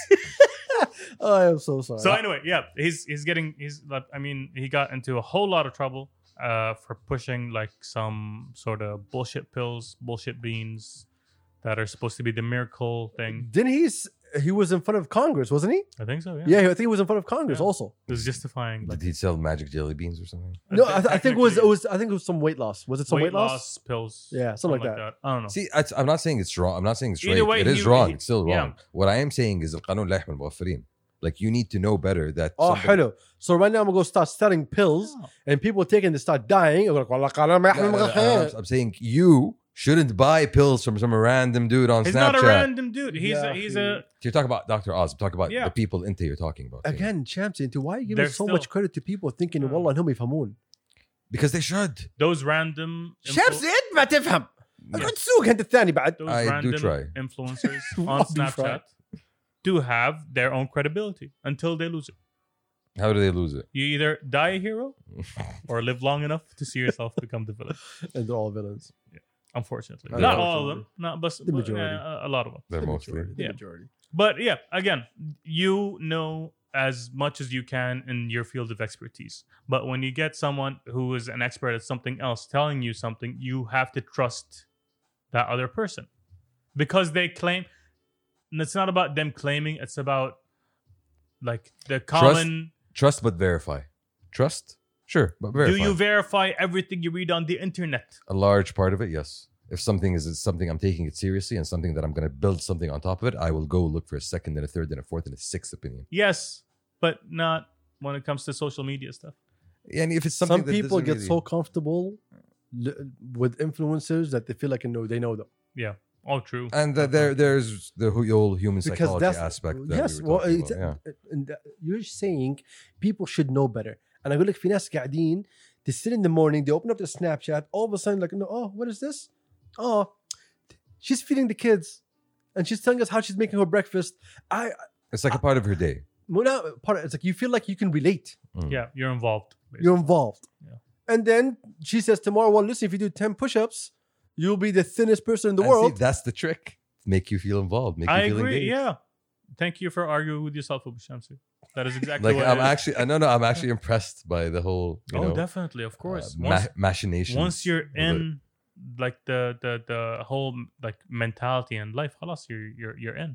[SPEAKER 4] oh, I am so sorry.
[SPEAKER 1] So anyway, yeah, he's he's getting he's like I mean he got into a whole lot of trouble uh, for pushing like some sort of bullshit pills, bullshit beans that are supposed to be the miracle thing.
[SPEAKER 4] Didn't he? s- He was in front of Congress, wasn't he?
[SPEAKER 1] I think so. Yeah,
[SPEAKER 4] Yeah, I think he was in front of Congress
[SPEAKER 1] Yeah.
[SPEAKER 4] also.
[SPEAKER 1] it was justifying like
[SPEAKER 2] did he sell magic jelly beans or something?
[SPEAKER 4] No, I, th- I think it was it
[SPEAKER 1] technically
[SPEAKER 4] was I think it was some weight loss. Was it some weight, loss?
[SPEAKER 1] pills.
[SPEAKER 4] Yeah, something like that.
[SPEAKER 1] I don't know.
[SPEAKER 2] See, I, I'm not saying it's wrong. I'm not saying it's
[SPEAKER 1] Either
[SPEAKER 2] right.
[SPEAKER 1] way,
[SPEAKER 2] it is
[SPEAKER 1] you-
[SPEAKER 2] wrong.
[SPEAKER 1] you-
[SPEAKER 2] it's still wrong.
[SPEAKER 1] yeah.
[SPEAKER 2] What I am saying is القانون لا يحمي المغفلين. Like you need to know better that.
[SPEAKER 4] Oh,
[SPEAKER 2] somebody-
[SPEAKER 4] hello. So right now I'm gonna go start selling pills,
[SPEAKER 1] Oh.
[SPEAKER 4] and people taking they start dying. They're like, "Wallah, qalam
[SPEAKER 2] No, no,
[SPEAKER 4] yahmil
[SPEAKER 2] no, no,
[SPEAKER 4] maghair."
[SPEAKER 2] I'm, I'm saying you shouldn't buy pills from some random dude on
[SPEAKER 1] He's
[SPEAKER 2] Snapchat.
[SPEAKER 1] not a random dude. He's
[SPEAKER 4] Yeah,
[SPEAKER 1] a, he's a
[SPEAKER 2] You're talking about Dr. Oz. I'm talking about
[SPEAKER 1] Yeah.
[SPEAKER 2] the people into you're talking about. here.
[SPEAKER 4] Again, champs, into why are you giving
[SPEAKER 1] They're
[SPEAKER 4] so much
[SPEAKER 1] still-
[SPEAKER 4] credit to people thinking,
[SPEAKER 1] Yeah.
[SPEAKER 4] "Wallah, hum yafhamun."
[SPEAKER 2] Because they should.
[SPEAKER 1] those random. influ-
[SPEAKER 4] شمس انت ما تفهم كنت تسوق انت الثاني بعد
[SPEAKER 1] those
[SPEAKER 2] I do
[SPEAKER 1] random
[SPEAKER 2] try.
[SPEAKER 1] influencers
[SPEAKER 4] I
[SPEAKER 1] on
[SPEAKER 4] do try.
[SPEAKER 1] Snapchat to have their own credibility until they lose it.
[SPEAKER 2] How do they lose it?
[SPEAKER 1] You either die a hero or live long enough to see yourself become the villain.
[SPEAKER 4] and they're all villains
[SPEAKER 1] Unfortunately,
[SPEAKER 2] Yeah.
[SPEAKER 1] not all of them, not but, but,
[SPEAKER 4] majority.
[SPEAKER 1] uh, a lot of them.
[SPEAKER 2] They're
[SPEAKER 4] the
[SPEAKER 2] mostly.
[SPEAKER 4] majority, the
[SPEAKER 1] Yeah.
[SPEAKER 4] majority
[SPEAKER 1] But yeah, again, you know as much as you can in your field of expertise. But when you get someone who is an expert at something else telling you something, you have to trust that other person because they claim. And it's not about them claiming; it's about like the common.
[SPEAKER 2] Trust but verify. Trust? Sure, but verify.
[SPEAKER 1] do you verify everything you read on the internet?
[SPEAKER 2] a large part of it, yes. If something is is something I'm taking it seriously and something that I'm going to build something on top of it, I will go look for a second and a third and a fourth and a sixth opinion.
[SPEAKER 1] Yes, but not when it comes to social media stuff.
[SPEAKER 2] And if it's something
[SPEAKER 4] some
[SPEAKER 2] that
[SPEAKER 4] people
[SPEAKER 2] doesn't
[SPEAKER 4] get
[SPEAKER 2] really-
[SPEAKER 4] so comfortable l- with influencers that they feel like they know they know them
[SPEAKER 1] All true.
[SPEAKER 2] and that there there's the whole- whole human
[SPEAKER 4] Because
[SPEAKER 2] psychology
[SPEAKER 4] that's-
[SPEAKER 2] aspect. That
[SPEAKER 4] yes
[SPEAKER 2] we were
[SPEAKER 4] well
[SPEAKER 2] talking
[SPEAKER 4] it's,
[SPEAKER 2] about, yeah.
[SPEAKER 4] and that- you're saying people should know better and اقول لك في ناس قاعدين they sit in the morning they open up their snapchat all of a sudden like no oh what is this oh she's feeding the kids and she's telling us how she's making her breakfast i
[SPEAKER 2] It's like a part of her day.
[SPEAKER 4] well, not part of, it's like you feel like you can relate
[SPEAKER 2] Mm.
[SPEAKER 1] Yeah, you're involved.
[SPEAKER 4] you're involved
[SPEAKER 1] Yeah.
[SPEAKER 4] and then she says tomorrow well listen if you do 10 push-ups you'll be the thinnest person in the
[SPEAKER 2] And see,
[SPEAKER 4] world
[SPEAKER 2] that's the trick. Make you feel involved. Make you
[SPEAKER 1] I
[SPEAKER 2] feel
[SPEAKER 1] agree.
[SPEAKER 2] engaged.
[SPEAKER 1] Yeah. Thank you for arguing with yourself, Abu Shamsi. That is exactly
[SPEAKER 2] Like
[SPEAKER 1] what
[SPEAKER 2] I'm
[SPEAKER 1] it is.
[SPEAKER 2] actually, I no, no, I'm actually impressed by the whole, you
[SPEAKER 1] oh,
[SPEAKER 2] know,
[SPEAKER 1] definitely, of
[SPEAKER 2] uh,
[SPEAKER 1] course.
[SPEAKER 2] ma-
[SPEAKER 1] once,
[SPEAKER 2] machinations.
[SPEAKER 1] once you're
[SPEAKER 2] of it.
[SPEAKER 1] in like the the the whole like mentality and life, halas, you're you're you're in.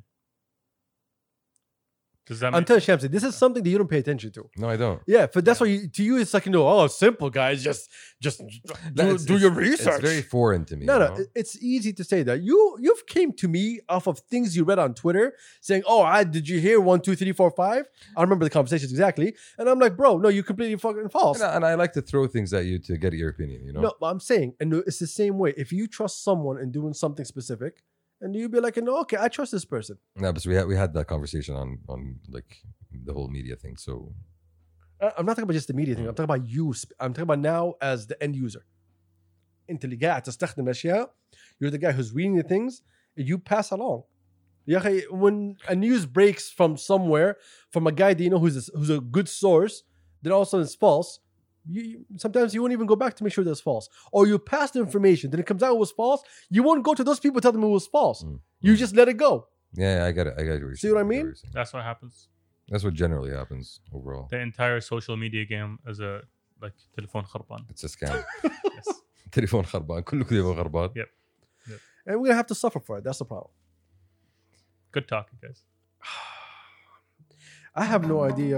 [SPEAKER 1] Does that
[SPEAKER 4] i'm
[SPEAKER 1] make
[SPEAKER 4] telling Shamsi, this is something that you don't pay attention to
[SPEAKER 2] No, I don't.
[SPEAKER 4] yeah but that's why you, to you it's like no oh it's simple guys just just
[SPEAKER 2] No,
[SPEAKER 4] do,
[SPEAKER 2] it's-
[SPEAKER 4] do
[SPEAKER 2] it's-
[SPEAKER 4] your research
[SPEAKER 2] It's very foreign to me.
[SPEAKER 4] no,
[SPEAKER 2] you
[SPEAKER 4] no,
[SPEAKER 2] know?
[SPEAKER 4] it- it's easy to say that. You you've came to me off of things you read on Twitter saying, "Oh, I did you hear one, two, three, four, five? I remember the conversations exactly, and I'm like, "Bro, no, you completely fucking false."
[SPEAKER 2] And I, and I like to throw things at you to get your opinion. You know,
[SPEAKER 4] No, but I'm saying, and it's the same way. If you trust someone in doing something specific, and you be like, "No, okay, I trust this person,"
[SPEAKER 2] no, but so we had we had that conversation on on like the whole media thing. So
[SPEAKER 4] I- Uh, I'm not talking about just the media thing. I'm talking about you. sp- I'm talking about now as the end user. انت اللي قاعد تستخدم اشياء you're the guy who's reading the things you pass along يا أخي, when a news breaks from somewhere from a guy that you know who's a, who's a good source then all of a sudden it's false you, you- sometimes you won't even go back to make sure that's false or you pass the information then it comes out it was false you won't go to those people tell them it was false
[SPEAKER 2] Mm.
[SPEAKER 4] you just let it go
[SPEAKER 2] yeah, yeah, I got it. I got it.
[SPEAKER 4] See what I mean?
[SPEAKER 1] that's what happens.
[SPEAKER 2] That's what generally happens overall.
[SPEAKER 1] The entire social media game is a like telephone kharban.
[SPEAKER 2] It's a scam.
[SPEAKER 1] Yes.
[SPEAKER 2] تليفون خربان كله تليفون خربان
[SPEAKER 4] and we're gonna have to suffer for it that's the problem
[SPEAKER 1] Good talking, guys.
[SPEAKER 4] I have no idea.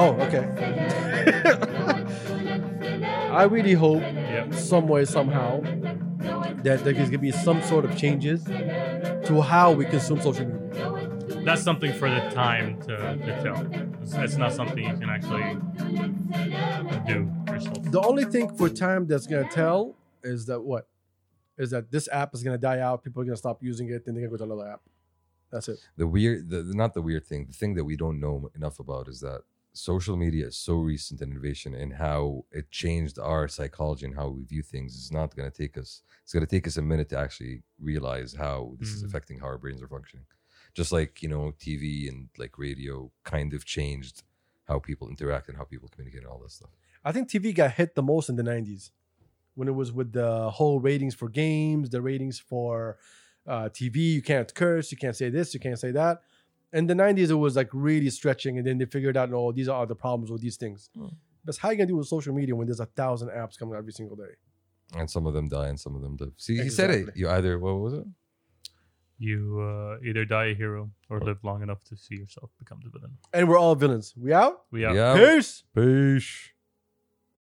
[SPEAKER 4] Oh, okay. I really hope,
[SPEAKER 1] Yeah.
[SPEAKER 4] some way, somehow, that there is gonna be some sort of changes to how we consume social media.
[SPEAKER 1] That's something for the time to, to tell. It's, it's not something you can actually do yourself.
[SPEAKER 4] The only thing for time that's gonna tell is that what? Is that this app is gonna die out? People are gonna stop using it, and they're gonna go to another app. That's it.
[SPEAKER 2] the weird the, the- not the weird thing the thing that we don't know enough about is that social media is so recent an innovation and how it changed our psychology and how we view things is not going to take us it's going to take us a minute to actually realize how this is
[SPEAKER 1] Mhm.
[SPEAKER 2] affecting how our brains are functioning just like you know tv and like radio kind of changed how people interact and how people communicate and all that stuff
[SPEAKER 4] I think TV got hit the most in the 90s when it was with the whole ratings for games, the ratings for uh, TV. You can't curse, you can't say this, you can't say that. In the 90s, it was like really stretching, and then they figured out, no, these are the problems with these things.
[SPEAKER 2] Mm.
[SPEAKER 4] That's how you gonna do with social media when there's a thousand apps coming out every single day.
[SPEAKER 2] and some of them die and some of them live see he said it
[SPEAKER 4] Exactly.
[SPEAKER 2] you either what was it
[SPEAKER 1] You uh, either die a hero or live long enough to see yourself become the villain.
[SPEAKER 4] And we're all villains. We out?
[SPEAKER 1] We are.
[SPEAKER 2] Yeah.
[SPEAKER 4] Peace.
[SPEAKER 2] peace